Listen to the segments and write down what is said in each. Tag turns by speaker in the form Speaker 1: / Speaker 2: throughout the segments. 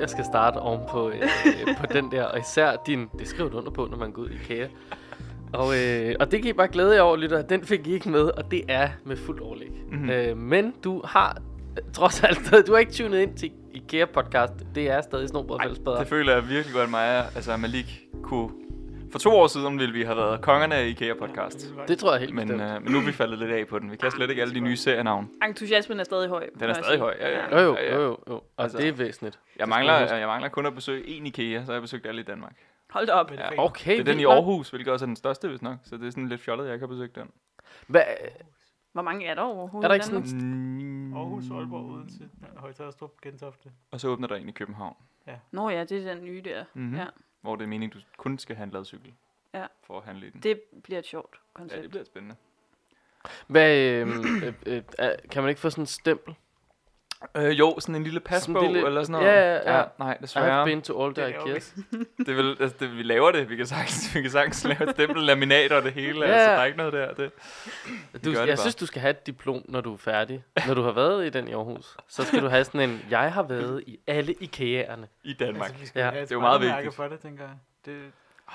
Speaker 1: jeg skal starte oven på, øh, på den der, og især din, det skrev du under på, når man går ud i IKEA. Og, øh, og det kan I bare glæde jer over, lytter. Den fik I ikke med, og det er med fuld overlæg. Mm-hmm.
Speaker 2: Mhm.
Speaker 1: Øh, men du har øh, trods alt, stadig- du har ikke tunet ind til IKEA-podcast. Det er stadig snobrød og fællesbader.
Speaker 2: Det føler jeg virkelig godt, Maja, altså Malik, kunne... For to år siden ville vi have været kongerne af IKEA-podcast.
Speaker 1: Det tror jeg helt
Speaker 2: Men,
Speaker 1: bestemt.
Speaker 2: øh, men nu er vi faldet lidt af på den. Vi kan slet ikke alle de nye serienavne.
Speaker 3: Entusiasmen er stadig høj. må
Speaker 2: Den er
Speaker 3: jeg
Speaker 2: stadig
Speaker 3: sige.
Speaker 2: høj. Ja, ja.
Speaker 1: Jo, jo, jo,
Speaker 2: ja, ja.
Speaker 1: jo, jo. Og
Speaker 2: Altså,
Speaker 1: det er væsentligt.
Speaker 2: Jeg mangler, jeg mangler kun at besøge én IKEA, så har jeg besøgt alle i Danmark.
Speaker 3: Hold da op.
Speaker 4: Men
Speaker 3: Ja.
Speaker 4: det er fint.
Speaker 1: Okay,
Speaker 2: Det er den i
Speaker 1: vildt nok.
Speaker 2: Aarhus, hvilket også er den største, hvis nok. Så det er sådan lidt fjollet, at jeg ikke har besøgt den.
Speaker 1: Hvad,
Speaker 3: Hvor mange er der overhovedet?
Speaker 1: Er der
Speaker 3: i
Speaker 1: ikke sådan-
Speaker 3: Danmark?
Speaker 1: Mm.
Speaker 4: Aarhus, Aalborg, Odense, Højtadestrup, Gentofte.
Speaker 2: Og så åbner der en i København,
Speaker 3: Nå ja, det er den nye der.
Speaker 2: Mhm.
Speaker 3: Mm-hmm. Ja,
Speaker 2: hvor det er meningen, du kun skal have en ladcykel.
Speaker 3: Ja.
Speaker 2: For at handle i den.
Speaker 3: det bliver et sjovt
Speaker 2: Ja,
Speaker 3: koncept.
Speaker 2: det bliver spændende.
Speaker 1: hvad, øh, øh, øh, er- kan man ikke få sådan en stempel?
Speaker 2: Øh, jo, sådan en lille pasbog
Speaker 1: lille-
Speaker 2: lille... eller sådan noget.
Speaker 1: Ja, ja, ja. I
Speaker 2: nej,
Speaker 1: have
Speaker 2: desværre.
Speaker 1: been to all the
Speaker 4: Det er okay.
Speaker 1: IKEAs.
Speaker 2: Det vil, altså, det, vi laver det. Vi kan sagtens, vi kan sagtens lave et stempel, laminat og det hele.
Speaker 1: Ja.
Speaker 2: Ja. Altså, der er ikke noget der. Det.
Speaker 1: Du,
Speaker 2: gør det
Speaker 1: jeg
Speaker 2: bare.
Speaker 1: synes, du skal have et diplom, når du er færdig. Når du har været i den i Aarhus, så skal du have sådan en, jeg har været i alle IKEA'erne.
Speaker 2: I Danmark.
Speaker 4: Altså, vi skal
Speaker 1: Ja,
Speaker 4: ja, have
Speaker 2: det
Speaker 4: et
Speaker 2: er jo meget
Speaker 4: spejdermærke
Speaker 2: vigtigt.
Speaker 4: for det, tænker jeg. Det, det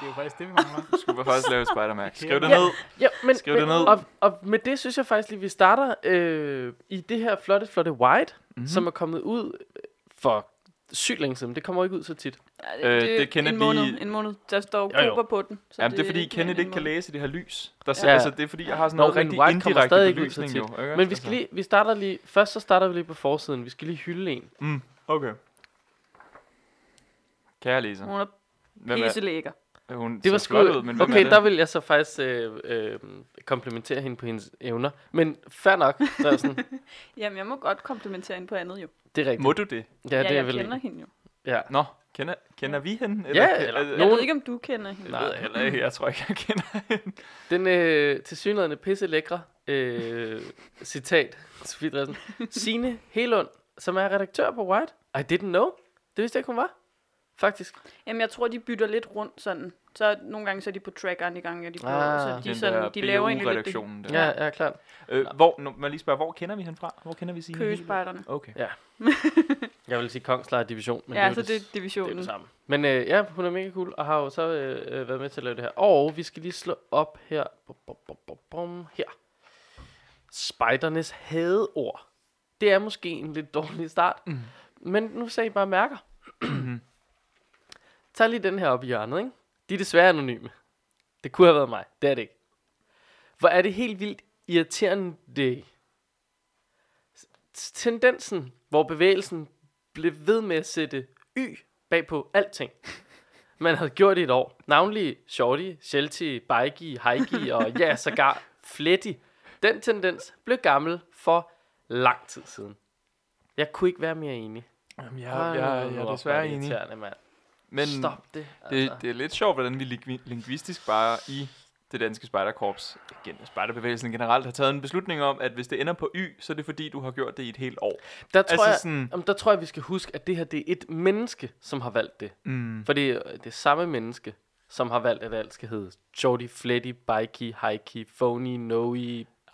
Speaker 4: er jo faktisk det, vi mangler.
Speaker 2: Du skulle faktisk lave et spidermærke. Skriv det
Speaker 4: Ja.
Speaker 2: ned.
Speaker 1: Ja, men,
Speaker 2: Skriv det
Speaker 1: men-
Speaker 2: ned.
Speaker 1: Og, og med det synes jeg faktisk lige, vi starter øh, i det her flotte, flotte white,
Speaker 2: Mhm.
Speaker 1: mm-hmm. som er kommet ud øh, for sygt længe siden. Det kommer ikke ud så tit.
Speaker 3: Ja,
Speaker 2: Øh, det kender
Speaker 3: en måned,
Speaker 2: vi-
Speaker 3: en måned. Der står
Speaker 1: Jo, jo.
Speaker 3: Cooper på den. Så
Speaker 2: Jamen, det er fordi,
Speaker 3: mere
Speaker 2: Kenneth
Speaker 3: end en
Speaker 2: ikke kan
Speaker 3: måned.
Speaker 2: læse det her lys. Der, ja.
Speaker 1: Ja.
Speaker 2: Altså, det er fordi, jeg har sådan
Speaker 1: Nå,
Speaker 2: noget
Speaker 1: men
Speaker 2: rigtig
Speaker 1: white kommer
Speaker 2: indirekte
Speaker 1: stadig ikke ud så
Speaker 2: belysning
Speaker 1: tit.
Speaker 2: jo. ikke? Altså,
Speaker 1: Men vi skal lige, vi starter lige, først så starter vi lige på forsiden. Vi skal lige hylde en.
Speaker 2: Mm, okay. Kære læser.
Speaker 3: Hun er
Speaker 2: Hvem
Speaker 3: pisse
Speaker 2: er,
Speaker 3: lækker.
Speaker 2: hun
Speaker 1: Det var
Speaker 2: ser
Speaker 1: sgu...
Speaker 2: flot ud, men hvem
Speaker 1: okay,
Speaker 2: er
Speaker 1: der
Speaker 2: det?
Speaker 1: vil jeg så faktisk øh, øh, komplimentere hende på hendes evner. Men fair nok, der er sådan,
Speaker 3: Jamen, jeg må godt komplimentere hende på andet jo.
Speaker 1: det er rigtigt.
Speaker 2: Må du det?
Speaker 1: Ja, det er
Speaker 3: jeg
Speaker 1: vel
Speaker 3: kender
Speaker 1: ikke.
Speaker 3: hende jo.
Speaker 1: Ja.
Speaker 2: Nå, kender, kender vi hende?
Speaker 1: eller-
Speaker 2: øh,
Speaker 3: Jeg
Speaker 1: Nogen-
Speaker 3: ved ikke, om du kender hende.
Speaker 1: Nej.
Speaker 2: Nej, heller ikke. Jeg tror ikke, jeg kender hende.
Speaker 1: Den øh, tilsyneladende pisse lækre øh, citat, Sofie Dressen. Signe Helund, som er redaktør på White. I didn't know. Det vidste jeg ikke, hun var. Faktisk.
Speaker 3: Jamen, jeg tror, de bytter lidt rundt sådan. Så nogle gange så er de på track, andre gange er de på.
Speaker 1: Ah.
Speaker 3: Ah, så de, er
Speaker 2: Den
Speaker 3: sådan, de laver egentlig lidt det.
Speaker 2: BO-redaktionen der.
Speaker 1: Ja, ja, klart.
Speaker 2: Øh, hvor, nu, må jeg lige spørge, hvor kender vi hende fra? Hvor kender vi Signe?
Speaker 3: Køgespejderne.
Speaker 2: Okay.
Speaker 1: Jeg vil sige Kongslejr Division, men
Speaker 3: Ja,
Speaker 1: det,
Speaker 3: så
Speaker 1: er jo
Speaker 3: det er
Speaker 1: det, det, er
Speaker 3: divisionen.
Speaker 1: det samme. Men øh, ja, hun er mega cool, og har jo så øh, øh, været med til at lave det her. Og vi skal lige slå op her. Bum, bum, bum, bum, bum, her. Spejdernes hadeord. Det er måske en lidt dårlig start. Mm. Men nu sagde I bare mærker. Tag lige den her op i hjørnet, ikke? De er desværre anonyme. Det kunne have været mig. Det er det ikke. Hvor er det helt vildt irriterende det. S- Tendensen, hvor bevægelsen blev ved med at sætte y bag på alting. Man havde gjort i et år. Navnlig shorty, shelty, bikey, hikey og ja, sågar fletty. Den tendens blev gammel for lang tid siden. Jeg kunne ikke være mere enig.
Speaker 2: Jamen, jeg, jeg, jeg, jeg er desværre enig.
Speaker 1: Men
Speaker 2: Men
Speaker 1: Stop det. altså.
Speaker 2: det, det er lidt sjovt, hvordan vi lingvi- lingvistisk bare i det danske spejderkorps, igen, spejderbevægelsen generelt, har taget en beslutning om, at hvis det ender på Y, så er det fordi, du har gjort det i et helt år.
Speaker 1: Der tror,
Speaker 2: altså
Speaker 1: jeg,
Speaker 2: sådan-
Speaker 1: jamen, der tror jeg, vi skal huske, at det her det er et menneske, som har valgt det.
Speaker 2: Mm.
Speaker 1: For det er det samme menneske, som har valgt, at alt skal hedde Shorty, Fletty, Bikey, Hikey, Phony, Noe.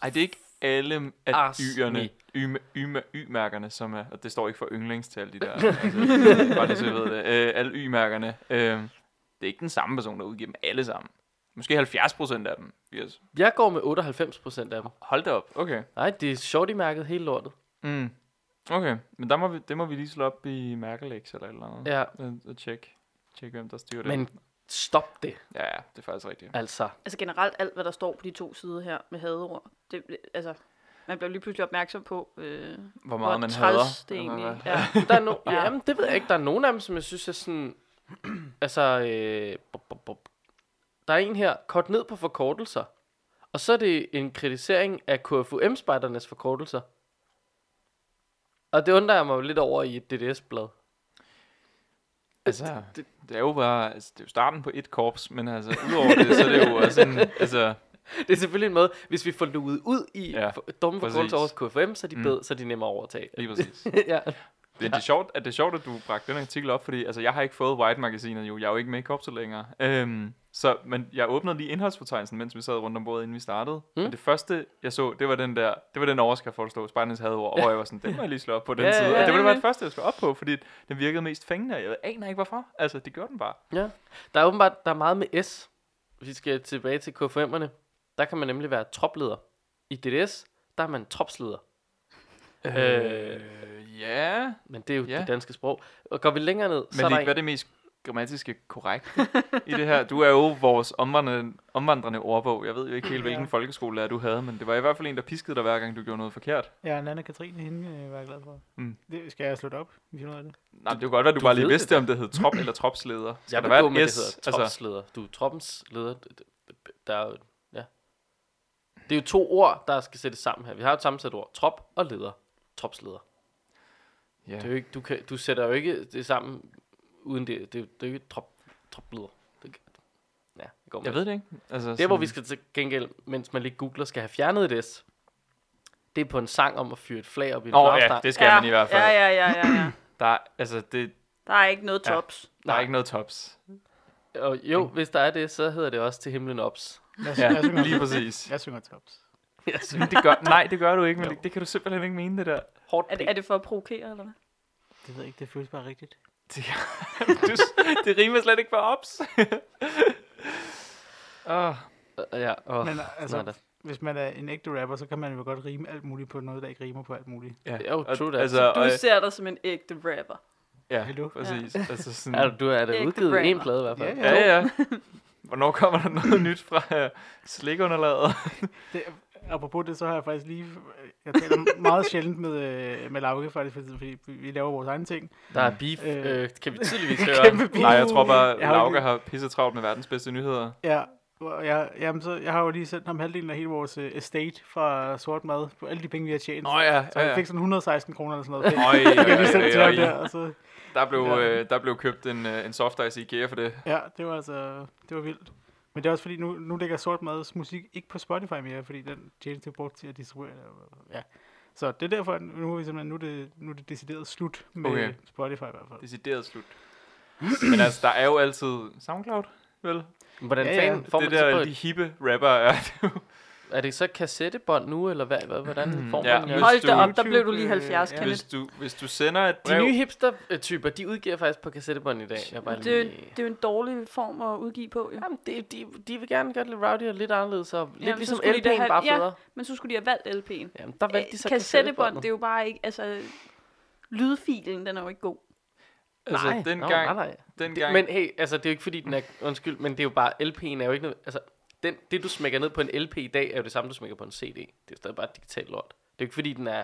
Speaker 2: Ej, det er ikke alle at
Speaker 1: Ars-
Speaker 2: Y'erne,
Speaker 1: ni.
Speaker 2: Y- y- Y-mærkerne, som er, og det står ikke for yndlingstal, de der, altså, bare lige så I ved det, øh, alle Y-mærkerne, øh, det er ikke den samme person, der udgiver dem alle sammen. Måske 70 procent af dem. Yes.
Speaker 1: Jeg går med 98% af dem.
Speaker 2: Hold da op. Okay.
Speaker 1: Nej, det er Shorty-mærket hele lortet.
Speaker 2: Mm. Okay, men der må vi, det må vi lige slå op i Mærkelex eller et eller andet.
Speaker 1: Ja,
Speaker 2: Og, og tjek, tjek, hvem der styrer det.
Speaker 1: men stop det,
Speaker 2: Ja, ja, det er faktisk rigtigt.
Speaker 1: altså.
Speaker 3: Altså generelt alt, hvad der står på de to sider her med hadeord. Det, altså, man bliver lige pludselig opmærksom på, øh,
Speaker 2: Hvor
Speaker 3: hvor
Speaker 2: meget man
Speaker 3: træls
Speaker 2: hader.
Speaker 3: det egentlig
Speaker 2: eller hvad.
Speaker 3: er.
Speaker 1: Der er no-
Speaker 3: Ja.
Speaker 1: Jamen, det ved jeg ikke. Der er nogen af dem, som jeg synes er sådan... altså, øh, bup, bup, bup. der er en her, kort ned på forkortelser. Og så er det en kritisering af KFUM-spejdernes forkortelser. Og det undrer jeg mig jo lidt over i et DDS-blad.
Speaker 2: Altså, det, det, er jo bare, altså, det er jo starten på et korps, men altså, udover det, så er det jo også sådan, altså,
Speaker 1: Det er selvfølgelig en måde, hvis vi får luget ud i ja,
Speaker 2: Ja,
Speaker 1: for, dumme
Speaker 2: præcis.
Speaker 1: forkortelser over KFUM, så er de
Speaker 2: Mm.
Speaker 1: bedre, så er de nemmere at overtage.
Speaker 2: lige præcis.
Speaker 1: ja.
Speaker 2: Men det er sjovt, at det er sjovt, at du bragte den artikel op, fordi altså, jeg har ikke fået White-magasinet jo. Jeg er jo ikke med i korpset længere. Øhm, Så, men jeg åbnede lige indholdsfortegnelsen, mens vi sad rundt om bordet, inden vi startede. Mm.
Speaker 1: Mm.
Speaker 2: Og det første, jeg så, det var den der, det var den overskrift, folk stod Spartans hadord, og hvor jeg var sådan, den må jeg lige slå op på den
Speaker 1: Ja,
Speaker 2: side.
Speaker 1: ja,
Speaker 2: Og det var det, var det
Speaker 3: nemlig.
Speaker 2: første, jeg slog op på, fordi den virkede mest fængende, og jeg aner ikke hvorfor. Altså, det gjorde den bare.
Speaker 1: Ja. Der er åbenbart der er meget med S. Vi skal tilbage til K5'erne. Der kan man nemlig være tropleder. I DDS, der er man tropsleder. Øh,
Speaker 2: ja.
Speaker 1: men det er jo
Speaker 2: ja.
Speaker 1: det danske sprog. Og går vi længere ned,
Speaker 2: Men
Speaker 1: så er der
Speaker 2: Lik,
Speaker 1: en,
Speaker 2: hvad er det mest grammatiske korrekt i det her? Du er jo vores omvandrende, omvandrende ordbog. Jeg ved jo ikke helt, hvilken
Speaker 4: Ja.
Speaker 2: folkeskolelærer du havde, men det var i hvert fald en, der piskede dig, hver gang du gjorde noget forkert.
Speaker 4: Ja, Nana Katrine, hende øh, var jeg glad for.
Speaker 2: Mm.
Speaker 4: Det skal jeg slutte op. Vi finder ud af det.
Speaker 2: Nej, det kunne godt være, du,
Speaker 1: Du
Speaker 2: du bare lige
Speaker 1: ved
Speaker 2: vidste, om det hed trop eller tropsleder. Skal
Speaker 1: jeg
Speaker 2: der
Speaker 1: vil
Speaker 2: være
Speaker 1: gå med,
Speaker 2: et
Speaker 1: det
Speaker 2: S? altså-
Speaker 1: hedder tropsleder. Du er troppens leder. Der er jo, ja. Det er jo to ord, der skal sættes sammen her. Vi har jo et sammensat ord. Trop og leder. Tropsleder.
Speaker 2: ja.
Speaker 1: Det er jo ikke, du, kan, du sætter jo ikke det sammen uden det. Det, er jo- det er jo ikke trop, tropleder. Det, ja, det går med
Speaker 2: Jeg ved det ikke. Altså,
Speaker 1: Det, hvor vi skal til gengæld, mens man lige googler, skal have fjernet et S, det er på en sang om at fyre et flag op i en
Speaker 2: Åh ja,
Speaker 1: flagstang.
Speaker 2: det skal ja, man i hvert fald.
Speaker 3: Ja,
Speaker 2: Ja, ja.
Speaker 3: ja, ja, ja, ja.
Speaker 2: Der, er- altså, det,
Speaker 3: Der er ikke noget
Speaker 2: Ja.
Speaker 3: tops.
Speaker 2: der er
Speaker 1: Nej.
Speaker 2: ikke noget tops.
Speaker 1: Og jo, hvis der er det, så hedder det også til himlen ops.
Speaker 4: Jeg, ja, jeg,
Speaker 2: Ja,
Speaker 4: synger,
Speaker 2: lige præcis.
Speaker 4: jeg synger tops.
Speaker 1: Yes.
Speaker 2: Men det gør, nej, det gør du ikke, men det kan du simpelthen ikke mene, det der.
Speaker 1: Hårdt
Speaker 3: Er det, er det for at provokere, eller hvad?
Speaker 4: Det ved jeg ikke, det føles bare rigtigt.
Speaker 2: Det, du, det rimer slet ikke på ops. oh,
Speaker 1: Øh, Ja, og,
Speaker 4: Men
Speaker 1: Men,
Speaker 4: altså,
Speaker 1: altså,
Speaker 4: Hvis man er en ægte rapper, så kan man jo godt rime alt muligt på noget, der ikke rimer på alt muligt.
Speaker 2: ja.
Speaker 1: Jo,
Speaker 2: Og-
Speaker 1: true that.
Speaker 2: Altså,
Speaker 3: Du
Speaker 2: og,
Speaker 3: ser dig som en ægte rapper.
Speaker 2: ja,
Speaker 4: Hello.
Speaker 2: præcis. Altså, sådan,
Speaker 1: er, du er da
Speaker 3: Ægte
Speaker 1: udgivet
Speaker 3: brand.
Speaker 1: en plade i hvert fald.
Speaker 4: Ja,
Speaker 2: ja, ja. Hvornår kommer der noget nyt fra uh, slikunderlaget?
Speaker 4: Det, apropos det, så har jeg faktisk lige... øh, Jeg taler meget sjældent med, øh, med Lauke faktisk, for tiden, fordi vi- vi laver vores egne ting.
Speaker 1: Der er beef,
Speaker 4: Øh.
Speaker 1: øh, kan vi tydeligvis høre.
Speaker 4: Kæmpe beef.
Speaker 2: Nej, jeg tror bare,
Speaker 4: Jeg har jo
Speaker 2: Lauke
Speaker 4: ikke-
Speaker 2: har pisset travlt med verdens bedste nyheder.
Speaker 4: Ja, og jeg, jamen, så, jeg har jo lige sendt ham halvdelen af hele vores øh, estate fra sort mad, på alle de penge, vi har tjent.
Speaker 2: Nå ja,
Speaker 4: Så
Speaker 2: ja,
Speaker 4: jeg
Speaker 2: ja.
Speaker 4: fik sådan 116 kroner eller sådan noget.
Speaker 2: Øj,
Speaker 4: Det kan jeg lige
Speaker 2: øj,
Speaker 4: sendte til ham
Speaker 2: øj, øj.
Speaker 4: der, og så,
Speaker 2: Der blev,
Speaker 4: Ja.
Speaker 2: øh, der blev købt en, øh, en softice i IKEA for det.
Speaker 4: ja, det var altså, det var vildt. Men det er også fordi, nu, nu ligger sort mads musik ikke på Spotify mere, fordi den tjeneste er brugt til at distribuere det. Ja. Så det er derfor, at nu er, vi simpelthen, nu er, det, nu er det decideret slut med
Speaker 2: Okay.
Speaker 4: okay. Spotify i hvert fald.
Speaker 2: Decideret slut. Men altså, der er jo altid SoundCloud, vel?
Speaker 1: Hvordan
Speaker 4: Ja,
Speaker 1: ja,
Speaker 4: ja.
Speaker 1: fanden får
Speaker 2: det
Speaker 1: man det
Speaker 2: der,
Speaker 1: så på?
Speaker 2: de hippe rapper er.
Speaker 1: Er det så kassettebånd nu, eller hvad, hvad, hvordan får
Speaker 2: Mm. Ja.
Speaker 1: man det?
Speaker 2: Hvis
Speaker 3: Hold da
Speaker 2: du-
Speaker 3: op, der blev du lige
Speaker 4: YouTube, øh,
Speaker 3: 70,
Speaker 4: ja.
Speaker 2: hvis,
Speaker 3: Kenneth.
Speaker 2: du, hvis du sender et brev...
Speaker 1: De nye hipster-typer, de udgiver faktisk på kassettebånd i dag. Jeg er bare
Speaker 3: Det, er jo-
Speaker 1: lige...
Speaker 3: det er jo en dårlig form at udgive på, jo.
Speaker 1: Jamen, de, de, de vil gerne gøre det lidt rowdy og lidt anderledes, og lidt
Speaker 3: Jamen, så
Speaker 1: ligesom
Speaker 3: skulle de da
Speaker 1: LP'en
Speaker 3: have-
Speaker 1: bare
Speaker 3: ja.
Speaker 1: federe.
Speaker 3: Men så skulle de have valgt LP'en.
Speaker 1: Jamen, der valgte de så
Speaker 3: Øh, kassettebånd, det er jo bare ikke... Altså, lydfilen, den er jo ikke god.
Speaker 2: Altså,
Speaker 1: nej,
Speaker 2: den
Speaker 1: nå,
Speaker 2: gang,
Speaker 1: nej, nej.
Speaker 2: Den
Speaker 1: Det,
Speaker 2: gang,
Speaker 1: men hey, altså, det er jo ikke fordi, den er... Undskyld, men det er jo bare... LP'en er jo ikke noget... Altså, den, det, du smækker ned på en LP i dag, er jo det samme, du smækker på en CD. Det er jo stadig bare digitalt lort. Det er jo ikke fordi, den er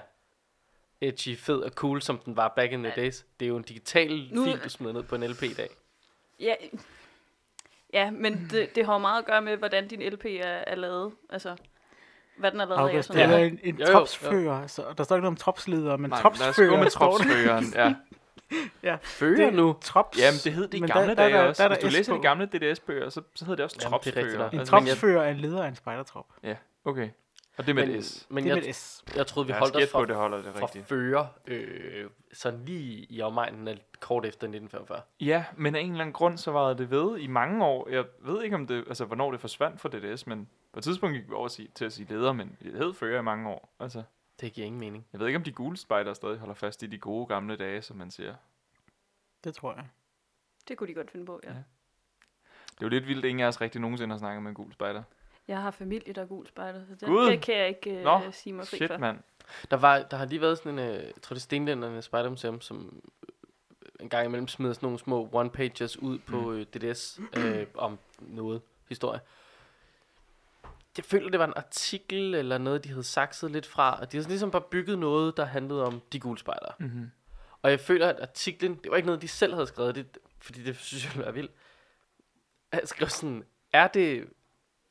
Speaker 1: edgy, fed og cool, som den var back in the days. Det er jo en digital
Speaker 3: Nu-
Speaker 1: fil, du smider ned på en LP i dag.
Speaker 3: Ja, ja men det, det har jo meget at gøre med, hvordan din LP er, er lavet. Altså, hvad den er lavet af. og
Speaker 4: August,
Speaker 3: Sådan
Speaker 4: det
Speaker 3: noget.
Speaker 4: er en, en
Speaker 1: Jo, jo,
Speaker 4: tropsfører, så der står ikke noget om tropsleder, men
Speaker 2: nej,
Speaker 4: tropsfører
Speaker 2: lad os gå
Speaker 4: står
Speaker 2: med
Speaker 4: der.
Speaker 2: tropsføreren. ja.
Speaker 1: Fører
Speaker 4: Det-
Speaker 1: nu.
Speaker 4: Trops.
Speaker 2: Jamen, det hed det i
Speaker 4: Men der-
Speaker 2: gamle
Speaker 4: der-
Speaker 2: dage
Speaker 4: der- der-
Speaker 2: også.
Speaker 4: der-
Speaker 2: Hvis
Speaker 4: der
Speaker 2: du
Speaker 4: er
Speaker 2: læser
Speaker 4: S
Speaker 2: de
Speaker 4: på.
Speaker 2: gamle DDS-bøger, så, så hed det også
Speaker 1: Jamen, det er rigtigt
Speaker 2: tropsfører.
Speaker 1: nok. En
Speaker 4: En
Speaker 1: Altså, men jeg-
Speaker 4: tropsfører er en leder af en spejdertrop.
Speaker 2: Ja, okay. Og det er med
Speaker 1: men,
Speaker 2: et S.
Speaker 1: men
Speaker 4: Det er
Speaker 1: jeg,
Speaker 4: med et S.
Speaker 1: jeg troede, vi
Speaker 2: Jeg har
Speaker 1: holdt os
Speaker 2: skæt
Speaker 1: fra
Speaker 2: på, det holder det
Speaker 1: fra
Speaker 2: rigtigt.
Speaker 1: fører, øh, sådan lige i omegnen af kort efter 1945.
Speaker 2: Ja, men af en eller anden grund, så varede det ved i mange år. Jeg ved ikke, om det, altså, hvornår det forsvandt fra DDS, men på et tidspunkt gik vi over at sige, til at sige leder, men det hed fører i mange år. Altså,
Speaker 1: Det giver ingen mening.
Speaker 2: jeg ved ikke, om de gule spejder stadig holder fast i de gode gamle dage, som man siger.
Speaker 4: Det tror jeg.
Speaker 3: Det kunne de godt finde på, ja.
Speaker 2: Ja. Det er jo lidt vildt, at ingen af os rigtig nogensinde har snakket med en gul spejder.
Speaker 3: Jeg har familie, der er gul spejder, så det
Speaker 2: Gud.
Speaker 3: det kan jeg ikke
Speaker 2: Nå,
Speaker 3: uh, sige mig fri for.
Speaker 2: Shit, mand.
Speaker 1: Der, var, der har lige været sådan en, øh, jeg tror det er Stenlænderne Spejdermuseum, som øh, en gang imellem smider sådan nogle små one-pagers ud på øh, DDS øh, om noget historie. Jeg føler, det var en artikel eller noget, de havde sakset lidt fra, og de havde ligesom bare bygget noget, der handlede om de gule spejdere.
Speaker 2: Mm-hmm.
Speaker 1: Og jeg føler, at artiklen, det var ikke noget, de selv havde skrevet, det, fordi det synes jeg ville være vildt. Jeg skrev sådan, er det...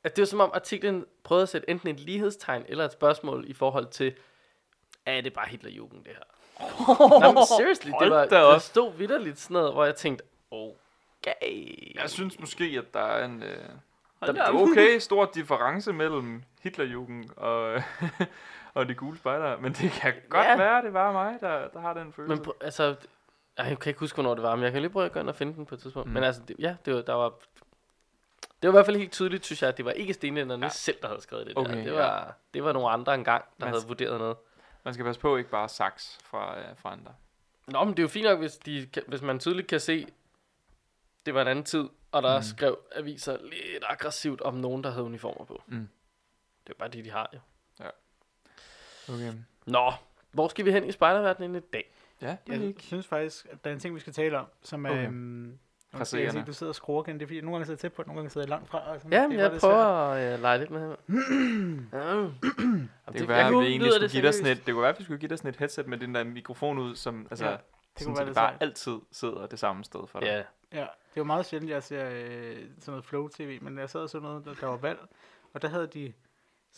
Speaker 1: At det var som om artiklen prøvede at sætte enten et lighedstegn eller et spørgsmål i forhold til, er det bare Hitlerjugend, det her? Nå, men seriously, det
Speaker 2: hold
Speaker 1: var,
Speaker 2: da
Speaker 1: der
Speaker 2: op.
Speaker 1: stod vidderligt sådan noget, hvor jeg tænkte, okay.
Speaker 2: Jeg synes måske, at der er en øh,
Speaker 3: Hold
Speaker 1: Der-
Speaker 3: da op.
Speaker 2: okay stor difference mellem Hitlerjugend og, og de gule spejdere, men det kan godt
Speaker 1: Ja.
Speaker 2: ja. være, det er bare mig, der, der har den følelse.
Speaker 1: Men
Speaker 2: Men
Speaker 1: pr- altså, ej, jeg kan ikke huske, hvornår det var, men jeg kan lige prøve at gå ind og finde den på et tidspunkt.
Speaker 2: Mm.
Speaker 1: Mm. Men altså, det, ja, det var, der var Det var i hvert fald helt tydeligt, synes jeg, at det var ikke stenlænderne ja.
Speaker 2: Ja.
Speaker 1: selv, der havde skrevet det der.
Speaker 2: Okay,
Speaker 1: Det
Speaker 2: ja.
Speaker 1: var, det var nogle andre engang, der
Speaker 2: Man
Speaker 1: havde
Speaker 2: skal-
Speaker 1: vurderet noget.
Speaker 2: Man skal passe på ikke bare saks fra, øh, fra andre.
Speaker 1: Nå, men det er jo fint nok, hvis, de, kan- hvis man tydeligt kan se, det var en anden tid, og der mm. skrev aviser lidt aggressivt om nogen, der havde uniformer på.
Speaker 2: Mm.
Speaker 1: Det er jo bare det, de har jo.
Speaker 2: Okay.
Speaker 1: Nå, hvor skal vi hen i spejderverdenen i dag?
Speaker 2: Ja, det er
Speaker 4: Jeg
Speaker 2: ikke.
Speaker 4: synes faktisk, at der er en ting, vi skal tale om, som er...
Speaker 2: Okay.
Speaker 4: Øhm, nu skal jeg
Speaker 2: Presserende.
Speaker 4: se, du sidder og skruer igen. Det er fordi, nogle gange sidder jeg tæt på, og nogle gange sidder jeg langt fra. Og sådan,
Speaker 1: Ja,
Speaker 4: Det
Speaker 1: men
Speaker 4: er
Speaker 1: jeg
Speaker 4: bare lidt
Speaker 1: prøver
Speaker 4: svært.
Speaker 1: at øh, lege lidt med ham.
Speaker 2: Det kunne
Speaker 1: jeg
Speaker 2: være, at
Speaker 1: kunne-
Speaker 2: vi egentlig
Speaker 3: lyder
Speaker 2: skulle
Speaker 3: det
Speaker 2: give dig sådan et,
Speaker 3: seriøst.
Speaker 2: det kunne være, at vi skulle give dig sådan et headset med den der mikrofon ud, som altså,
Speaker 4: Ja,
Speaker 2: ja,
Speaker 4: Det
Speaker 2: sådan,
Speaker 4: kunne
Speaker 2: så
Speaker 4: være
Speaker 2: det
Speaker 4: lidt
Speaker 2: bare
Speaker 4: svært.
Speaker 2: altid sidder det samme sted for dig.
Speaker 1: Ja,
Speaker 4: Ja, det var meget sjældent, jeg ser øh, sådan noget flow-tv, men jeg sad og så noget, der, der var valg, og der havde de sådan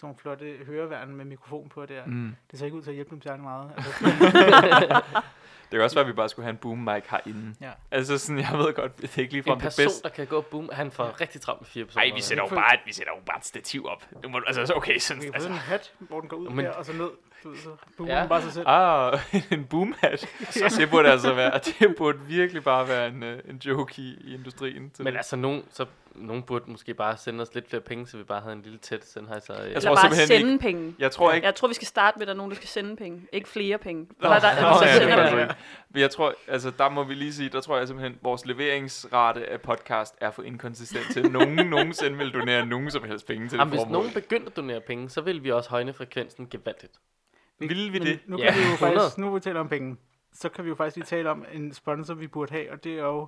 Speaker 4: nogle flotte høreværn med mikrofon på der. Mm.
Speaker 2: Mm.
Speaker 4: Det ser ikke ud til at hjælpe dem særlig meget. Altså,
Speaker 2: Det kan også være, at vi bare skulle have en boom mic herinde.
Speaker 4: Ja.
Speaker 2: Altså sådan, jeg ved godt, det er ikke lige
Speaker 1: en
Speaker 2: frem det
Speaker 1: person,
Speaker 2: bedste.
Speaker 1: der kan gå boom, han får rigtig travlt med fire personer.
Speaker 2: Nej, vi sætter jo bare, et- vi sætter jo bare et stativ op. Nu må du, altså, okay,
Speaker 4: vi
Speaker 2: sådan,
Speaker 4: kan få sådan
Speaker 2: altså,
Speaker 4: en hat, hvor den går ud
Speaker 1: Men-
Speaker 4: men... der, og så ned. Du ved, så boomer
Speaker 1: Ja.
Speaker 4: ja. bare sig selv.
Speaker 2: ah, en boom hat. Så det burde altså være, det burde virkelig bare være en, øh, en joke i, i industrien. Til
Speaker 1: Men
Speaker 2: det.
Speaker 1: altså, nogen, så, nogen burde måske bare sende os lidt flere penge, så vi bare havde en lille tæt Sennheiser. øh,
Speaker 2: Jeg
Speaker 3: Eller
Speaker 2: tror
Speaker 3: bare
Speaker 2: simpelthen
Speaker 3: sende ikke. penge.
Speaker 2: jeg tror ikke,
Speaker 3: Jeg tror, vi skal starte med, at der er nogen, der skal sende penge. Ikke flere penge.
Speaker 2: Nå,
Speaker 3: Eller der,
Speaker 2: nå,
Speaker 3: så
Speaker 2: ja, det
Speaker 3: sender
Speaker 2: kan
Speaker 3: man-
Speaker 2: jeg så ikke. Men jeg tror, altså der må vi lige sige, der tror jeg simpelthen, at vores leveringsrate af podcast er for inkonsistent til, at nogen nogensinde vil donere nogen som helst penge til det
Speaker 1: Jamen, hvis
Speaker 2: formål.
Speaker 1: nogen begyndte at donere penge, så ville vi også højne frekvensen gevaldigt.
Speaker 2: Vil vi
Speaker 4: Men
Speaker 2: det?
Speaker 4: Nu
Speaker 1: Ja,
Speaker 4: kan vi jo
Speaker 1: 100.
Speaker 4: faktisk, nu vi taler om penge, så kan vi jo faktisk lige tale om en sponsor, vi burde have, og det er jo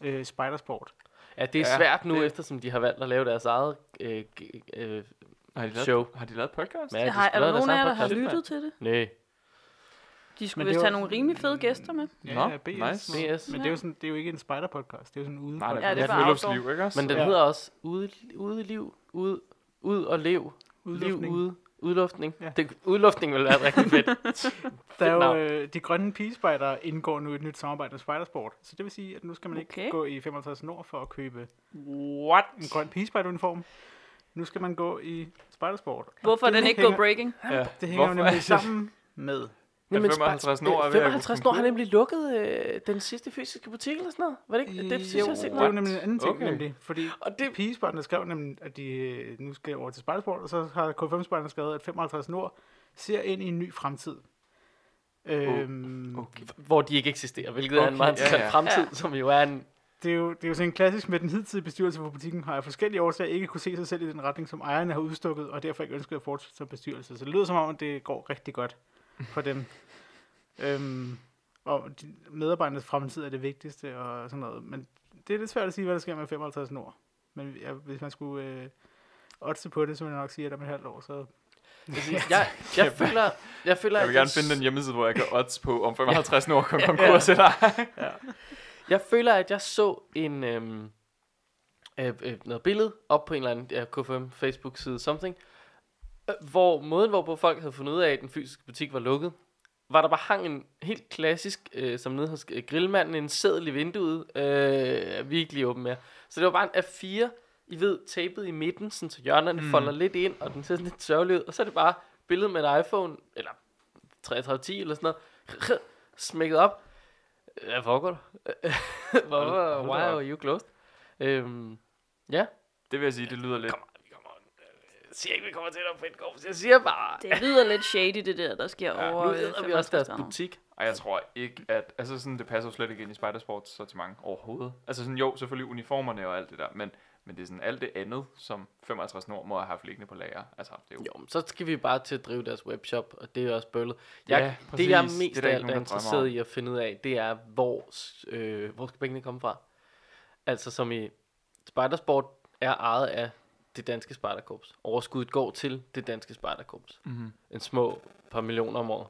Speaker 4: øh, Spidersport.
Speaker 1: Ja, det er ja,
Speaker 2: Ja,
Speaker 1: svært nu, det.
Speaker 2: det-
Speaker 1: eftersom de har valgt at lave deres eget øh, g- øh,
Speaker 2: Har de lavet,
Speaker 1: Show.
Speaker 2: Har de lavet podcast?
Speaker 1: Ja, de
Speaker 3: Har, er
Speaker 1: skulle
Speaker 3: der
Speaker 1: lave
Speaker 3: nogen af
Speaker 1: deres
Speaker 3: jer, der
Speaker 1: egen
Speaker 3: har
Speaker 1: podcast.
Speaker 3: lyttet til det?
Speaker 1: Nej,
Speaker 3: De
Speaker 4: Men
Speaker 3: skulle
Speaker 4: det
Speaker 3: vist
Speaker 4: var
Speaker 3: have nogle
Speaker 4: sådan-
Speaker 3: rimelig fede gæster med.
Speaker 2: Nå,
Speaker 4: ja, BS.
Speaker 2: nice.
Speaker 1: BS.
Speaker 4: Men det er jo sådan, det er jo ikke en spider-podcast, det er jo sådan en ude
Speaker 2: Nej, det
Speaker 3: Ja,
Speaker 2: er
Speaker 3: det
Speaker 2: ja,
Speaker 3: er
Speaker 2: et
Speaker 3: bare
Speaker 2: friluftsliv, ikke også?
Speaker 1: men den ja.
Speaker 4: Ja.
Speaker 1: hedder også Ude, ude Liv, ude, ude og Lev, Liv
Speaker 4: Udluftning.
Speaker 1: Ude, Udluftning. Ja.
Speaker 4: Ja.
Speaker 1: Det, udluftning ville være rigtig fedt.
Speaker 4: Der er jo,
Speaker 1: navn.
Speaker 4: øh, de grønne pigespejdere indgår nu i et nyt samarbejde med Spidersport. Så det vil sige, at nu skal man ikke
Speaker 3: Okay.
Speaker 4: gå i 55 Nord for at købe
Speaker 2: What?
Speaker 4: en grøn pigespejderuniform. Nu skal man gå i Spidersport. Og
Speaker 3: Hvorfor er
Speaker 4: det
Speaker 3: den ikke går
Speaker 4: hænger-
Speaker 3: breaking?
Speaker 2: Ja.
Speaker 4: Det hænger jo
Speaker 2: Hvorfor er
Speaker 4: nemlig
Speaker 2: det-
Speaker 4: sammen med.
Speaker 2: Jamen, 55 Nord er ved at gå
Speaker 1: 55 Nord har nemlig lukket øh, den sidste fysiske butik eller sådan noget. Var det ikke? Det synes jeg har set
Speaker 4: det er jo
Speaker 1: noget.
Speaker 4: nemlig en anden ting,
Speaker 2: Okay.
Speaker 4: okay. nemlig, fordi
Speaker 1: Og det,
Speaker 4: pigespejderne skrev nemlig, at de øh, nu skal over til Spidersport, og så har K5-spejderne skrevet, at 55 Nord ser ind i en ny fremtid. Øhm,
Speaker 2: Okay.
Speaker 1: hvor de ikke eksisterer, hvilket okay, er en
Speaker 2: Okay,
Speaker 1: meget
Speaker 2: ja,
Speaker 1: ja, ja.
Speaker 2: ja.
Speaker 1: fremtid,
Speaker 3: Ja.
Speaker 1: som jo er en...
Speaker 4: Det er, jo, det er jo sådan en klassisk med den hidtidige bestyrelse for butikken, har af forskellige årsager ikke kunne se sig selv i den retning, som ejerne har udstukket, og derfor ikke ønsket at fortsætte som bestyrelse. Så det lyder som om, at det går rigtig godt for dem. øhm, og de, medarbejdernes fremtid er det vigtigste og sådan noget. Men det er lidt svært at sige, hvad der sker med 55 nord. Men ja, hvis man skulle øh, odse på det, så ville jeg nok sige, at om et halvt år, så...
Speaker 1: Jeg, jeg, jeg føler... Jeg, føler,
Speaker 2: Jeg
Speaker 1: at
Speaker 2: vil gerne finde den hjemmeside, hvor jeg kan odds på, om 55 Nord kom
Speaker 1: Ja.
Speaker 2: konkurs eller ej.
Speaker 1: Jeg føler, at jeg så en øhm, øh, øh, noget billede op på en eller anden ja, KFM Facebook-side, something, øh, hvor måden, hvorpå folk havde fundet ud af, at den fysiske butik var lukket, var der bare hang en helt klassisk, øh, som nede hos øh, grillmanden, en seddel i vinduet, øh, er virkelig åben mere. Så det var bare en A4, I ved, tapet i midten, sådan, så hjørnerne mm. folder lidt ind, og den ser sådan lidt sørgelig ud, og så er det bare billedet med en iPhone, eller 3310 eller sådan noget, smækket op. Hvad foregår der?
Speaker 2: Hold-
Speaker 1: Hvorfor?
Speaker 2: hold
Speaker 1: Why
Speaker 2: da op.
Speaker 1: are you closed? Øhm, ja.
Speaker 2: Det vil jeg sige, det lyder lidt.
Speaker 1: Jeg siger ikke, vi kommer til at på en kurs. Jeg siger bare,
Speaker 3: Det lyder lidt shady, det der, der sker
Speaker 2: Ja,
Speaker 3: over
Speaker 1: nu
Speaker 3: øh,
Speaker 1: æder vi
Speaker 3: 55
Speaker 1: også deres
Speaker 3: grader.
Speaker 1: butik.
Speaker 2: Ej, jeg tror ikke, at... Altså sådan, det passer jo slet ikke ind i Spidersports sortiment overhovedet. Altså sådan, jo, selvfølgelig uniformerne og alt det der, men, men det er sådan alt det andet, som 55 Nord må have haft liggende på lager. Altså, det er jo...
Speaker 1: Jo, men så skal vi bare til at drive deres webshop, og det er også bøvlet.
Speaker 2: Ja,
Speaker 1: Jeg, ja, det, jeg
Speaker 2: præcis. Det
Speaker 1: er
Speaker 2: er
Speaker 1: mest
Speaker 2: der
Speaker 1: af
Speaker 2: ikke
Speaker 1: alt
Speaker 2: nogen,
Speaker 1: er
Speaker 2: der
Speaker 1: interesseret
Speaker 2: drømmer
Speaker 1: i at finde ud af, det er, hvor, s- øh, hvor skal pengene komme fra? Altså som i Spejdersport er ejet af det danske spejderkorps. Overskuddet går til det danske spejderkorps.
Speaker 2: Mm-hmm.
Speaker 1: En små par millioner om året.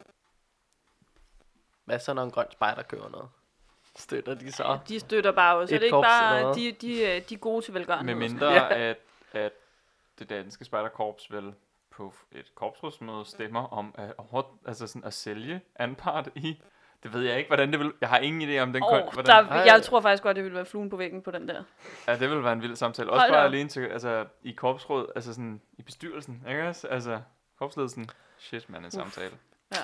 Speaker 1: Hvad så, når en grøn spejder køber noget? Støtter de så?
Speaker 3: De støtter bare også.
Speaker 1: Et
Speaker 3: Er det ikke
Speaker 1: korps eller hvad?
Speaker 3: bare, de, de, øh, de er gode til velgørenhed?
Speaker 2: Med
Speaker 3: og sådan
Speaker 2: mindre,
Speaker 1: Ja.
Speaker 2: at, at det danske spejderkorps vel på et korpsrådsmøde stemmer om at, over, altså sådan at sælge anpart i... Det ved jeg ikke, hvordan det vil... Jeg har ingen idé om den...
Speaker 3: noget?
Speaker 2: kon-
Speaker 3: Åh,
Speaker 2: hvordan,
Speaker 1: Ej.
Speaker 3: der, jeg tror faktisk godt, det ville være fluen på væggen på den der.
Speaker 2: Ja, det vil være en vild samtale. Også
Speaker 3: Hold da
Speaker 2: bare
Speaker 3: op.
Speaker 2: alene til, altså, i korpsråd, altså sådan i bestyrelsen, ikke også? Altså, korpsledelsen. Shit, man, en samtale.
Speaker 3: Ja.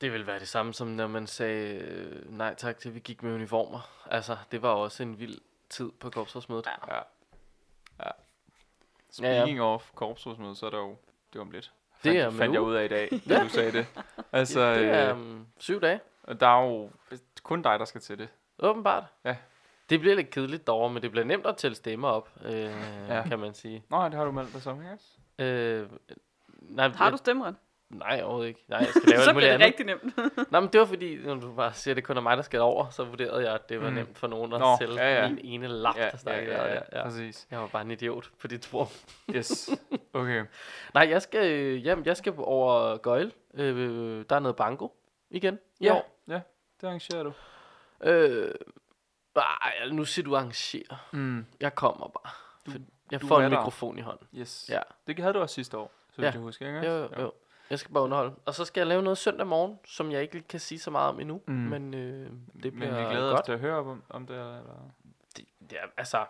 Speaker 1: Det ville være det samme som når man sagde øh, nej tak til, at vi gik med uniformer. Altså, det var også en vild tid på korpsrådsmødet.
Speaker 2: Ja.
Speaker 3: Ja.
Speaker 2: Ja.
Speaker 1: Ja, ja.
Speaker 2: Speaking ja, ja. of korpsrådsmøde, så er der jo... Det var om lidt.
Speaker 1: Det
Speaker 2: fandt,
Speaker 1: er om en
Speaker 2: fandt jeg
Speaker 1: uge.
Speaker 2: ud af i dag, da du sagde det. Altså,
Speaker 1: Så, det er
Speaker 2: øh,
Speaker 1: um, syv dage,
Speaker 2: og der er jo kun dig, der skal til det.
Speaker 1: åbenbart.
Speaker 2: Ja.
Speaker 1: Det bliver lidt kedeligt derovre, men det bliver nemt at tælle stemmer op, øh, ja.
Speaker 2: Ja.
Speaker 1: kan man sige.
Speaker 2: Nå, det har du meldt dig som, ikke? også?
Speaker 1: Øh, nej,
Speaker 3: Har
Speaker 1: jeg-
Speaker 3: du stemmeren?
Speaker 1: Nej, overhovedet ikke. Nej, jeg skal lave
Speaker 3: så
Speaker 1: alt muligt
Speaker 3: bliver det
Speaker 1: andet.
Speaker 3: rigtig nemt.
Speaker 1: Nej, men det var fordi, når du bare siger, at det kun er mig, der skal over, så vurderede jeg, at det var mm.
Speaker 2: Mm.
Speaker 1: nemt for nogen at
Speaker 2: Nå,
Speaker 1: tælle
Speaker 2: ja, ja.
Speaker 1: min ene lap, ja, Ah, der stak ja, ja, ja, ja.
Speaker 2: Præcis.
Speaker 1: Jeg var bare en idiot på dit spor.
Speaker 2: Yes. Okay.
Speaker 1: Nej, jeg skal, øh, jamen, jeg skal over Gøjle. Øh, der er noget banko igen i
Speaker 2: Ja.
Speaker 1: år.
Speaker 2: Det arrangerer du.
Speaker 1: Øh, ej, nu siger du arrangerer.
Speaker 2: Mm.
Speaker 1: Jeg kommer bare.
Speaker 2: Du-
Speaker 1: For jeg
Speaker 2: du
Speaker 1: får
Speaker 2: er
Speaker 1: en
Speaker 2: der.
Speaker 1: mikrofon i hånden.
Speaker 2: Yes.
Speaker 1: Ja.
Speaker 2: Det havde du også sidste år, så
Speaker 1: Ja.
Speaker 2: vidt jeg husker, ikke? også?
Speaker 1: Jo, jo, jo. Jeg skal bare underholde. Og så skal jeg lave noget søndag morgen, som jeg ikke lige kan sige så meget om endnu. Mm.
Speaker 2: Mm.
Speaker 1: Men øh, det bliver
Speaker 2: Men vi glæder
Speaker 1: godt.
Speaker 2: os til at høre om, om det. Eller?
Speaker 1: det, det er, altså,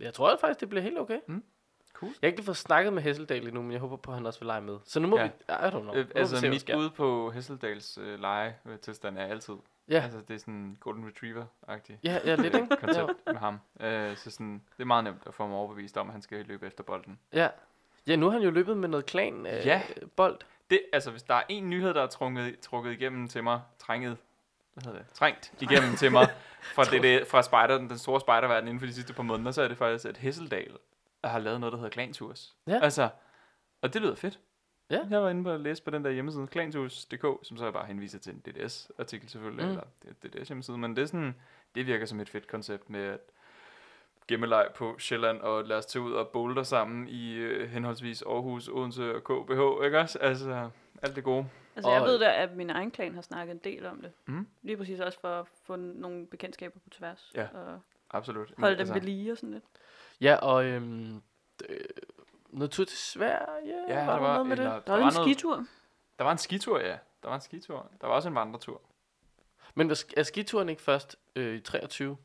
Speaker 1: jeg tror faktisk, det bliver helt okay.
Speaker 2: Mm. Cool.
Speaker 1: Jeg har ikke lige fået snakket med Hesseldal endnu, men jeg håber på, at han også vil lege med. Så nu må
Speaker 2: Ja.
Speaker 1: vi... I don't know.
Speaker 2: Øh,
Speaker 1: Øh,
Speaker 2: altså,
Speaker 1: se,
Speaker 2: mit
Speaker 1: mit ud.
Speaker 2: bud på Hesseldals øh, leje øh, tilstand er altid.
Speaker 1: Ja.
Speaker 2: Altså, det er sådan Golden Retriever-agtig.
Speaker 1: Ja, ja, lidt, ikke? Ja.
Speaker 2: koncept med ham. Øh, så sådan, det er meget nemt at få ham overbevist om, at han skal løbe efter bolden.
Speaker 1: ja. Ja, nu har han jo løbet med noget klan øh,
Speaker 2: Ja.
Speaker 1: bold.
Speaker 2: Det, altså, hvis der er en nyhed, der er trukket, trukket igennem til mig, trænget, hvad hedder det? Trængt igennem til mig fra, det, det, fra spider, den store spiderverden inden for de sidste par måneder, så er det faktisk, at Hesseldal har lavet noget, der hedder Klanturs.
Speaker 1: Ja.
Speaker 2: Altså, og det lyder fedt.
Speaker 1: Ja.
Speaker 2: Jeg var inde på at læse på den der hjemmeside, klanturs.dk, som så jeg bare henviser til en DDS-artikel selvfølgelig,
Speaker 1: Mm.
Speaker 2: mm. eller DDS hjemmeside, men det er sådan, det virker som et fedt koncept med at gemmeleg på Sjælland, og lad os tage ud og boulder sammen i øh, henholdsvis Aarhus, Odense og KBH, ikke også? Altså, alt det gode.
Speaker 3: Altså, jeg
Speaker 1: Og-
Speaker 3: ved da, at min egen klan har snakket en del om det.
Speaker 2: Mm.
Speaker 3: Lige præcis også for at få nogle bekendtskaber på tværs.
Speaker 2: Ja.
Speaker 3: Og
Speaker 2: Absolut.
Speaker 3: holde
Speaker 2: altså,
Speaker 3: dem ved lige og sådan lidt.
Speaker 1: Ja, og... Øhm, øh, noget tur til Sverige?
Speaker 2: Ja,
Speaker 1: var
Speaker 2: der
Speaker 1: der
Speaker 2: var-
Speaker 1: noget med
Speaker 2: eller-
Speaker 1: det?
Speaker 3: Der er jo
Speaker 2: var
Speaker 3: en
Speaker 2: noget-
Speaker 3: skitur.
Speaker 2: Der var en skitur, ja. Der var en skitur. Der var også en vandretur.
Speaker 1: Men var- er skituren ikke først øh, i 23?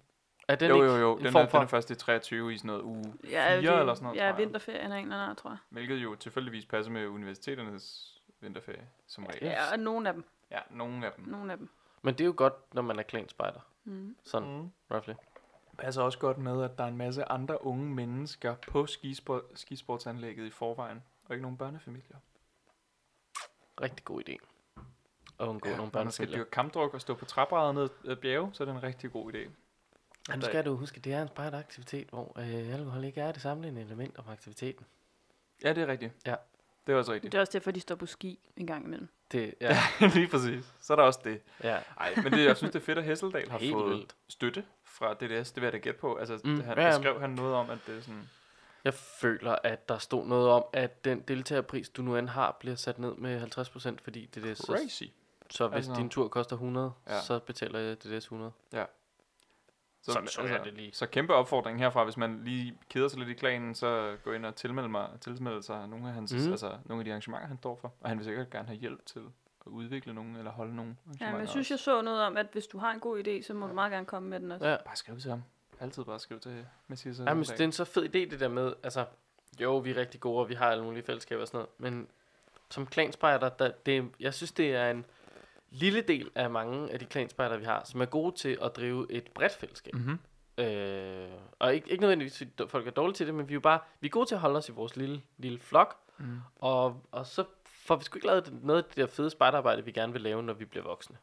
Speaker 1: Er den
Speaker 2: jo,
Speaker 1: ikke
Speaker 2: jo, jo.
Speaker 1: en
Speaker 2: Den,
Speaker 1: form
Speaker 2: er,
Speaker 1: for...
Speaker 2: den er først i 23 i sådan noget uge
Speaker 3: Ja,
Speaker 2: 4 eller sådan noget,
Speaker 3: Ja,
Speaker 2: tror jeg.
Speaker 3: vinterferien af en eller anden art, tror jeg.
Speaker 2: Hvilket jo tilfældigvis passer med universiteternes vinterferie, som regel.
Speaker 3: Ja, og nogle af dem.
Speaker 2: Ja, nogle af dem.
Speaker 3: Nogle af dem.
Speaker 1: Men det er jo godt, når man er klanspejder.
Speaker 3: Mm.
Speaker 1: Sådan, mm. roughly.
Speaker 2: Passer også godt med, at der er en masse andre unge mennesker på skispor- skisportsanlægget i forvejen, og ikke nogen børnefamilier.
Speaker 1: Rigtig god idé. Og undgå ja, nogle
Speaker 2: når man skal
Speaker 1: børnefælder.
Speaker 2: dyrke kampdruk og stå på trapperæder ned ad bjerge, så er det en rigtig god idé.
Speaker 1: Ja, nu
Speaker 2: Der-
Speaker 1: skal du huske, det er en spejderaktivitet, hvor øh, alkohol ikke er det samlende element om aktiviteten.
Speaker 2: Ja, det er rigtigt.
Speaker 1: Ja.
Speaker 2: Det er også
Speaker 3: Det
Speaker 2: rigtigt.
Speaker 3: er også derfor, de står på ski en gang imellem.
Speaker 1: Det, ja,
Speaker 2: Lige præcis. Så er der også det.
Speaker 1: ja.
Speaker 2: Nej, men det, jeg synes, det er fedt, at Hesseldal har
Speaker 1: Helt
Speaker 2: Helt fået
Speaker 1: vildt.
Speaker 2: vildt. støtte fra DDS. Det vil jeg da gætte på. Altså,
Speaker 1: Mm,
Speaker 2: mm, han,
Speaker 1: ja, ja.
Speaker 2: ja, skrev han noget om, at det er sådan...
Speaker 1: Jeg føler, at der stod noget om, at den deltagerpris, du nu end har, bliver sat ned med 50%, fordi det er så,
Speaker 2: Crazy.
Speaker 1: så hvis
Speaker 2: Altså-
Speaker 1: din tur koster 100, ja.
Speaker 2: Ja.
Speaker 1: så betaler jeg det 100.
Speaker 2: Så, altså,
Speaker 1: Sådan så jeg det lige.
Speaker 2: så kæmpe opfordring herfra, hvis man lige keder sig lidt i klanen, så gå ind og tilmelde, mig, tilmelde sig nogle af, hans,
Speaker 1: Mm.
Speaker 2: mm. altså, nogle af de arrangementer, han står for. Og han vil sikkert gerne have hjælp til at udvikle nogen, eller holde nogen
Speaker 3: Ja,
Speaker 2: arrangementer
Speaker 3: men jeg synes,
Speaker 2: også.
Speaker 3: jeg så noget om, at hvis du har en god idé, så må du meget gerne komme med den også.
Speaker 1: Ja.
Speaker 2: Bare skriv til ham. Altid bare skriv til Messias.
Speaker 1: Ja, men
Speaker 2: Hesseldahl.
Speaker 1: det er en så fed idé, det der med, altså, jo, vi er rigtig gode, og vi har alle mulige fællesskaber og sådan noget, men som klanspejder, der, det, jeg synes, det er en lille del af mange af de klanspejder, vi har, som er gode til at drive et bredt fællesskab.
Speaker 2: Mhm.
Speaker 1: Øh, og ikke, ikke nødvendigvis, at folk er dårlige til det, men vi er jo bare, vi er gode til at holde os i vores lille, lille flok,
Speaker 2: Mm.
Speaker 1: og, og så får vi sgu ikke lavet det- noget af det der fede spejderarbejde, vi gerne vil lave, når vi bliver voksne.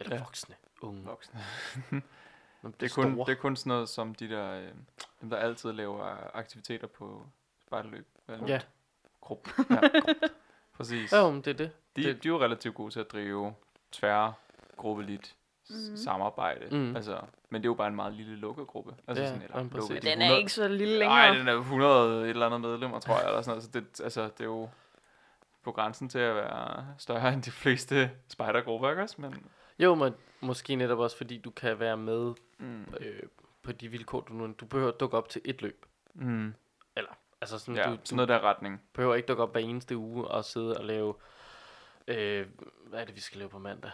Speaker 1: Eller ja.
Speaker 2: Ja.
Speaker 1: voksne. Unge.
Speaker 2: Voksne.
Speaker 1: Når vi
Speaker 2: Det
Speaker 1: bliver
Speaker 2: er, kun,
Speaker 1: store.
Speaker 2: det er kun sådan noget som de der, øh, dem der altid laver øh, aktiviteter på spejderløb. Eller
Speaker 1: Ja,
Speaker 2: Grup. Ja. Præcis.
Speaker 1: jo, men det er det.
Speaker 2: De,
Speaker 1: det-
Speaker 2: de er jo relativt gode til at drive tvær gruppeligt
Speaker 3: Mhm.
Speaker 2: mm. samarbejde.
Speaker 1: Mhm.
Speaker 2: Mm. Altså, men det er jo bare en meget lille lukket gruppe. Altså
Speaker 1: Ja,
Speaker 2: sådan,
Speaker 1: ja,
Speaker 2: eller
Speaker 1: præcis.
Speaker 2: lukket,
Speaker 1: Men
Speaker 2: de
Speaker 3: Den er
Speaker 2: 100
Speaker 3: ikke så lille længere.
Speaker 2: Nej, den er 100 et eller andet medlemmer, tror jeg. Eller sådan noget. Så det, altså, det er jo på grænsen til at være større end de fleste spejdergrupper, ikke også? Men,
Speaker 1: Jo, men måske netop også, fordi du kan være med
Speaker 2: mm,
Speaker 1: øh, på de vilkår, du nu... Du behøver at dukke op til et løb.
Speaker 2: mm,
Speaker 1: Altså sådan,
Speaker 2: ja,
Speaker 1: du,
Speaker 2: sådan
Speaker 1: du
Speaker 2: noget der retning.
Speaker 1: behøver ikke dukke op hver eneste uge og sidde og lave... Øh, hvad er det, vi skal lave på mandag?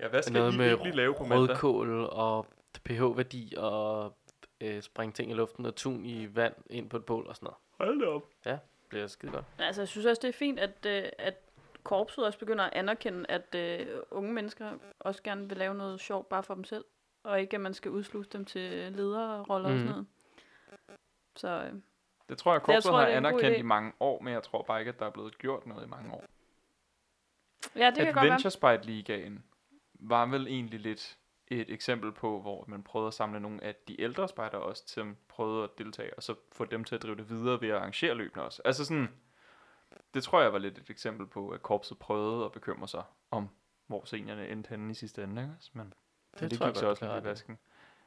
Speaker 2: Ja, hvad
Speaker 1: skal Noget I med egentlig lave på Rødkål og pH-værdi og øh, springe ting i luften og tun i vand ind på et bål og sådan noget.
Speaker 2: Hold da op.
Speaker 1: Det bliver skide godt.
Speaker 2: Mm.
Speaker 3: Altså, jeg synes også, det er fint, at, øh, at korpset også begynder at anerkende, at øh, unge mennesker også gerne vil lave noget sjovt bare for dem selv, og ikke, at man skal udsluse dem til lederroller mm. og
Speaker 1: Mhm.
Speaker 3: sådan noget. Så øh,
Speaker 2: Det tror jeg,
Speaker 3: Jeg
Speaker 2: korpset
Speaker 3: tror,
Speaker 2: har
Speaker 3: det er en god
Speaker 2: anerkendt
Speaker 3: idé.
Speaker 2: i mange år, men jeg tror bare ikke, at der er blevet gjort noget i mange år.
Speaker 3: Ja, det kan godt være.
Speaker 2: Adventure Spite Ligaen var vel egentlig lidt et eksempel på, hvor man prøvede at samle nogle af de ældre spejder også, som prøvede at deltage, og så få dem til at drive det videre ved at arrangere løbene også. Altså sådan, det tror jeg var lidt et eksempel på, at korpset prøvede at bekymre sig om, hvor seniorerne endte henne i sidste ende, ikke? også? Men det, det
Speaker 1: tror jeg
Speaker 2: gik så
Speaker 1: godt,
Speaker 2: også
Speaker 1: du har
Speaker 2: lidt i
Speaker 1: ret i.
Speaker 2: vasken.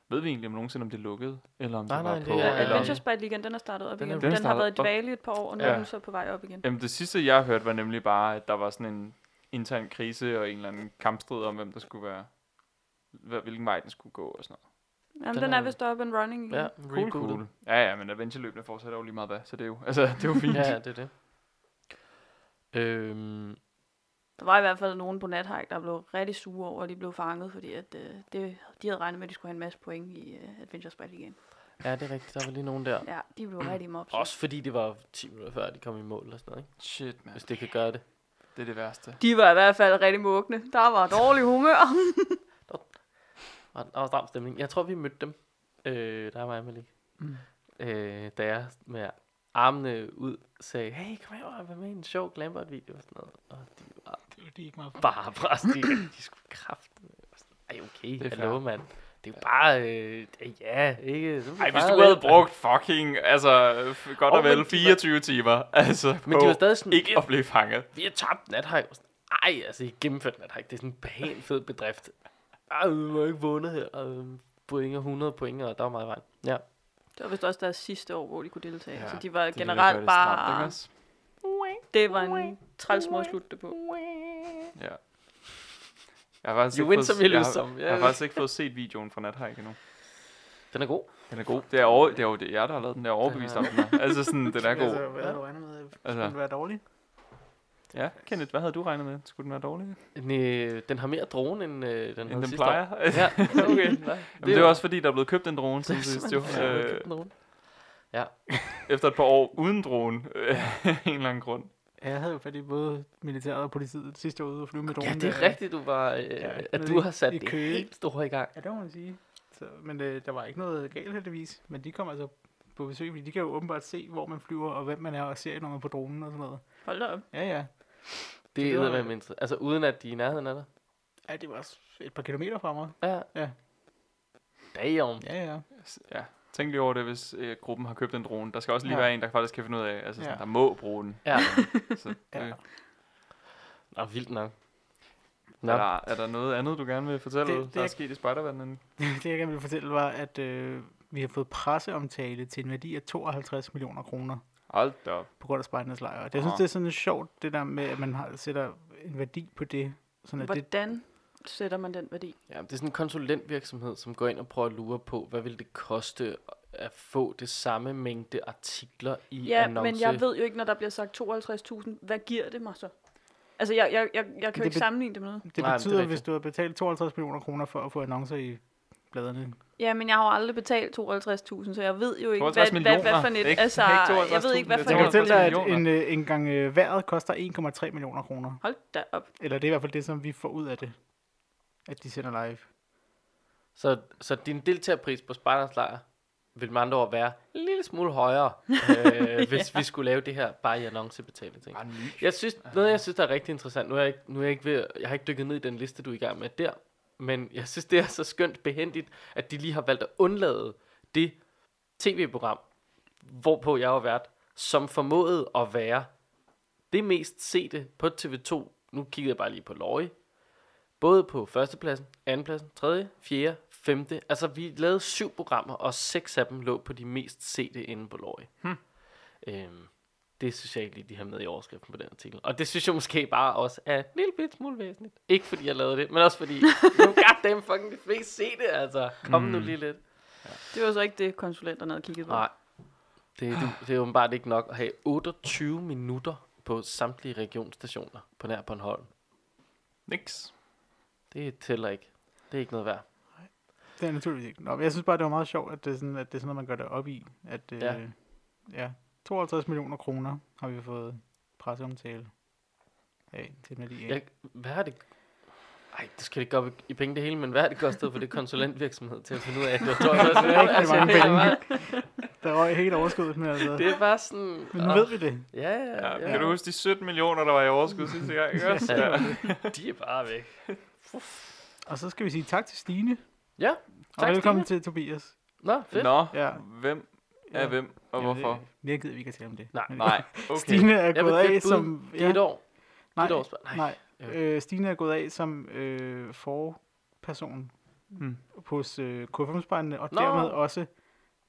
Speaker 2: Ved vi egentlig om nogensinde, om det lukkede, eller om
Speaker 1: Nej,
Speaker 2: det var
Speaker 1: nej, det
Speaker 2: på...
Speaker 1: er-
Speaker 3: Ja,
Speaker 2: eller om-
Speaker 3: Adventure Spite Ligaen, den er startet
Speaker 1: Den
Speaker 3: op den
Speaker 1: er-
Speaker 3: igen.
Speaker 1: den
Speaker 3: Den,
Speaker 2: er
Speaker 3: har
Speaker 2: startet
Speaker 3: været i
Speaker 2: op.
Speaker 3: dvale i et par år, og nu
Speaker 2: Ja.
Speaker 3: er den så på vej op igen.
Speaker 2: Jamen, det sidste, jeg hørte, var nemlig bare, at der var sådan en intern krise og en eller anden kampstrid om, hvem der skulle være, hva- hvilken vej den skulle gå og sådan noget.
Speaker 3: Jamen,
Speaker 1: Den
Speaker 3: den,
Speaker 1: er-
Speaker 3: er vist op and running igen.
Speaker 1: Ja,
Speaker 3: Ja.
Speaker 1: rebootet.
Speaker 2: Ja, ja, men adventureløbene fortsætter jo lige meget hvad, så det er jo, altså, det er jo fint.
Speaker 1: Ja, ja, det er det. Øhm,
Speaker 3: Der var i hvert fald nogen på Nathike, der blev rigtig sure over, at de blev fanget, fordi at, øh, det, de havde regnet med, at de skulle have en masse point i øh, Adventure Spite Ligaen.
Speaker 1: ja, det er rigtigt. Der var lige nogen der.
Speaker 3: Ja, de
Speaker 2: Mm.
Speaker 3: blev rigtig mobs.
Speaker 1: Også fordi det var 10 minutter før, de kom i mål og sådan noget, ikke?
Speaker 2: Shit, man.
Speaker 1: Hvis det kan gøre det.
Speaker 2: Det er det værste.
Speaker 3: De var i hvert fald rigtig mugne. Der var dårlig humør.
Speaker 1: Og der var stram stemning. Jeg tror, vi mødte dem. Øh, der er mig, Malik. Mm. Øh, da jeg med armene ud sagde, hey, kom her og vær med i en sjov Glambert-video og sådan noget. Og de var
Speaker 4: Det er jo det ikke meget for.
Speaker 1: bare bræst i, de skulle kraft. Ej, okay,
Speaker 2: Det er
Speaker 1: det hallo,
Speaker 2: fair.
Speaker 1: mand. Det er jo bare, øh, det- ja, ikke? Så
Speaker 2: Ej, hvis
Speaker 1: fejrer
Speaker 2: du havde
Speaker 1: lidt.
Speaker 2: brugt fucking, altså, f- godt
Speaker 1: Åh,
Speaker 2: og
Speaker 1: men
Speaker 2: vel
Speaker 1: de
Speaker 2: 24 timer, altså,
Speaker 1: Men de var
Speaker 2: på
Speaker 1: stadig sådan,
Speaker 2: ikke at blive fanget.
Speaker 1: vi har tabt nathajk. Ej, altså, I gennemført nathajk. Det er sådan en pæn fed bedrift. Ej, vi må ikke vundet her. Og øh, point og 100 point, og der var meget i vejen. Ja.
Speaker 3: Det var vist også deres sidste år, hvor de kunne deltage.
Speaker 2: Ja,
Speaker 3: Ja, så de var
Speaker 2: Det er det, der gør
Speaker 3: generelt
Speaker 2: det stramt, ikke
Speaker 3: bare...
Speaker 2: også?
Speaker 3: Det var en træls måde at slutte det på.
Speaker 2: Ja. Jeg har faktisk
Speaker 1: You win
Speaker 2: ikke fået-
Speaker 1: some, you
Speaker 2: jeg
Speaker 1: lose
Speaker 2: har-
Speaker 1: some. Ja,
Speaker 2: Jeg har
Speaker 1: ja.
Speaker 2: faktisk ikke fået set videoen fra Nathike endnu.
Speaker 1: Den er god.
Speaker 2: Den er god. Det er, over, det er jo det, jeg, der har lavet den. Jeg er overbevist
Speaker 1: Den
Speaker 2: om
Speaker 1: er-
Speaker 2: den. her. Altså sådan, den er
Speaker 4: Altså,
Speaker 2: god.
Speaker 4: hvad havde du regnet med? Skulle
Speaker 2: Altså.
Speaker 4: altså. den være dårlig?
Speaker 2: Ja, Kenneth, hvad havde du regnet med? Skulle den være dårlig?
Speaker 1: Den, øh, den har mere drone, end øh, den
Speaker 2: End
Speaker 1: havde
Speaker 2: den
Speaker 1: sidste
Speaker 2: plejer?
Speaker 1: år.
Speaker 2: Ja.
Speaker 1: Ja, okay. Jamen,
Speaker 2: Jamen, det er jo også fordi, der er blevet købt en drone siden sidst jo. Øh,
Speaker 1: Øh,
Speaker 2: efter et par år uden drone. øh, af en eller anden grund.
Speaker 4: Ja, jeg havde jo fat i både militæret og politiet sidste år ude og flyve med dronen.
Speaker 1: ja, det er
Speaker 4: der.
Speaker 1: rigtigt, du var, øh,
Speaker 4: Ja,
Speaker 1: at
Speaker 4: nede
Speaker 1: du
Speaker 4: i-
Speaker 1: har sat
Speaker 4: i
Speaker 1: det
Speaker 4: Køge.
Speaker 1: helt store i gang.
Speaker 4: Ja, det må man sige. Så, men øh, der var ikke noget galt heldigvis. Men de kom altså på besøg, fordi de kan jo åbenbart se, hvor man flyver, og hvem man er, og ser, når man er på dronen og sådan noget.
Speaker 3: Hold da op.
Speaker 4: Ja, ja.
Speaker 1: Det
Speaker 4: det
Speaker 1: er
Speaker 4: var-
Speaker 1: med mindst. Altså uden at de er i nærheden af dig.
Speaker 4: Ja, det var s- et par kilometer fra mig.
Speaker 1: Ja.
Speaker 4: Ja.
Speaker 1: Damn.
Speaker 4: Ja, ja.
Speaker 2: S- Ja. Tænk lige over det, hvis øh, gruppen har købt en drone. Der skal også lige
Speaker 4: Ja.
Speaker 2: være en, der faktisk kan finde ud af, altså sådan,
Speaker 4: Ja.
Speaker 2: der må bruge den.
Speaker 1: Ja.
Speaker 2: Så,
Speaker 4: Ja.
Speaker 2: øh,
Speaker 1: Nå, vildt nok. Nå,
Speaker 2: er, der, er der noget andet, du gerne vil fortælle,
Speaker 4: Det-
Speaker 2: det,
Speaker 4: det
Speaker 2: det, der er
Speaker 4: er-
Speaker 2: sket i spider
Speaker 4: det jeg gerne ville fortælle var, at øh, vi har fået presseomtale til en værdi af 52 millioner kroner
Speaker 2: Hold da op.
Speaker 4: på grund af spejdernes lejr. Og det- Jeg synes,
Speaker 2: Ah.
Speaker 4: det er sådan sjovt, det der med, at man har, sætter en værdi på det. Sådan at det,
Speaker 3: Hvordan sætter man den værdi?
Speaker 1: Ja, det er sådan en konsulentvirksomhed, som går ind og prøver at lure på, hvad vil det koste at få det samme mængde artikler i
Speaker 3: Ja,
Speaker 1: annonce.
Speaker 3: men jeg ved jo ikke, når der bliver sagt 52.000, hvad giver det mig så? Altså, jeg, jeg, jeg, jeg kan
Speaker 4: Det
Speaker 3: jo ikke
Speaker 4: bet-
Speaker 3: sammenligne det med noget.
Speaker 4: det
Speaker 1: Nej, men det er
Speaker 4: betyder,
Speaker 1: rigtigt.
Speaker 4: hvis du har betalt 52 millioner kroner for at få annoncer i bladerne.
Speaker 3: Ja, men jeg har jo aldrig betalt 52.000, så jeg ved jo ikke, hvad,
Speaker 2: 52
Speaker 3: hvad,
Speaker 2: millioner.
Speaker 3: hvad for
Speaker 2: Det
Speaker 3: net.
Speaker 2: er ikke-
Speaker 3: Altså,
Speaker 2: det er ikke
Speaker 3: jeg ved
Speaker 2: 52.000,
Speaker 3: ikke, hvad
Speaker 2: det
Speaker 3: for
Speaker 1: Altså,
Speaker 2: er
Speaker 4: Jeg kan
Speaker 3: net.
Speaker 2: til-
Speaker 4: fortælle dig, at
Speaker 2: 52
Speaker 4: en, øh, en gang øh, vejret koster 1,3 millioner kroner.
Speaker 3: Hold da op.
Speaker 4: Eller det er i hvert fald det, som vi får ud af det, at de sender live.
Speaker 1: Så, så din deltagerpris på Spartans lejr vil med andre ord være en lille smule højere, øh, hvis vi skulle lave det her bare i annoncebetaling ting.
Speaker 2: Bare en ny.
Speaker 1: Mm. Jeg synes, noget jeg synes, der er rigtig interessant, nu er jeg ikke, nu er jeg ikke ved, jeg har ikke dykket ned i den liste, du er i gang med der, men jeg synes, det er så skønt behendigt, at de lige har valgt at undlade det tv-program, hvorpå jeg har været, som formåede at være det mest sete på TV2. Nu kigger jeg bare lige på Løje. Både på førstepladsen, andenpladsen, tredje, fjerde, femte. Altså, vi lavede syv programmer, og seks af dem lå på de mest sete inde på Løje. Hmm. Øhm, det synes jeg ikke lige, de har med i overskriften på den artikel. Og det synes jeg måske bare også er en lille bit smule væsentligt. Ikke fordi jeg lavede det, men også fordi, nu goddamn fucking de fleste se det, altså. Kom mm. nu lige lidt.
Speaker 3: Det var så ikke det, konsulenterne havde kigget på.
Speaker 1: Nej, det, er- det, det er åbenbart ikke nok at have 28 minutter på samtlige regionsstationer på nær Bornholm.
Speaker 2: Niks.
Speaker 1: Det tæller ikke. Det er ikke noget værd.
Speaker 4: Det er naturligvis ikke. Nå, men jeg synes bare, det var meget sjovt, at det er sådan, at det er sådan noget, man gør det op i. At, øh,
Speaker 1: Ja.
Speaker 4: ja. ja. 52 millioner kroner har vi fået presseomtale af til med de
Speaker 1: Jeg, hvad er det? Ej, det skal det ikke gå op i- i penge det hele, men hvad er Altså, det kostet for det konsulentvirksomhed til at finde ud af, at det var 52
Speaker 4: Det er rigtig mange
Speaker 1: Altså,
Speaker 4: penge. Der røg helt overskuddet med, altså.
Speaker 1: Det er bare sådan...
Speaker 4: Men nu ved vi det.
Speaker 1: Ja, ja,
Speaker 2: Ja,
Speaker 1: ja.
Speaker 2: Kan du huske de 17 millioner, der var i overskud sidste gang? Ikke også?
Speaker 1: Ja.
Speaker 2: Ja.
Speaker 1: De er bare væk.
Speaker 4: Og så skal vi sige tak til Stine.
Speaker 1: Ja,
Speaker 4: Og
Speaker 1: tak,
Speaker 4: velkommen til Tobias.
Speaker 1: Nå, fedt.
Speaker 2: Nå,
Speaker 4: Ja.
Speaker 2: hvem er
Speaker 4: Ja.
Speaker 2: hvem, og
Speaker 4: Jamen,
Speaker 2: hvorfor?
Speaker 4: det- Mere gider vi ikke at tale om det.
Speaker 1: Nej.
Speaker 4: Men-
Speaker 2: Nej, okay.
Speaker 4: Stine er
Speaker 1: Jeg vil
Speaker 4: gået af
Speaker 1: gætte bud.
Speaker 4: som...
Speaker 1: Det er et år.
Speaker 4: nej,
Speaker 1: et års- nej.
Speaker 4: nej.
Speaker 1: Ja.
Speaker 4: Øh, Stine er gået af som øh, forperson
Speaker 2: Hmm.
Speaker 4: hos øh, Kofferumspejderne, og
Speaker 1: Mm. Nå.
Speaker 4: dermed også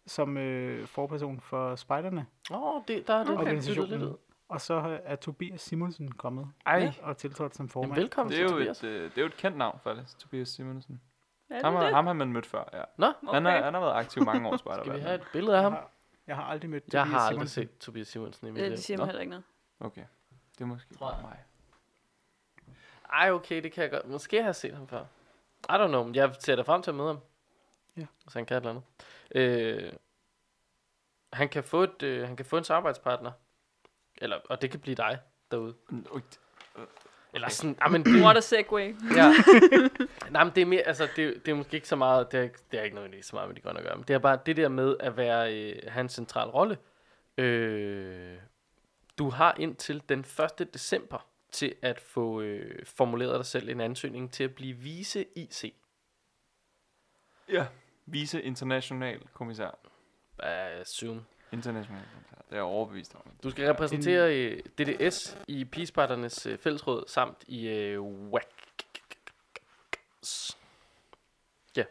Speaker 4: som øh, forperson for spejderne.
Speaker 1: Åh, oh, det, der er det.
Speaker 4: Okay.
Speaker 1: det lyder lidt ud.
Speaker 4: Og så er Tobias Simonsen kommet
Speaker 2: Ej,
Speaker 4: og tiltrådt som
Speaker 1: Jamen,
Speaker 4: formand.
Speaker 1: velkommen
Speaker 2: det er,
Speaker 1: til
Speaker 2: jo
Speaker 1: Tobias.
Speaker 2: et, øh, det er jo et kendt navn, faktisk. Tobias Simonsen.
Speaker 3: Er det
Speaker 2: Ham, har,
Speaker 3: det?
Speaker 2: ham har man mødt før, ja.
Speaker 1: Nå,
Speaker 3: Okay.
Speaker 2: Han, er, han har været aktiv mange år, spejder.
Speaker 1: skal vi have et billede af
Speaker 4: jeg,
Speaker 1: ham?
Speaker 4: har, jeg har aldrig mødt
Speaker 1: Jeg
Speaker 4: Tobias
Speaker 1: har aldrig
Speaker 4: Simonsen.
Speaker 1: set Tobias Simonsen i mit
Speaker 3: Det,
Speaker 1: liv.
Speaker 3: det siger
Speaker 2: Nå.
Speaker 3: mig heller ikke noget.
Speaker 2: Okay, det er måske
Speaker 1: Tror jeg.
Speaker 2: bare mig.
Speaker 1: Ej, okay, det kan jeg godt. Måske har jeg set ham før. I don't know, men jeg ser da frem til at møde ham.
Speaker 4: Ja.
Speaker 1: Hvis han kan et eller andet. Øh, han, kan få et, øh, han kan få en samarbejdspartner. Eller, og det kan blive dig derude.
Speaker 2: Mm, ui, d-
Speaker 1: Eller sådan, ah, men,
Speaker 3: What a segue.
Speaker 1: ja. Nej, men det er mere, altså, det, det er måske ikke så meget, det er, ikke- det er ikke nødvendigvis så meget med de grønne at gøre, men det er bare det der med at være øh, hans central rolle. Øh, du har indtil den 1. december til at få øh, formuleret dig selv en ansøgning til at blive vise IC.
Speaker 2: Ja, vice international kommissær.
Speaker 1: Uh, Zoom.
Speaker 2: International kommissær, det er jeg overbevist om.
Speaker 1: Du skal repræsentere øh, DDS i Pigesparternes øh, fællesråd samt i øh, WAC. Ja.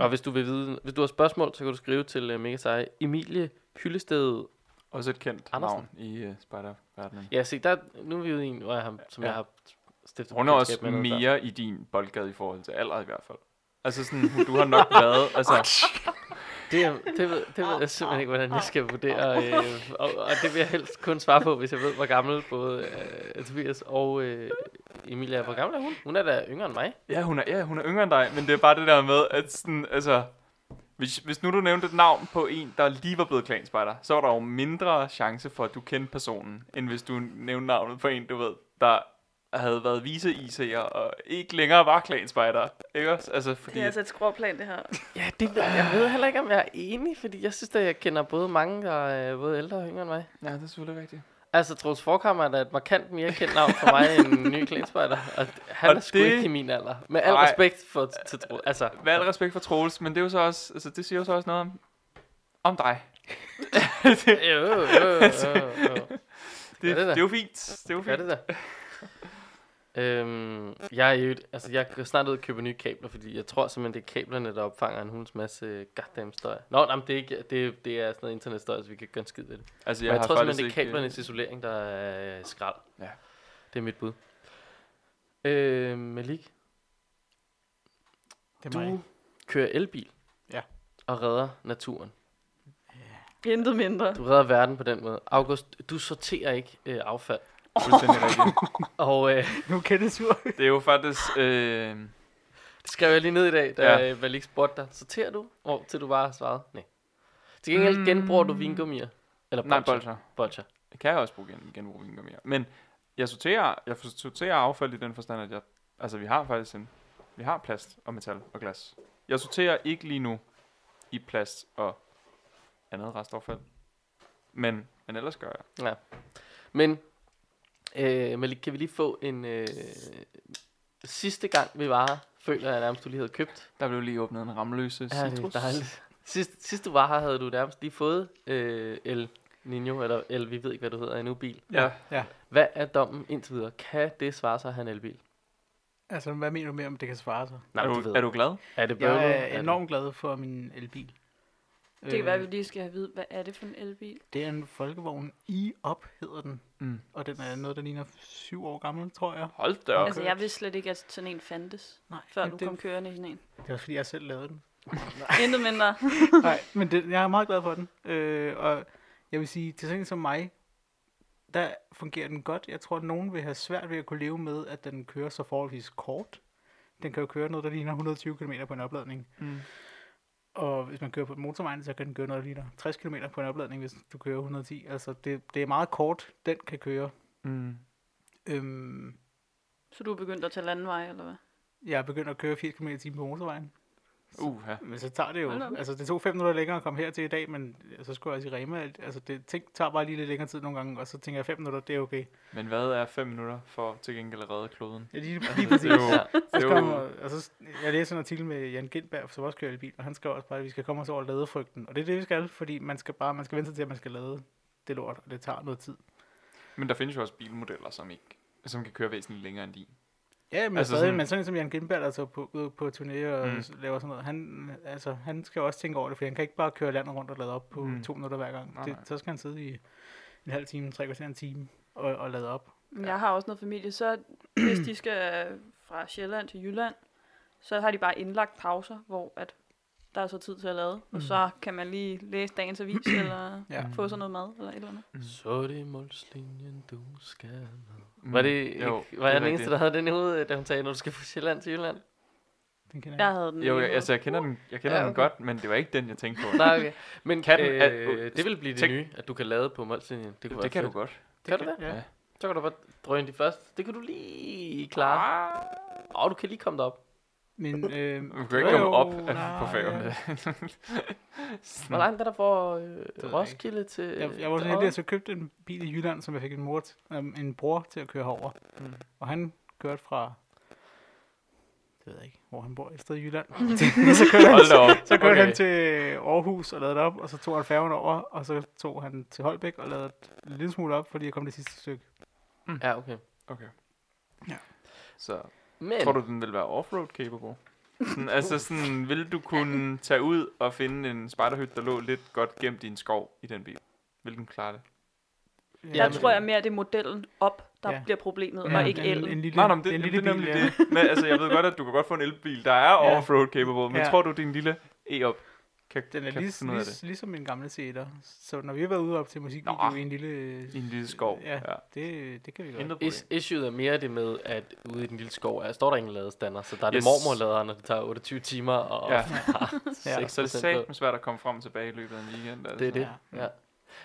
Speaker 1: Og hvis du vil vide, hvis du har spørgsmål, så kan du skrive til øh, mega seje Emilie Hyllested.
Speaker 2: Også et kendt
Speaker 1: Andersen.
Speaker 2: navn i uh, spejderverdenen.
Speaker 1: Ja, se, der, nu er vi ude i en, hvor jeg har, som
Speaker 2: Ja.
Speaker 1: ja. jeg har stiftet
Speaker 2: Hun er
Speaker 1: bekendtskab
Speaker 2: også
Speaker 1: noget før.
Speaker 2: mere i din boldgade i forhold til alder i hvert fald. Altså sådan, hun- du har nok været, altså,
Speaker 1: Det, er- det, ved, det ved jeg simpelthen ikke, hvordan jeg skal vurdere, øh, og, og det vil jeg helst kun svare på, hvis jeg ved, hvor gammel både øh, Tobias og øh, Emilie er. Hvor gammel er hun? Hun er da yngre end mig.
Speaker 2: ja hun, er, ja, hun er yngre end dig, men det er bare det der med, at sådan, altså, hvis, hvis nu du nævnte et navn på en, der lige var blevet klanspejder, så var der jo mindre chance for, at du kendte personen, end hvis du nævnte navnet på en, du ved, der havde været vise-IC'er og ikke længere var klanspejder, ikke også? Altså, fordi...
Speaker 3: Det er altså et skråplan, det her.
Speaker 1: Ja, det ved, jeg ved heller ikke, om jeg er enig, fordi jeg synes, at jeg kender både mange, der er både ældre og yngre end mig.
Speaker 2: Ja, det er selvfølgelig rigtigt.
Speaker 1: Altså, Troels Forkammer er da et markant mere kendt navn for mig end en ny klænspejder, og d- han
Speaker 2: Og
Speaker 1: er sgu
Speaker 2: det-
Speaker 1: ikke i min alder. Med al
Speaker 2: Nej.
Speaker 1: respekt for, til Troels. Altså,
Speaker 2: Med al respekt for Troels, men det er jo så også, altså, det siger jo så også noget om, om dig.
Speaker 1: jo, jo, jo, jo, jo.
Speaker 2: Det,
Speaker 1: det da.
Speaker 2: det, er jo fint. Det er jo
Speaker 1: Gør
Speaker 2: fint.
Speaker 1: det da. Øhm, jeg er jo, altså jeg går snart ud og køber nye kabler, fordi jeg tror simpelthen, det er kablerne, der opfanger en hunds masse goddamn støj. Nå, nej, men det er, ikke, det, det er sådan noget internetstøj, så vi kan ikke gøre en skid ved det.
Speaker 2: Altså,
Speaker 1: Jeg, jeg
Speaker 2: har
Speaker 1: tror
Speaker 2: faktisk
Speaker 1: simpelthen, det er
Speaker 2: ikke, øh,
Speaker 1: kablernes isolering, der er øh, skrald.
Speaker 2: Ja.
Speaker 1: Det er mit bud. Øh, Malik,
Speaker 4: Det er mig.
Speaker 1: du kører elbil.
Speaker 4: Ja.
Speaker 1: Og redder naturen.
Speaker 3: Intet mindre.
Speaker 1: Du redder verden på den måde. August, du sorterer ikke øh, affald.
Speaker 2: fuldstændig rigtigt.
Speaker 1: Og øh,
Speaker 4: Nu kan det sur.
Speaker 2: Det er jo faktisk... Øh,
Speaker 1: det skrev jeg lige ned i dag, da
Speaker 2: Ja.
Speaker 1: ja. Malik spurgte dig. Sorterer du? Og til du bare svarede, nej. Til gengæld
Speaker 2: Mm.
Speaker 1: genbruger du vingummier. Eller
Speaker 2: nej,
Speaker 1: bolcher.
Speaker 2: bolcher.
Speaker 1: bolcher.
Speaker 2: Det kan jeg også bruge gen, genbrug vinger mere. Men jeg sorterer, jeg sorterer affald i den forstand, at jeg... Altså, vi har faktisk en... Vi har plast og metal og glas. Jeg sorterer ikke lige nu i plast og andet restaffald. Men, men ellers gør jeg.
Speaker 1: Men, øh, Malik, kan vi lige få en... Øh, sidste gang, vi var her, føler jeg nærmest, du lige havde købt
Speaker 2: Der blev lige åbnet en ramløse
Speaker 1: Ja, det er dejligt. Sidst, sidst du var her, havde du nærmest lige fået øh, El Nino, eller El, vi ved ikke, hvad du hedder endnu, bil.
Speaker 2: Ja,
Speaker 1: Hvad er dommen indtil videre? Kan det svare sig at have en elbil?
Speaker 4: Altså, hvad mener du mere om, det kan svare sig?
Speaker 1: Nej,
Speaker 2: er,
Speaker 1: men
Speaker 2: du,
Speaker 1: du ved.
Speaker 2: er du glad?
Speaker 1: er det bøvlet?
Speaker 4: Jeg er
Speaker 1: det-
Speaker 4: enormt glad for min elbil. Øh,
Speaker 3: Det kan være, at vi lige skal have vide, hvad er det for en elbil?
Speaker 4: Det er en folkevogn. I-op hedder den.
Speaker 2: Mm.
Speaker 4: Og den er noget, der ligner syv år gammel, tror jeg.
Speaker 2: Hold da op.
Speaker 3: Altså, jeg vidste slet ikke, at sådan en fandtes,
Speaker 4: Nej,
Speaker 3: før
Speaker 4: men
Speaker 3: du
Speaker 4: det-
Speaker 3: kom kørende i sådan en.
Speaker 4: Det er også fordi, jeg selv lavede den.
Speaker 3: Intet mindre.
Speaker 4: Nej, men det, jeg er meget glad for den. Øh, og jeg vil sige, til sådan en som mig, der fungerer den godt. Jeg tror, at nogen vil have svært ved at kunne leve med, at den kører så forholdsvis kort. Den kan jo køre noget, der ligner 120 km på en opladning.
Speaker 2: Mm.
Speaker 4: Og hvis man kører på motorvejen, så kan den køre noget, der ligner 60 km på en opladning, hvis du kører 110. Altså, det, det er meget kort, den kan køre.
Speaker 2: Mm.
Speaker 4: Øhm,
Speaker 3: Så du er begyndt at tage landvej, eller hvad?
Speaker 4: jeg er begyndt at køre 80 km i timen på motorvejen.
Speaker 2: Uh, ja.
Speaker 4: Men så tager det jo...
Speaker 3: Hold da op.
Speaker 4: Altså, det tog fem minutter længere at komme her til i dag, men så skulle jeg også i Rema. Altså, det ting, tager bare lige lidt længere tid nogle gange, og så tænker jeg, fem minutter, det er okay.
Speaker 2: Men hvad er 5 minutter for til gengæld at redde kloden?
Speaker 4: Ja, lige, lige
Speaker 2: Det
Speaker 4: præcis.
Speaker 2: er jo,
Speaker 4: Så
Speaker 2: det er
Speaker 4: kommer,
Speaker 2: jo,
Speaker 4: og så, jeg læser en artikel med Jan Gindberg, som også kører i bil, og han skrev også bare, at vi skal komme os over ladefrygten. Og det er det, vi skal, fordi man skal bare, man skal vente sig til, at man skal lade det lort, og det tager noget tid.
Speaker 2: men der findes jo også bilmodeller, som ikke som kan køre væsentligt længere end din.
Speaker 4: Ja,
Speaker 2: Altså
Speaker 4: men, altså stadig,
Speaker 2: sådan-
Speaker 4: sådan, men sådan en som Jan Gindberg, der tager på, ud på turné og
Speaker 2: Mm.
Speaker 4: mm. laver sådan noget, han, altså, han skal jo også tænke over det, for han kan ikke bare køre landet rundt og lade op på
Speaker 2: Mm.
Speaker 4: mm. to minutter hver gang.
Speaker 2: Nej,
Speaker 4: det,
Speaker 2: nej.
Speaker 4: så skal han sidde i en halv time, tre kvarter en time og, og lade op.
Speaker 3: Men Jeg har også noget familie, så hvis de skal øh, fra Sjælland til Jylland, så har de bare indlagt pauser, hvor at der er så tid til at lade, og så Mm. kan man lige læse dagens avis, eller
Speaker 4: Ja.
Speaker 3: få sådan noget mad, eller et eller andet.
Speaker 1: Så er det målslinjen, du skal med. Var, det, ikke,
Speaker 2: Mm, jo,
Speaker 1: var
Speaker 2: det er
Speaker 1: jeg den
Speaker 2: rigtigt.
Speaker 1: eneste, der havde den i hovedet, da hun sagde, når du skal fra Sjælland til Jylland?
Speaker 4: Den kender
Speaker 3: Jeg
Speaker 4: jeg.
Speaker 3: havde den.
Speaker 2: Jo,
Speaker 3: lige
Speaker 2: jeg,
Speaker 3: med.
Speaker 2: altså, jeg kender den, jeg kender
Speaker 1: Ja,
Speaker 2: ja, okay. den
Speaker 1: okay.
Speaker 2: godt, men det var ikke den, jeg tænkte på.
Speaker 1: Nej, okay. Men
Speaker 2: Kan
Speaker 1: kan,
Speaker 2: den-
Speaker 1: øh,
Speaker 2: at-
Speaker 1: det vil blive det
Speaker 2: Tænk-
Speaker 1: nye, at du kan lade på målslinjen. Det, kunne
Speaker 2: det, det
Speaker 1: være
Speaker 2: kan
Speaker 1: fedt.
Speaker 2: du godt.
Speaker 1: Kan du det?
Speaker 4: Ja.
Speaker 2: Ja.
Speaker 1: Så kan du bare drøne de første. Det kan du lige klare.
Speaker 2: Ah.
Speaker 1: Åh, du kan lige komme derop.
Speaker 4: Men, øh,
Speaker 2: Du kan jo ikke komme
Speaker 4: jo,
Speaker 2: op
Speaker 4: nej,
Speaker 2: på færgen.
Speaker 4: ja.
Speaker 1: Hvor langt er der fra øh,
Speaker 4: jeg
Speaker 1: Roskilde til...
Speaker 4: Jeg, jeg var ligesom- så
Speaker 1: til
Speaker 4: heldig,
Speaker 1: Odder?
Speaker 4: at jeg købte en bil i Jylland, som jeg fik en, mor t- øhm, en bror til at køre herover.
Speaker 2: Mm.
Speaker 4: Mm. Og han kørte fra, det ved jeg ikke, hvor han bor, et sted i Jylland. så kørte han,
Speaker 2: Hold da op.
Speaker 4: så kørte okay. han
Speaker 2: Okay.
Speaker 4: til Aarhus og lavede det op, og så tog han færgen over, og så tog han til Holbæk og lavede et lille smule op, fordi jeg kom det sidste stykke.
Speaker 1: Ja, okay.
Speaker 2: Okay.
Speaker 4: Ja.
Speaker 2: Så
Speaker 1: Men,
Speaker 2: tror du, den vil være offroad capable? Sådan, altså sådan, vil du kunne tage ud og finde en spejderhytte, der lå lidt godt gemt i en skov i den bil? Vil den klare det?
Speaker 3: Der
Speaker 1: Jamen,
Speaker 3: tror jeg mere, det er modellen op, der
Speaker 4: Ja.
Speaker 3: bliver problemet,
Speaker 2: Ja.
Speaker 3: og ikke
Speaker 4: en, en
Speaker 3: elen.
Speaker 4: lille,
Speaker 2: Nej, nej, men det,
Speaker 4: en
Speaker 2: det,
Speaker 4: lille
Speaker 2: det er
Speaker 4: bil,
Speaker 2: nemlig
Speaker 4: ja.
Speaker 2: det. Men altså, jeg ved godt, at du kan godt få en elbil, der er
Speaker 4: Ja.
Speaker 2: offroad capable, men
Speaker 4: Ja.
Speaker 2: tror du, din lille E e-op kan,
Speaker 4: Den er
Speaker 2: kan
Speaker 4: lige,
Speaker 2: finde ud af det?
Speaker 4: lige, ligesom min gamle seter. Så når vi har været ude op til musikvideo
Speaker 2: Nå.
Speaker 4: i en lille...
Speaker 2: I en lille skov.
Speaker 4: Ja, Det, det kan vi godt.
Speaker 2: Intet problem.
Speaker 1: is- issueet er mere det med, at ude i den lille skov er, står der ingen ladestander, så der er
Speaker 2: Yes.
Speaker 1: det mormorladeren, og det tager 28 timer og
Speaker 2: Ja.
Speaker 1: ja. 6
Speaker 4: Ja.
Speaker 1: ja.
Speaker 2: Så er det satme svært at komme frem og tilbage i løbet af en weekend. Altså.
Speaker 1: Det er det.
Speaker 4: Ja.
Speaker 1: Ja.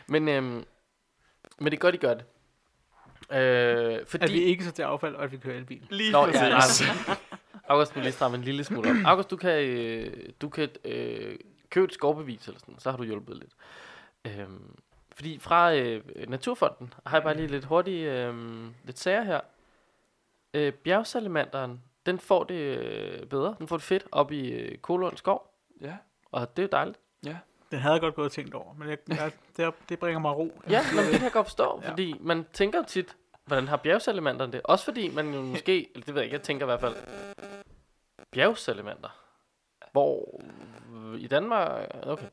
Speaker 1: Men, øhm, men det er godt, I gør det. Øh, fordi...
Speaker 4: At vi ikke så til affald, og at vi kører elbil.
Speaker 2: Lige
Speaker 1: Nå, ja,
Speaker 2: præcis.
Speaker 1: altså. August må lige stramme en lille smule op. August, du kan, øh, du kan øh, købe et skovbevis eller sådan, så har du hjulpet lidt. Øhm, fordi fra øh, Naturfonden har jeg bare lige lidt hurtigt øh, lidt sager her. Øh, bjergsalamanderen, den får det øh, bedre. Den får det fedt op i øh, Kolund skov,
Speaker 2: Ja.
Speaker 1: og det er jo dejligt.
Speaker 4: Den havde jeg godt gået og tænkt over, men jeg, jeg, det, det bringer mig ro.
Speaker 1: Ja, men det kan jeg godt forstå,
Speaker 4: Ja.
Speaker 1: fordi man tænker jo tit, hvordan har bjergsalamanderen det? Også fordi man jo måske, eller det ved jeg ikke, jeg tænker i hvert fald, bjergsalamander, hvor øh, i Danmark, okay,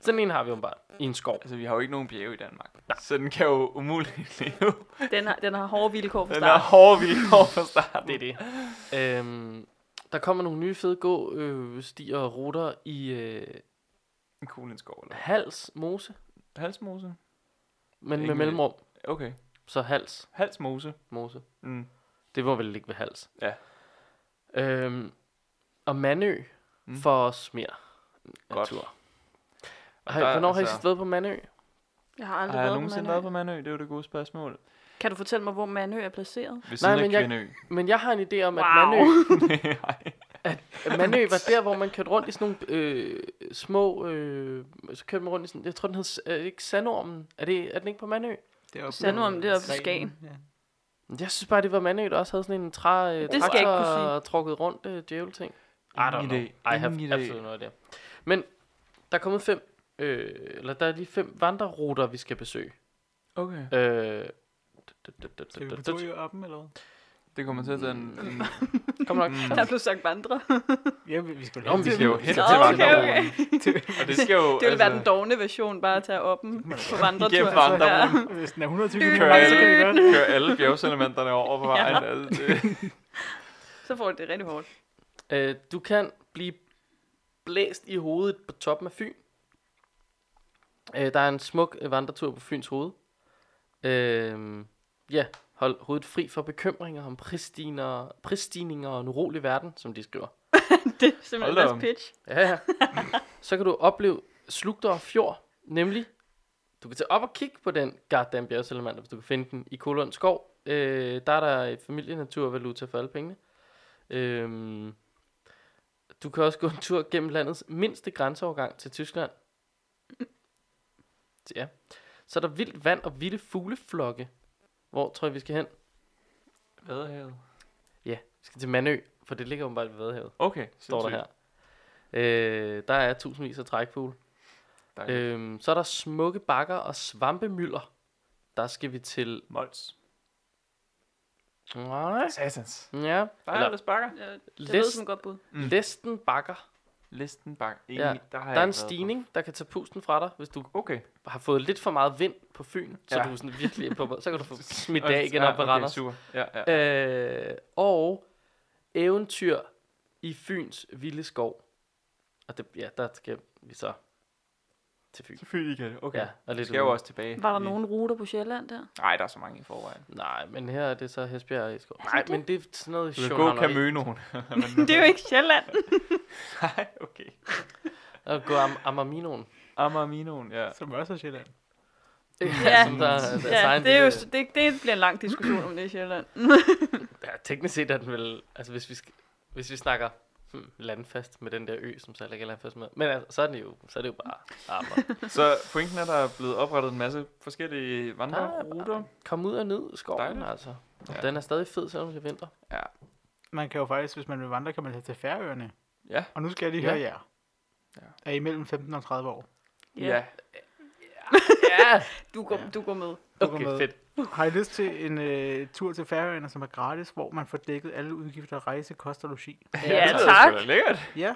Speaker 1: sådan en har vi jo bare i en skov.
Speaker 2: Altså, vi har jo ikke nogen bjerge i Danmark. Så den kan jo umuligt leve.
Speaker 3: Den har, den har hårde vilkår for
Speaker 2: Den har
Speaker 3: start.
Speaker 2: hårde vilkår fra starten.
Speaker 1: Det er det. Øhm, der kommer nogle nye fede gå, øh, stier og ruter i øh,
Speaker 2: En kulenskov, eller?
Speaker 1: Hals Mose,
Speaker 2: Halsmose?
Speaker 1: men med
Speaker 2: Ingen-
Speaker 1: mellemrum,
Speaker 2: Okay.
Speaker 1: så Hals
Speaker 2: Halsmose.
Speaker 1: Mose.
Speaker 2: Mm.
Speaker 1: Det må vel ligge ved hals.
Speaker 2: Ja.
Speaker 1: Øhm, og Manø
Speaker 2: Mm.
Speaker 1: mm. for smer
Speaker 2: Godt.
Speaker 1: natur.
Speaker 2: Og
Speaker 1: Har,
Speaker 2: der-
Speaker 1: hvornår altså, har I
Speaker 2: altså-
Speaker 1: sidst været på Manø?
Speaker 3: Jeg har aldrig
Speaker 2: Har jeg
Speaker 3: været på
Speaker 2: nogensinde været
Speaker 3: Manø.
Speaker 2: på Manø? Det er jo det gode spørgsmål.
Speaker 3: Kan du fortælle mig, hvor Manø er placeret?
Speaker 2: Ved siden af
Speaker 1: men jeg-
Speaker 2: Kvindø.
Speaker 1: Men jeg har en idé om, wow. at
Speaker 3: Wow.
Speaker 1: Manø,
Speaker 2: Nej.
Speaker 1: at Manø var der, hvor man kørte rundt i sådan nogle øh, små... Øh, så kørte man rundt i sådan... Jeg tror, den hed... S- Er det ikke Sandormen? Er, det, er den ikke på Manø?
Speaker 4: Altså, Det er
Speaker 3: Sandorm, det er oppe i Skagen.
Speaker 4: Ja.
Speaker 1: Jeg synes bare, det var Manø, der også havde sådan en træ, øh,
Speaker 3: Det skal jeg ikke kunne sige.
Speaker 1: traktor trukket rundt øh, djævelting. I don't
Speaker 2: Ingen
Speaker 1: know.
Speaker 2: idé.
Speaker 1: I have
Speaker 2: Ingen idé.
Speaker 1: absolutely no idea. Men der er kommet fem... Øh, eller der er lige fem vandreruter, vi skal besøge.
Speaker 2: Okay.
Speaker 1: Øh,
Speaker 4: Skal vi på tur i oppen, eller hvad?
Speaker 2: Det kommer til at tage en... en
Speaker 1: Kom nok.
Speaker 2: Mm.
Speaker 3: Der blev sagt vandre.
Speaker 4: Ja, vi, vi skal
Speaker 1: Nå, men
Speaker 2: vi skal jo hen
Speaker 3: Nå,
Speaker 2: til
Speaker 3: okay,
Speaker 2: vandrerunden.
Speaker 3: okay.
Speaker 2: Og det skal jo... altså,
Speaker 3: Det ville være den dårlige version, bare at tage op dem på vandretur.
Speaker 2: Igennem vandrerunden.
Speaker 4: Hvis den er 120 km,
Speaker 3: Dyt,
Speaker 4: så kan vi
Speaker 3: dyt.
Speaker 4: godt.
Speaker 2: Kører alle bjergsalamanderne over på vejen. Altså, det-
Speaker 3: Så får det rigtig hårdt.
Speaker 1: Øh, du kan blive blæst i hovedet på toppen af Fyn. Øh, der er en smuk øh, vandretur på Fyns hoved. Øh, ja, hold hovedet fri for bekymringer om prisstigninger, prisstigninger og en urolig verden, som de skriver.
Speaker 3: Det er
Speaker 2: Hold
Speaker 3: simpelthen
Speaker 2: da
Speaker 3: deres
Speaker 2: op.
Speaker 3: pitch.
Speaker 1: Ja, ja. Så kan du opleve Slugdorf Fjord, nemlig du kan tage op og kigge på den goddamn bjergsalamander, hvis du kan finde den i Kolund Skov. Øh, der er der familienatur og valuta for alle pengene. Øhm, Du kan også gå en tur gennem landets mindste grænseovergang til Tyskland. Så Ja. Så er der vildt vand og vilde fugleflokke. Hvor tror jeg, vi skal hen?
Speaker 2: Vadehavet.
Speaker 1: Ja, vi skal til Manø, for det ligger åbenbart ved Vadehavet,
Speaker 2: Okay,
Speaker 1: står der her. Øh, der er tusindvis af trækfugle.
Speaker 2: Der er
Speaker 1: Øhm, så er der smukke bakker og svampemylder. Der skal vi til...
Speaker 2: Mols.
Speaker 1: Nej.
Speaker 2: Satans.
Speaker 1: Ja.
Speaker 2: Der er
Speaker 1: Eller-
Speaker 2: ellers bakker.
Speaker 3: Ja, det lyder
Speaker 1: List,
Speaker 3: som et godt bud.
Speaker 2: Mm.
Speaker 1: listen bakker.
Speaker 2: Listen bakker.
Speaker 1: Ja,
Speaker 2: Ingen, der, har jeg
Speaker 1: Der er en
Speaker 2: ikke været på.
Speaker 1: stigning, der kan tage pusten fra dig, hvis du
Speaker 2: Okay.
Speaker 1: har fået lidt for meget vind på Fyn, så
Speaker 2: Ja.
Speaker 1: du sådan virkelig er på, så kan du få smidt
Speaker 2: Og-
Speaker 1: af igen
Speaker 2: ja,
Speaker 1: op på
Speaker 2: okay,
Speaker 1: Randers.
Speaker 2: Super. Ja, ja.
Speaker 1: Øh, og eventyr i Fyns vilde skov. Og det, ja, der skal vi så til Fyn.
Speaker 2: Selvfølgelig kan det. Okay.
Speaker 1: Ja,
Speaker 2: Ja,
Speaker 1: og lidt
Speaker 2: skal jeg jo
Speaker 1: ude.
Speaker 2: også tilbage.
Speaker 3: Var der nogen ruter på Sjælland der?
Speaker 2: Nej, der er så mange i forvejen.
Speaker 1: Nej, men her er det så Hesbjerg og Eskov. Nej,
Speaker 3: det?
Speaker 1: men det er sådan noget
Speaker 2: Du kan gå
Speaker 1: sjovnavneri.
Speaker 2: Camønoen.
Speaker 3: det er jo ikke Sjælland.
Speaker 2: Nej, okay.
Speaker 1: Og gå am Amaminoen.
Speaker 2: Amarminoen, ja.
Speaker 4: Som også er Sjælland.
Speaker 1: ja, som Altså, der, der er
Speaker 3: ja,
Speaker 1: egen
Speaker 3: det, er jo,
Speaker 1: lille-
Speaker 3: det, det bliver en lang diskussion om det er Sjælland.
Speaker 1: Ja, teknisk set er den vel... Altså, hvis vi, sk- hvis vi snakker hmm, landfast med den der ø, som så ikke er landfast med. Men altså, så er, den jo, så er det jo bare... Amager.
Speaker 2: Så pointen er, der er blevet oprettet en masse forskellige vandreruter.
Speaker 1: Kom ud og ned i skoven,
Speaker 2: Dejligt.
Speaker 1: altså.
Speaker 2: Ja.
Speaker 1: Den er stadig fed, selvom det er vinter.
Speaker 4: Man kan jo faktisk, hvis man vil vandre, kan man tage til Færøerne.
Speaker 1: ah.
Speaker 2: Ja.
Speaker 4: Og nu skal jeg lige
Speaker 1: Ja.
Speaker 4: høre jer.
Speaker 2: Ja.
Speaker 4: Er I mellem 15 og 30 år?
Speaker 2: Ja.
Speaker 1: Ja!
Speaker 3: Du, går, du går med.
Speaker 4: Du går med.
Speaker 1: Okay, fedt.
Speaker 4: Har I lyst til en øh, tur til Færøerne, som er gratis, hvor man får dækket alle udgifter, rejse, kost og logi?
Speaker 3: Ja,
Speaker 2: det lyder
Speaker 3: tak.
Speaker 2: sgu da lækkert.
Speaker 4: Ja.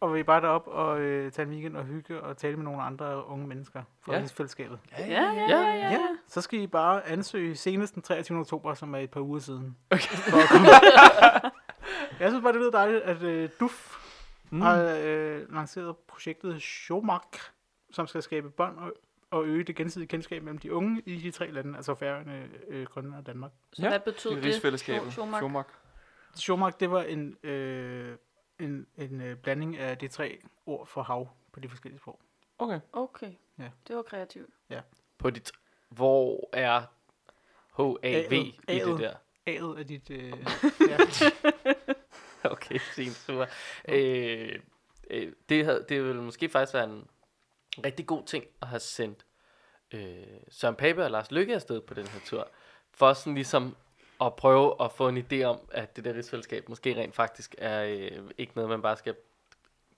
Speaker 4: Og vi er bare derop og øh, tage en weekend og hygge og tale med nogle andre unge mennesker fra
Speaker 2: Ja.
Speaker 4: ja. fællesskabet.
Speaker 3: Ja, ja, ja.
Speaker 1: Ja.
Speaker 3: ja, ja.
Speaker 4: Ja, så skal I bare ansøge senest den 23. oktober, som er et par uger siden.
Speaker 2: Okay.
Speaker 4: For at komme. jeg synes bare, det lyder dejligt, at øh, DUF mm. har øh, lanceret projektet Showmark, som skal skabe bånd og, og øge det gensidige kendskab mellem de unge i de tre lande, altså Færøerne, øh, Grønland og Danmark.
Speaker 3: Så
Speaker 2: Ja,
Speaker 3: hvad betød
Speaker 2: I
Speaker 3: det?
Speaker 2: rigsfællesskabet.
Speaker 3: Scho- Schomark?
Speaker 2: Schomark.
Speaker 4: Showmark, det var en, øh, en, en øh, blanding af de tre ord for hav på de forskellige sprog.
Speaker 2: Okay.
Speaker 3: Okay,
Speaker 4: Ja.
Speaker 3: det var kreativt.
Speaker 1: På dit... Hvor er HAV i
Speaker 4: A'et.
Speaker 1: det der?
Speaker 4: Aet er dit... Øh, ja.
Speaker 1: Okay, fint, super. Øh, øh, det, havde, det ville måske faktisk være en rigtig god ting at have sendt øh, Søren Pape og Lars Lykke afsted på den her tur. For sådan ligesom at prøve at få en idé om, at det der rigsfællesskab måske rent faktisk er øh, ikke noget, man bare skal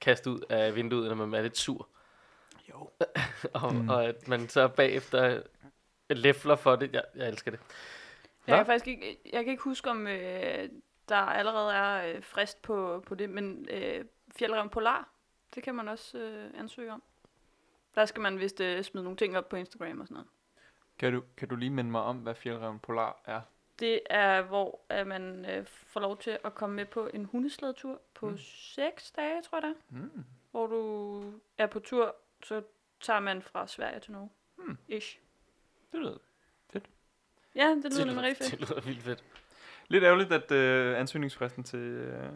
Speaker 1: kaste ud af vinduet, når man er lidt sur.
Speaker 4: Jo.
Speaker 1: og, mm. og at man så bagefter læfler for det. Jeg, jeg elsker det.
Speaker 3: Jeg
Speaker 1: Nå.
Speaker 3: kan faktisk ikke, jeg kan ikke huske, om øh, der allerede er øh, frist på, på det, men øh, Fjellrem Polar, det kan man også øh, ansøge om. Der skal man vist øh, smide nogle ting op på Instagram og sådan noget.
Speaker 2: Kan du, kan du lige minde mig om, hvad fjeldreven Polar er?
Speaker 3: Det er, hvor at man øh, får lov til at komme med på en hundeslædetur på mm. 6 dage, tror jeg det er.
Speaker 1: Hmm.
Speaker 2: Mm.
Speaker 3: Hvor du er på tur, så tager man fra Sverige til Norge.
Speaker 1: Hmm.
Speaker 2: Mm.
Speaker 3: Ish.
Speaker 2: Det lyder
Speaker 3: Ja, det lyder nemlig rigtig fedt.
Speaker 1: det lyder vildt fedt.
Speaker 2: lidt ærgerligt, at øh, ansøgningsfristen til, øh,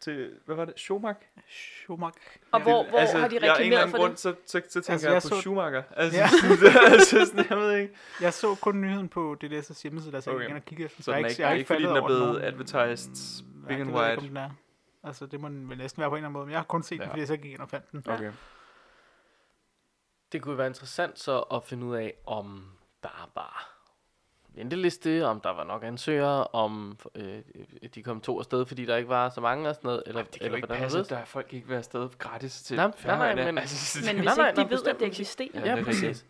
Speaker 2: til, hvad var det, Schumacher?
Speaker 4: Showmark.
Speaker 3: Og hvor,
Speaker 2: Det-
Speaker 3: hvor altså, har de
Speaker 2: jeg- af en eller
Speaker 3: reklameret
Speaker 2: anden
Speaker 3: for
Speaker 2: grund,
Speaker 3: det?
Speaker 2: så, så, så tænker
Speaker 4: Altså,
Speaker 2: jeg,
Speaker 4: jeg
Speaker 2: på
Speaker 4: så-
Speaker 2: Schumacher. Altså,
Speaker 4: Ja.
Speaker 2: sådan, altså sådan, jeg ved ikke.
Speaker 4: Jeg så kun nyheden på DDS' hjemmeside, der så jeg
Speaker 2: Okay.
Speaker 4: gik ind og kiggede efter.
Speaker 2: Så
Speaker 4: Jeg
Speaker 2: den
Speaker 4: har
Speaker 2: er ikke, det er ikke fordi,
Speaker 4: faldet
Speaker 2: den er
Speaker 4: over
Speaker 2: blevet
Speaker 4: nogen-
Speaker 2: advertised
Speaker 4: Nej,
Speaker 2: big
Speaker 4: det
Speaker 2: and
Speaker 4: ved jeg ikke,
Speaker 2: wide.
Speaker 4: om den er. Altså, det må den vel næsten være på en eller anden måde, men jeg har kun set ja.
Speaker 2: Ja.
Speaker 4: den, fordi jeg så gik ind og fandt den.
Speaker 3: Ja.
Speaker 2: Okay.
Speaker 1: Det kunne være interessant så at finde ud af, om der var venteliste, om der var nok ansøgere, om øh, de kom to afsted, fordi der ikke var så mange og sådan noget. Eller,
Speaker 2: Jamen, det kan jo
Speaker 1: eller
Speaker 2: ikke
Speaker 1: hvordan
Speaker 2: passe,
Speaker 1: ved.
Speaker 2: at der er folk ikke vil afsted gratis til
Speaker 1: Nej, nej,
Speaker 2: Færøerne.
Speaker 1: men-
Speaker 2: altså,
Speaker 3: Men
Speaker 2: det,
Speaker 3: hvis
Speaker 1: nej,
Speaker 3: ikke
Speaker 1: nej,
Speaker 3: de ved, at
Speaker 1: bestemt.
Speaker 3: det eksisterer.
Speaker 2: Ja, det er rigtigt.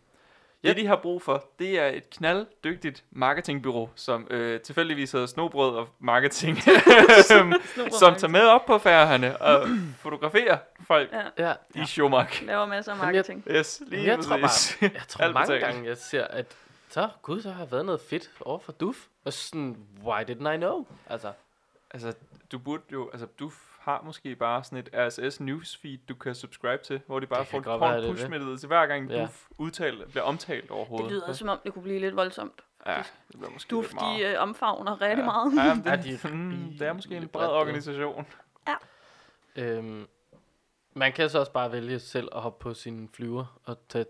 Speaker 2: det, de har brug for, det er et knalddygtigt marketingbyrå, som øh, tilfældigvis hedder Snobrød og Marketing, øhm, som, som tager med op på Færøerne og fotograferer folk
Speaker 3: Ja,
Speaker 1: Ja,
Speaker 2: i Schumacher.
Speaker 3: laver masser af
Speaker 1: Jamen, jeg-
Speaker 3: marketing.
Speaker 2: Yes, lige
Speaker 1: jeg tror
Speaker 2: præcis.
Speaker 1: bare, jeg tror
Speaker 2: Alt
Speaker 1: mange
Speaker 2: betalt.
Speaker 1: gange, jeg ser, at så, gud, så har jeg været noget fedt over for Duf. Og sådan, why didn't I know? Altså,
Speaker 2: Altså, du burde jo, altså, du f- har måske bare sådan et RSS newsfeed, du kan subscribe til, hvor de bare
Speaker 1: Det
Speaker 2: får,
Speaker 1: kan
Speaker 2: får
Speaker 1: godt være,
Speaker 2: en
Speaker 1: det er
Speaker 2: push
Speaker 1: det.
Speaker 2: med til hver gang, ja.
Speaker 1: Ja.
Speaker 2: du f- udtalt, bliver omtalt
Speaker 3: Det
Speaker 2: overhovedet.
Speaker 3: lyder som om, det kunne blive lidt voldsomt.
Speaker 2: ja, det bliver måske
Speaker 3: Du,
Speaker 2: lidt
Speaker 3: de
Speaker 2: meget.
Speaker 3: øh, omfavner rigtig
Speaker 2: ja.
Speaker 3: meget.
Speaker 2: Ja, men det,
Speaker 1: Ja,
Speaker 2: ja,
Speaker 1: de er
Speaker 2: de, mm, det er måske en
Speaker 1: lidt
Speaker 2: bred
Speaker 1: bredt, ja.
Speaker 2: organisation.
Speaker 1: øhm, man kan så også bare vælge selv at hoppe på sin flyver og tage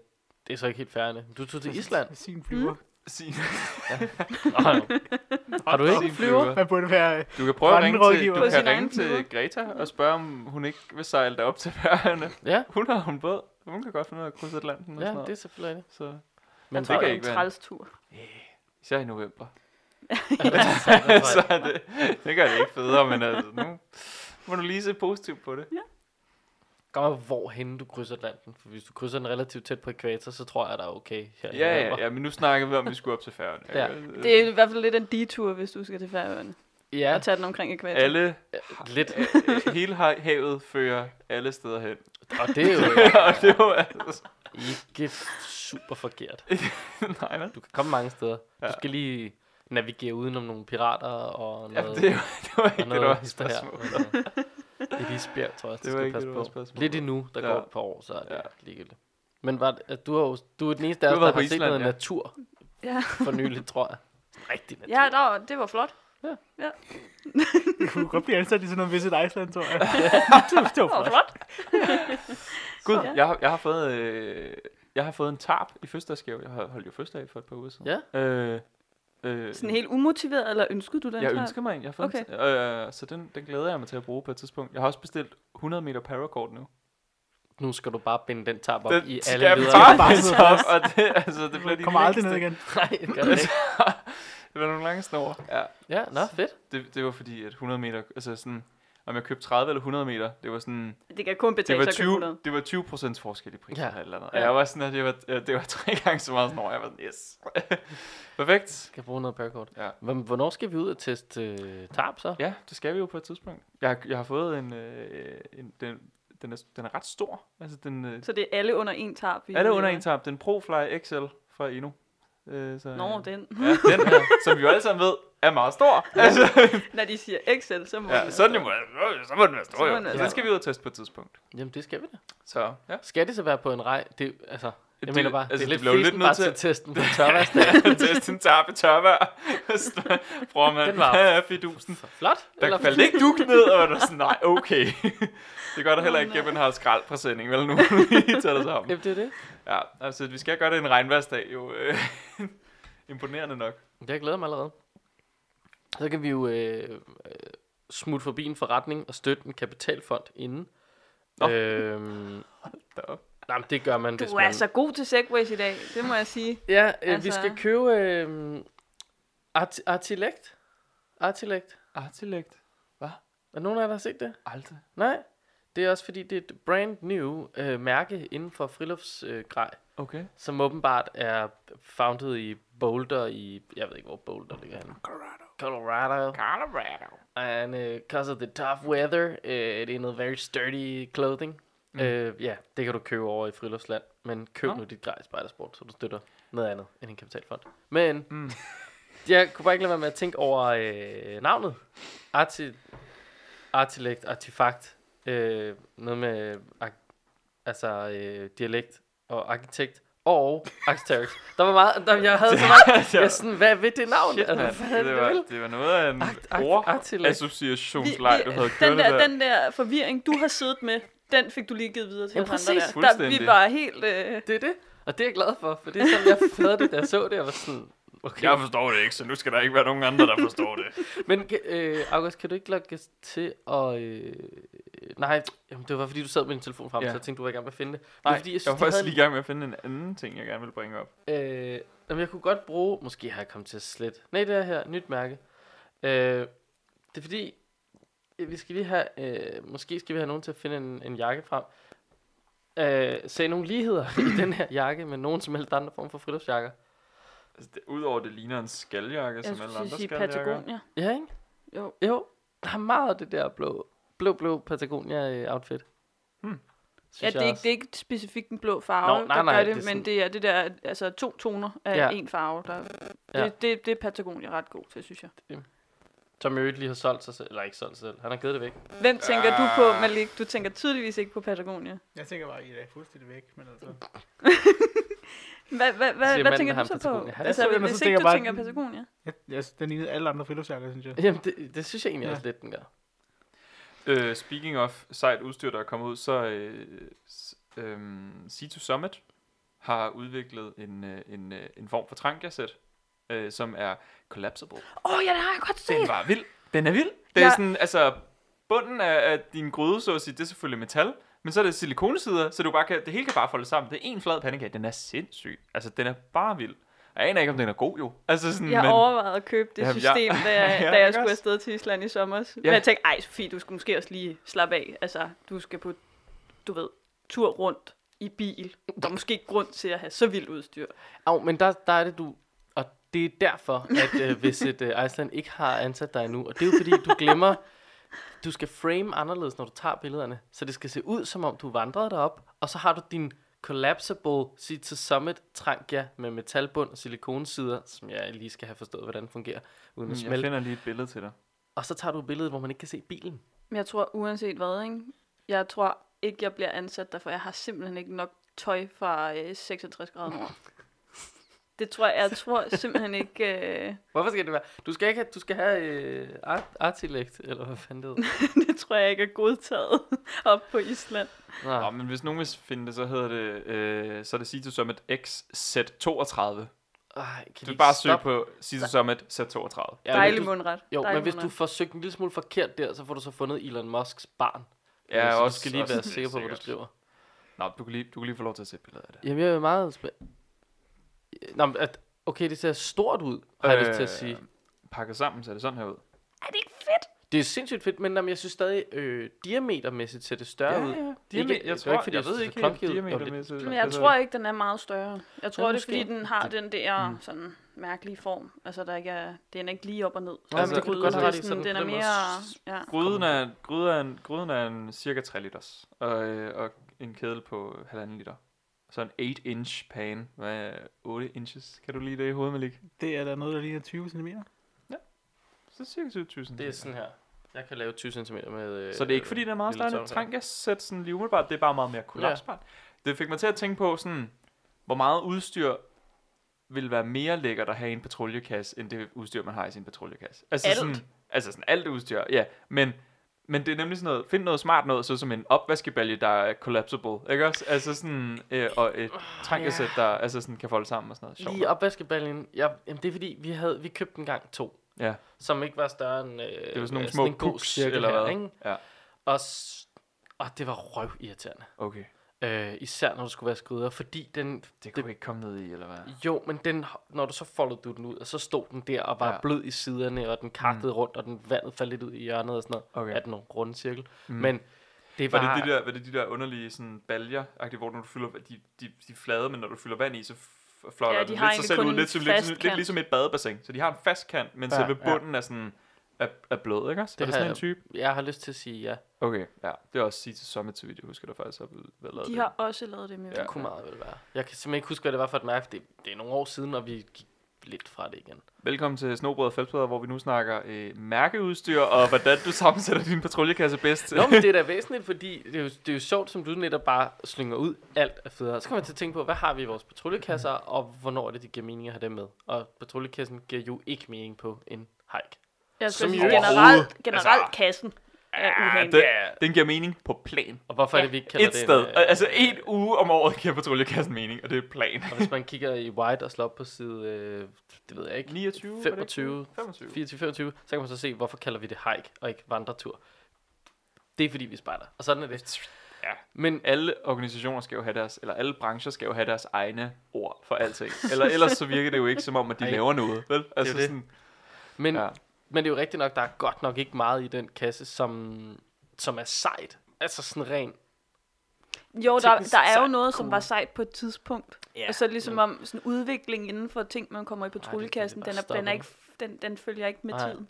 Speaker 1: det er så ikke helt færende. Du tog til Island.
Speaker 4: Sin flyver. Mm.
Speaker 2: Signe.
Speaker 1: Nå, Har du ikke
Speaker 2: Signe
Speaker 1: en flyver?
Speaker 4: Man burde være... øh,
Speaker 2: Du kan prøve at ringe til,
Speaker 4: Brandrådgiver.
Speaker 2: du
Speaker 3: På
Speaker 2: kan
Speaker 3: sin
Speaker 2: ringe
Speaker 3: egen flyver.
Speaker 2: til Greta og spørge, om hun ikke vil sejle dig op til færgerne.
Speaker 1: Ja,
Speaker 2: Hun har en båd. Hun kan godt finde ud af at krydse Atlanten og
Speaker 1: ja,
Speaker 2: sådan noget.
Speaker 1: det er selvfølgelig det.
Speaker 2: Så
Speaker 1: Men
Speaker 2: det kan
Speaker 1: det
Speaker 2: ikke
Speaker 3: en
Speaker 2: være.
Speaker 3: træls tur.
Speaker 2: især i november.
Speaker 1: er
Speaker 2: så er det, det gør det ikke federe, men altså, nu må du lige se positivt på det.
Speaker 1: Kommer hvorhen du krydser Atlanten. For hvis du krydser den relativt tæt på ekvator, så tror jeg, der er okay. Her i
Speaker 2: Ja, ja,
Speaker 1: november.
Speaker 2: ja, men nu snakker vi om, at vi skulle op til færgerne.
Speaker 1: Ja.
Speaker 2: Øh,
Speaker 3: Det er i hvert fald lidt en detur, hvis du skal til Færøerne. Ja.
Speaker 1: ja.
Speaker 3: Og tage den omkring ekvator.
Speaker 2: Alle, øh,
Speaker 1: Lidt.
Speaker 2: hele ha- havet fører alle steder hen.
Speaker 1: Og det er jo
Speaker 2: og det var altså...
Speaker 1: ikke super forkert.
Speaker 2: Nej, nej.
Speaker 1: Du kan komme mange steder. Du
Speaker 2: Ja.
Speaker 1: skal lige navigere udenom nogle pirater og
Speaker 2: Ja,
Speaker 1: noget...
Speaker 2: det, var, det var ikke
Speaker 1: og
Speaker 2: det, der var
Speaker 1: hist og her.
Speaker 2: spørgsmålet.
Speaker 1: Men, øh, Et isbjerg, tror jeg, det, det
Speaker 2: Det var
Speaker 1: skal
Speaker 2: ikke
Speaker 1: passe
Speaker 2: det, der var
Speaker 1: på.
Speaker 2: spørgsmålet.
Speaker 1: Lidt endnu, der
Speaker 2: Ja.
Speaker 1: går et par år, så er det
Speaker 2: Ja.
Speaker 1: ja. ligegyldigt. Men var det, at du, har, jo- du er den eneste af
Speaker 2: Du
Speaker 1: os,
Speaker 2: har
Speaker 1: der
Speaker 2: været
Speaker 1: har
Speaker 2: på
Speaker 1: set
Speaker 2: Island,
Speaker 1: noget
Speaker 2: ja.
Speaker 1: natur
Speaker 3: Ja,
Speaker 1: for nylig, tror jeg. Rigtig natur.
Speaker 3: ja der, var- det var flot.
Speaker 4: Du kunne godt blive ansat i sådan noget Visit Iceland, tror jeg. det var- det var
Speaker 3: Det var
Speaker 4: flot.
Speaker 3: flot.
Speaker 2: Gud,
Speaker 3: Ja.
Speaker 2: jeg, har- jeg har fået... Øh, jeg har fået en tarp i fødselsdagsgave. Jeg har- holdt jo fødselsdag for et par uger siden. Ja. Øh, øh,
Speaker 3: Sådan helt umotiveret, eller ønskede du den?
Speaker 2: jeg
Speaker 3: her?
Speaker 2: ønsker mig en. Jeg har fået okay. en, øh, så den, den glæder jeg mig til at bruge på et tidspunkt. Jeg har også bestilt 100 meter paracord nu.
Speaker 1: Nu skal du bare binde den tab op
Speaker 2: Den
Speaker 1: i
Speaker 2: skal
Speaker 1: alle
Speaker 2: jeg
Speaker 1: ledere.
Speaker 2: bare
Speaker 4: Bare
Speaker 2: binde
Speaker 4: sidde
Speaker 2: op, og det, altså, det bliver de
Speaker 4: Kommer aldrig ned
Speaker 2: længste-
Speaker 4: igen.
Speaker 1: Nej, det gør den ikke.
Speaker 2: Det bliver nogle lange snor. Ja.
Speaker 1: Ja, nå, fedt.
Speaker 2: Det, det var fordi, at 100 meter, altså sådan, om jeg købte 30 eller 100 meter, det var sådan,
Speaker 3: Det kan kun
Speaker 2: det
Speaker 3: betale
Speaker 2: var
Speaker 3: sig at købe
Speaker 2: 20,
Speaker 3: 100.
Speaker 2: det var 20 procents forskel i prisen
Speaker 1: Ja.
Speaker 2: ja. eller andet.
Speaker 1: Ja.
Speaker 2: Ja. Jeg var sådan, at det var, ja, det var tre gange så meget snor. Jeg var sådan, yes. Perfekt.
Speaker 1: Skal jeg bruge noget paracord.
Speaker 2: Ja.
Speaker 1: Men hvornår skal vi ud og teste øh, tarp så?
Speaker 2: Ja, det skal vi jo på et tidspunkt. Jeg, har- jeg har fået en, øh, en den, den, er, den er ret stor. Altså, den, øh,
Speaker 3: Så det er alle under en tarp. vi-
Speaker 2: er det under en tarp? Den ProFly XL fra Eno. Øh, så,
Speaker 3: Nå,
Speaker 2: øh,
Speaker 3: den.
Speaker 2: Ja, den her, som vi jo alle sammen ved, er meget stor. Altså,
Speaker 3: Når de siger Excel, så må
Speaker 2: ja,
Speaker 3: den
Speaker 2: sådan jo
Speaker 3: altså-
Speaker 2: må, øh, så må den være
Speaker 3: Så
Speaker 2: stor,
Speaker 3: må
Speaker 2: jo.
Speaker 3: den være
Speaker 2: Så
Speaker 3: stor.
Speaker 2: den skal vi ud og teste på et tidspunkt.
Speaker 1: Jamen, det skal vi da.
Speaker 2: Så, ja.
Speaker 1: Skal det så være på en rej? Det, altså, jeg
Speaker 2: Det-
Speaker 1: mener bare,
Speaker 2: altså,
Speaker 1: det
Speaker 2: du
Speaker 1: er lidt
Speaker 2: bliver jo lidt
Speaker 1: fisen
Speaker 2: nødt
Speaker 1: bare
Speaker 2: til-
Speaker 1: til at teste den på en tørværsdag.
Speaker 2: Ja, teste en tarpe tørvær. Bror, man.
Speaker 1: Den var-
Speaker 2: Ja, fidusen.
Speaker 1: Altså, Flot.
Speaker 2: Der faldt ikke duk ned, og var der sådan, nej, okay. Det gør der heller ikke, at man har skraldpræsending, vel nu? Vi tager det sammen.
Speaker 1: Jamen, det er det.
Speaker 2: Ja, altså, vi skal gøre det en regnværsdag, jo. øh, Imponerende nok.
Speaker 1: Jeg glæder mig allerede. Så kan vi jo øh, øh, smutte forbi en forretning og støtte en kapitalfond inden.
Speaker 2: Nå.
Speaker 1: Øhm,
Speaker 2: Da op.
Speaker 1: nej, men det gør man, hvis
Speaker 3: Du
Speaker 1: man...
Speaker 3: er så god til segways i dag, det må jeg sige.
Speaker 1: Ja, øh, altså... vi
Speaker 3: altså-
Speaker 1: skal købe øh, Art- Artilect. Artilect.
Speaker 2: Artillægt.
Speaker 1: Er der nogen af jer, der har set det?
Speaker 2: Aldrig.
Speaker 1: Nej. Det er også fordi, det er et brand new øh, mærke inden for friluftsgrej, øh, grej,
Speaker 2: Okay.
Speaker 1: som åbenbart er founded i Boulder i... Jeg ved ikke, hvor Boulder ligger henne.
Speaker 4: Colorado.
Speaker 1: Colorado.
Speaker 2: Colorado.
Speaker 1: And uh, because of the tough weather, uh, it in a very sturdy clothing. Mm.
Speaker 2: Mm.
Speaker 1: Uh, ja, det kan du købe over i Friluftsland. Men køb
Speaker 2: Nå.
Speaker 1: nu dit grej i Spejdersport, så du støtter noget andet end en kapitalfond. Men
Speaker 2: Mm.
Speaker 1: jeg kunne bare ikke lade være med at tænke over øh, navnet. Arti artilekt, artefakt. Øh, noget med ar- altså, øh, dialekt og arkitekt og architekt. Der var meget, der, jeg havde så meget, jeg sådan, hvad ved det navn? Altså,
Speaker 2: Shit, man.
Speaker 1: hvad er
Speaker 2: Det
Speaker 1: vil?
Speaker 2: var, det var noget af en
Speaker 1: Akt- akt- artillæg.
Speaker 2: ordassociationsleg, du havde kørt
Speaker 3: den, der,
Speaker 2: der.
Speaker 3: den der forvirring, du har siddet med, den fik du lige givet videre til
Speaker 1: Ja,
Speaker 3: os andre
Speaker 1: præcis.
Speaker 3: der. der. Vi
Speaker 2: Fuldstændig.
Speaker 3: var helt... Øh,
Speaker 1: Det er det. Og det er jeg glad for, for det er sådan, jeg havde det, da jeg så det. Jeg var sådan, okay.
Speaker 2: Jeg forstår det ikke, så nu skal der ikke være nogen andre, der forstår det.
Speaker 1: Men kan- øh, August, kan du ikke logge os til at... Øh, nej, jamen, det var fordi, du sad med din telefon frem, ja.
Speaker 2: Ja.
Speaker 1: så jeg tænkte, du var i gang med at finde det. Men
Speaker 2: Nej,
Speaker 1: det er, fordi, jeg,
Speaker 2: jeg var
Speaker 1: synes, jeg,
Speaker 2: faktisk
Speaker 1: havde,
Speaker 2: lige i gang med at finde en anden ting, jeg gerne ville bringe op.
Speaker 1: lige... øh, jamen, jeg kunne godt bruge... Måske har jeg kommet til at slet. Nej, det er her. Nyt mærke. Øh, det er fordi, øh, vi skal lige have... Øh, måske skal vi have nogen til at finde en, en jakke frem. Øh, se nogle ligheder i den her jakke med nogen som helst andre form for friluftsjakker.
Speaker 2: Altså, det, udover det ligner en skaljakke,
Speaker 3: jeg
Speaker 2: som alle
Speaker 3: skulle
Speaker 2: andre
Speaker 3: sige
Speaker 2: skaljakker.
Speaker 3: Patagonia.
Speaker 1: Ja, ikke?
Speaker 3: Jo.
Speaker 1: Jo, der er meget af det der blå, blå, blå øh, Patagonia-outfit.
Speaker 2: Hmm.
Speaker 3: Ja, det er, ikke, det er ikke specifikt den blå farve,
Speaker 1: Nå, nej,
Speaker 3: der
Speaker 1: nej,
Speaker 3: gør
Speaker 1: det
Speaker 3: det,
Speaker 1: er
Speaker 3: det
Speaker 1: sådan-
Speaker 3: men det er det der altså, to toner af
Speaker 1: Ja.
Speaker 3: ja. en farve. Der, det,
Speaker 1: Ja.
Speaker 3: det, det, er Patagonia ret god til, synes jeg.
Speaker 1: Tom Øde lige har solgt sig selv, eller ikke solgt sig selv, han har givet det væk.
Speaker 3: Hvem tænker du på,
Speaker 2: Ah.
Speaker 3: Malik? Du tænker tydeligvis ikke på Patagonia.
Speaker 4: Jeg tænker bare, at I er fuldstændig væk. Men altså,
Speaker 3: Hvad, hvad, hvad,
Speaker 1: manden,
Speaker 3: hvad tænker
Speaker 1: der
Speaker 3: du
Speaker 1: har
Speaker 3: så
Speaker 1: en
Speaker 3: på?
Speaker 1: Patagonia. Han
Speaker 4: så
Speaker 3: Altså,
Speaker 4: den, og
Speaker 3: hvis ikke
Speaker 4: så
Speaker 3: du
Speaker 4: tænker jeg bare,
Speaker 3: tænker
Speaker 4: den-
Speaker 3: Patagonia?
Speaker 4: jeg, jeg, den lignede alle andre friluftsjakker, synes jeg.
Speaker 1: Jamen, det, det synes jeg egentlig
Speaker 4: Ja.
Speaker 1: også lidt, den gør.
Speaker 2: Øh, speaking of sejt udstyr, der er kommet ud, så øh, s- øhm, C2 Summit har udviklet en, øh, en, øh, en form for trankjasset, øh, som er Collapsible.
Speaker 3: Åh, oh, ja, det har jeg godt
Speaker 2: Den
Speaker 3: set.
Speaker 2: var vild. Den er vild. Det er
Speaker 3: Ja.
Speaker 2: sådan, altså, bunden af, af din gryde, så at sige, det er selvfølgelig metal, men så er det silikonesider, så du bare kan, det hele kan bare folde sammen. Det er en flad pandekage. Den er sindssyg. Altså, den er bare vild. Og Jeg aner ikke, om den er god, jo. Altså sådan,
Speaker 3: Jeg
Speaker 2: men...
Speaker 3: overvejede at købe det
Speaker 2: Jamen, jeg-
Speaker 3: system, da jeg,
Speaker 2: Ja,
Speaker 3: da
Speaker 2: ikke
Speaker 3: jeg skulle
Speaker 2: også?
Speaker 3: afsted til Island i sommer. Ja. Men
Speaker 2: Ja.
Speaker 3: jeg tænkte, ej Sofie, du skal måske også lige slappe af. Altså, du skal på, du ved, tur rundt i bil. Der er måske ikke grund til at have så vildt udstyr.
Speaker 1: Au, men der, der er det du... Og det er derfor, at øh, hvis et øh, Iceland ikke har ansat dig endnu, og det er jo fordi, du glemmer... Du skal frame anderledes, når du tager billederne. Så det skal se ud, som om du vandrede derop, og så har du din collapsible seat to summit trangia med metalbund og silikonsider, som jeg lige skal have forstået, hvordan fungerer, uden at
Speaker 2: Mm, Jeg
Speaker 1: smelte.
Speaker 2: finder lige et billede til dig.
Speaker 1: Og så tager du et billede, hvor man ikke kan se bilen.
Speaker 3: Men jeg tror, uanset hvad, ikke? jeg tror ikke, jeg bliver ansat der, for jeg har simpelthen ikke nok tøj fra øh, 66 grader nord. Det tror jeg, jeg tror simpelthen ikke, øh,
Speaker 1: Hvorfor skal det være? Du skal ikke have, du skal have øh, art, artilekt, eller hvad fanden det hedder.
Speaker 3: det tror jeg ikke er godtaget op på Island.
Speaker 2: Nå,
Speaker 1: Nej.
Speaker 2: men hvis nogen vil finde det, så hedder det, øh, så er det Cito Summit XZ32.
Speaker 1: Ej, kan
Speaker 2: Du
Speaker 1: de
Speaker 2: kan
Speaker 1: ikke
Speaker 2: bare søge
Speaker 1: stoppe?
Speaker 2: på Cito Summit Z32.
Speaker 1: Ja, men
Speaker 3: Dejlig
Speaker 1: du-
Speaker 3: mundret.
Speaker 1: Jo,
Speaker 3: Dejlig
Speaker 1: men hvis du
Speaker 3: mundret.
Speaker 1: får søgt en lille smule forkert der, så får du så fundet Elon Musks barn.
Speaker 2: Ja,
Speaker 1: så
Speaker 2: også-
Speaker 1: du skal lige
Speaker 2: også
Speaker 1: være
Speaker 2: det,
Speaker 1: sikker på, hvad du
Speaker 2: sikkert.
Speaker 1: skriver.
Speaker 2: Nå, du kan, lige, du kan lige få lov til at se billedet af det.
Speaker 1: Jamen, jeg er meget spændt. Nå, men at, okay, det ser stort ud, har øh, jeg lyst til at sige.
Speaker 2: Pakket sammen, så er det sådan her ud.
Speaker 3: Er det ikke fedt?
Speaker 1: Det er sindssygt fedt, men jamen, jeg synes stadig, øh, diametermæssigt ser det større ud.
Speaker 2: Diamet,
Speaker 1: Ikke-
Speaker 2: jeg
Speaker 1: det
Speaker 2: tror,
Speaker 1: var ikke, fordi jeg
Speaker 2: jeg
Speaker 1: synes,
Speaker 2: ved
Speaker 1: det
Speaker 2: ikke
Speaker 1: er
Speaker 2: helt
Speaker 1: klonket.
Speaker 2: diametermæssigt.
Speaker 3: Men jeg
Speaker 2: Altså,
Speaker 3: tror ikke, den er meget større. Jeg tror, det er,
Speaker 1: måske. Mm.
Speaker 3: fordi den har den der sådan mærkelige form. Altså, der ikke er, den er ikke lige op og ned.
Speaker 1: men
Speaker 2: det kunne du godt have
Speaker 1: ret i,
Speaker 3: sådan,
Speaker 1: sådan på
Speaker 3: den er
Speaker 1: den måde.
Speaker 3: mere... Ja.
Speaker 2: Gryden er, gryden er, en, gryden er en cirka 3 liters, og, øh, og en kedel på halvanden liter. Så en 8-inch pan. Hvad er 8 inches? Kan du lige det i hovedet, Malik?
Speaker 4: Det er der noget, der ligner 20 cm.
Speaker 2: Så cirka 20.000.
Speaker 1: Det er sådan her. Jeg kan lave 20 cm med... Øh,
Speaker 2: Så det er ikke fordi, den er meget
Speaker 1: lille
Speaker 2: større end
Speaker 1: tommelfinger.
Speaker 2: Trankas-sæt, sådan lige umiddelbart. Det er bare meget mere kollapsbart. Ja. Det fik mig til at tænke på, sådan, hvor meget udstyr vil være mere lækkert at have i en patruljekasse, end det udstyr, man har i sin patruljekasse. Altså
Speaker 3: Alt.
Speaker 2: Sådan, altså sådan alt udstyr, ja. Men, men det er nemlig sådan noget, find noget smart noget, så som en opvaskebalje, der er collapsible, ikke også? Altså sådan, øh, og et Trankas-sæt, der altså sådan, kan folde sammen og sådan noget. Sjovt.
Speaker 1: Lige opvaskebaljen. Ja, jamen, det er fordi, vi, havde, vi købte en gang to,
Speaker 2: Ja,
Speaker 1: som ikke var større end... Øh, det
Speaker 2: det er jo sådan nogle små puks, eller hvad. Ja,
Speaker 1: Og, s- og det var røv irriterende.
Speaker 2: okay.
Speaker 1: Øh, især når du skulle være skryder, fordi den...
Speaker 2: Det kunne det... ikke komme ned i, eller hvad?
Speaker 1: Jo, men den, når du så foldede du den ud, og så stod den der og var
Speaker 2: Ja.
Speaker 1: ja. blød i siderne, og den kartede mm. rundt, og den vandet faldt lidt ud i hjørnet og sådan noget.
Speaker 2: Okay.
Speaker 1: Okay. Af den runde cirkel. Mm. Men det var...
Speaker 2: Var det de der, var det de der underlige sådan baljer, hvor når du fylder de, de, de flade, men når du fylder vand i, så f- fløjer
Speaker 3: Ja, de
Speaker 2: den
Speaker 3: har
Speaker 2: lidt sig
Speaker 3: egentlig
Speaker 2: selv
Speaker 3: kun
Speaker 2: ud,
Speaker 3: en
Speaker 2: lidt, som,
Speaker 3: fast
Speaker 2: lidt, lidt, lidt
Speaker 3: kant.
Speaker 2: ligesom et badebassin. Så de har en fast kant, men ja,
Speaker 4: Ja,
Speaker 2: selve
Speaker 4: ja.
Speaker 2: bunden er sådan er, er blød, ikke også? Det
Speaker 1: Det
Speaker 2: er det sådan
Speaker 1: har
Speaker 2: en type?
Speaker 1: Jeg har lyst til at sige ja. Det
Speaker 2: Okay, ja. Det er også sige til Summit, så vidt jeg husker, der faktisk har været lavet
Speaker 3: De har også lavet det med
Speaker 2: Ja.
Speaker 3: ja.
Speaker 1: kunne meget vel være. Jeg kan simpelthen ikke huske, hvad det var for et mærke. Det, det er nogle år siden, og vi gik lidt fra det igen.
Speaker 2: det. Velkommen til Snobrød og Fældsbrød, hvor vi nu snakker øh, mærkeudstyr, og hvordan du sammensætter din patruljekasse bedst.
Speaker 1: Nå, men det er da væsentligt, fordi det er, jo, det er jo sjovt, som du netop bare slynger ud. Alt er federe. Så kommer jeg til at tænke på, hvad har vi i vores patruljekasser,
Speaker 2: Mm.
Speaker 1: og hvornår er det, de giver mening at have dem med? Og patruljekassen giver jo ikke mening på en hike.
Speaker 3: Jeg skal
Speaker 1: Som
Speaker 3: sige,
Speaker 1: jo
Speaker 2: overhovedet-
Speaker 3: generelt, generelt
Speaker 2: altså-
Speaker 3: kassen er
Speaker 2: ja,
Speaker 3: uhængig.
Speaker 2: den, den giver mening på plan.
Speaker 1: Og hvorfor ja, er det, vi ikke kalder
Speaker 2: Et
Speaker 1: det en,
Speaker 2: sted.
Speaker 1: øh,
Speaker 2: Altså en uge om året giver patruljekassen mening, og det er plan.
Speaker 1: Og hvis man kigger i White og slår op på side, øh, det ved jeg ikke,
Speaker 2: 29?
Speaker 1: 25,
Speaker 2: 25.
Speaker 1: 24-25, så kan man så se, hvorfor kalder vi det hike og ikke vandretur. Det er fordi, vi spejder. Og sådan er det.
Speaker 2: Ja.
Speaker 1: Men
Speaker 2: Alle organisationer skal jo have deres, eller alle brancher skal jo have deres egne ord for alting. Eller ellers så virker det jo ikke som om, at de
Speaker 1: Ej.
Speaker 2: laver noget, vel? Altså
Speaker 1: det.
Speaker 2: sådan,
Speaker 1: Men,
Speaker 2: Ja.
Speaker 1: ja. men det er jo rigtigt nok, der er godt nok ikke meget i den kasse, som, som er sejt. Altså sådan ren.
Speaker 3: Jo, der,
Speaker 1: teknisk
Speaker 3: der er jo
Speaker 1: sejt
Speaker 3: noget, som
Speaker 1: cool.
Speaker 3: var sejt på et tidspunkt.
Speaker 1: Ja,
Speaker 3: Ja, og så er det ligesom om sådan udvikling inden for ting, man kommer i
Speaker 1: er
Speaker 3: patruljekassen,
Speaker 1: bare
Speaker 3: den, er, den, er
Speaker 1: stoppet.
Speaker 3: ikke, den, den følger ikke med
Speaker 1: Nej.
Speaker 3: tiden.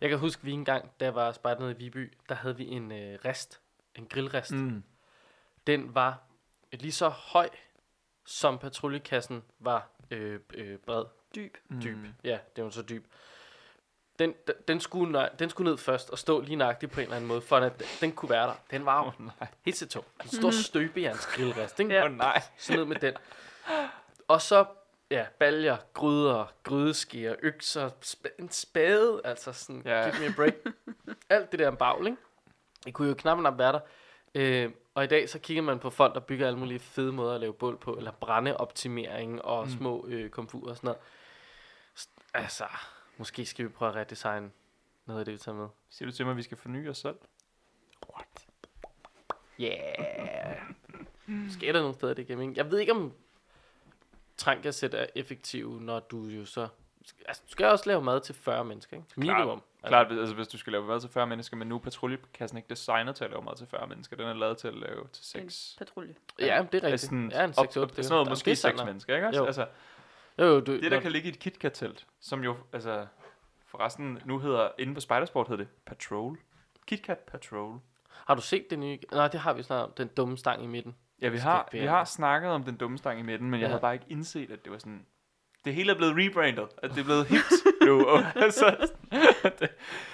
Speaker 1: Jeg kan huske, vi engang, da jeg var spejder nede i Viby, der havde vi en øh, rest, en grillrest. Mm.
Speaker 2: mm,
Speaker 1: Den var lige så høj, som patruljekassen var øh, øh, bred.
Speaker 3: Dyb.
Speaker 1: dyb. Mm. Ja, det var så dyb. Den, den, den, skulle, nø- den skulle ned først og stå lige nøjagtigt på en eller anden måde, for at den, den kunne være der. Den var jo
Speaker 2: Åh, nej.
Speaker 1: helt til tung. En stor støbejernsgrillrest, ikke?
Speaker 3: Ja.
Speaker 2: Åh, nej.
Speaker 1: Så ned med den. Og så, ja, baljer, gryder, grydeskeer, økser, sp- en spade, altså sådan,
Speaker 2: Ja.
Speaker 1: ja. give me a break. Alt det der om bagl, ikke? Det kunne jo knap nok være der. Øh, og i dag så kigger man på folk, der bygger alle mulige fede måder at lave bål på, eller brændeoptimering og mm. små øh, komfurer og sådan noget. St- Altså, måske skal vi prøve at redesigne noget af det, vi tager med.
Speaker 2: Siger du til mig, at vi skal forny os selv?
Speaker 4: What?
Speaker 1: Yeah. Måske er der nogle steder, det giver mening. Jeg ved ikke, om trankasæt er effektive, når du jo så... Altså, du skal også lave mad til 40 mennesker, ikke?
Speaker 2: Klart.
Speaker 1: Minimum. Altså,
Speaker 2: Klart, hvis- altså hvis du skal lave mad til 40 mennesker, men nu er patruljekassen ikke designet til at lave mad til 40 mennesker. Den er lavet til at lave til 6.
Speaker 3: Patrulje.
Speaker 1: Ja, men det er rigtigt.
Speaker 2: Altså sådan,
Speaker 1: ja, en 6-8.
Speaker 2: op, op, sådan noget, måske 6
Speaker 1: mænd.
Speaker 2: mennesker, ikke? også?
Speaker 1: Jo.
Speaker 2: Altså,
Speaker 1: Jo, jo, du,
Speaker 2: det, der kan ligge i et KitKat-telt, som jo, altså, forresten, nu hedder, inde på Spidersport hedder det Patrol. KitKat Patrol.
Speaker 1: Har du set det nye? Nej, det har vi snart om. Den dumme stang i midten.
Speaker 2: Ja, vi
Speaker 1: Skal
Speaker 2: har,
Speaker 1: bære
Speaker 2: vi har
Speaker 1: det.
Speaker 2: snakket om den dumme stang i midten, men ja.
Speaker 1: Ja.
Speaker 2: jeg havde bare ikke indset, at det var sådan... Det hele er blevet rebrandet, at det er blevet hipt nu. Og, altså,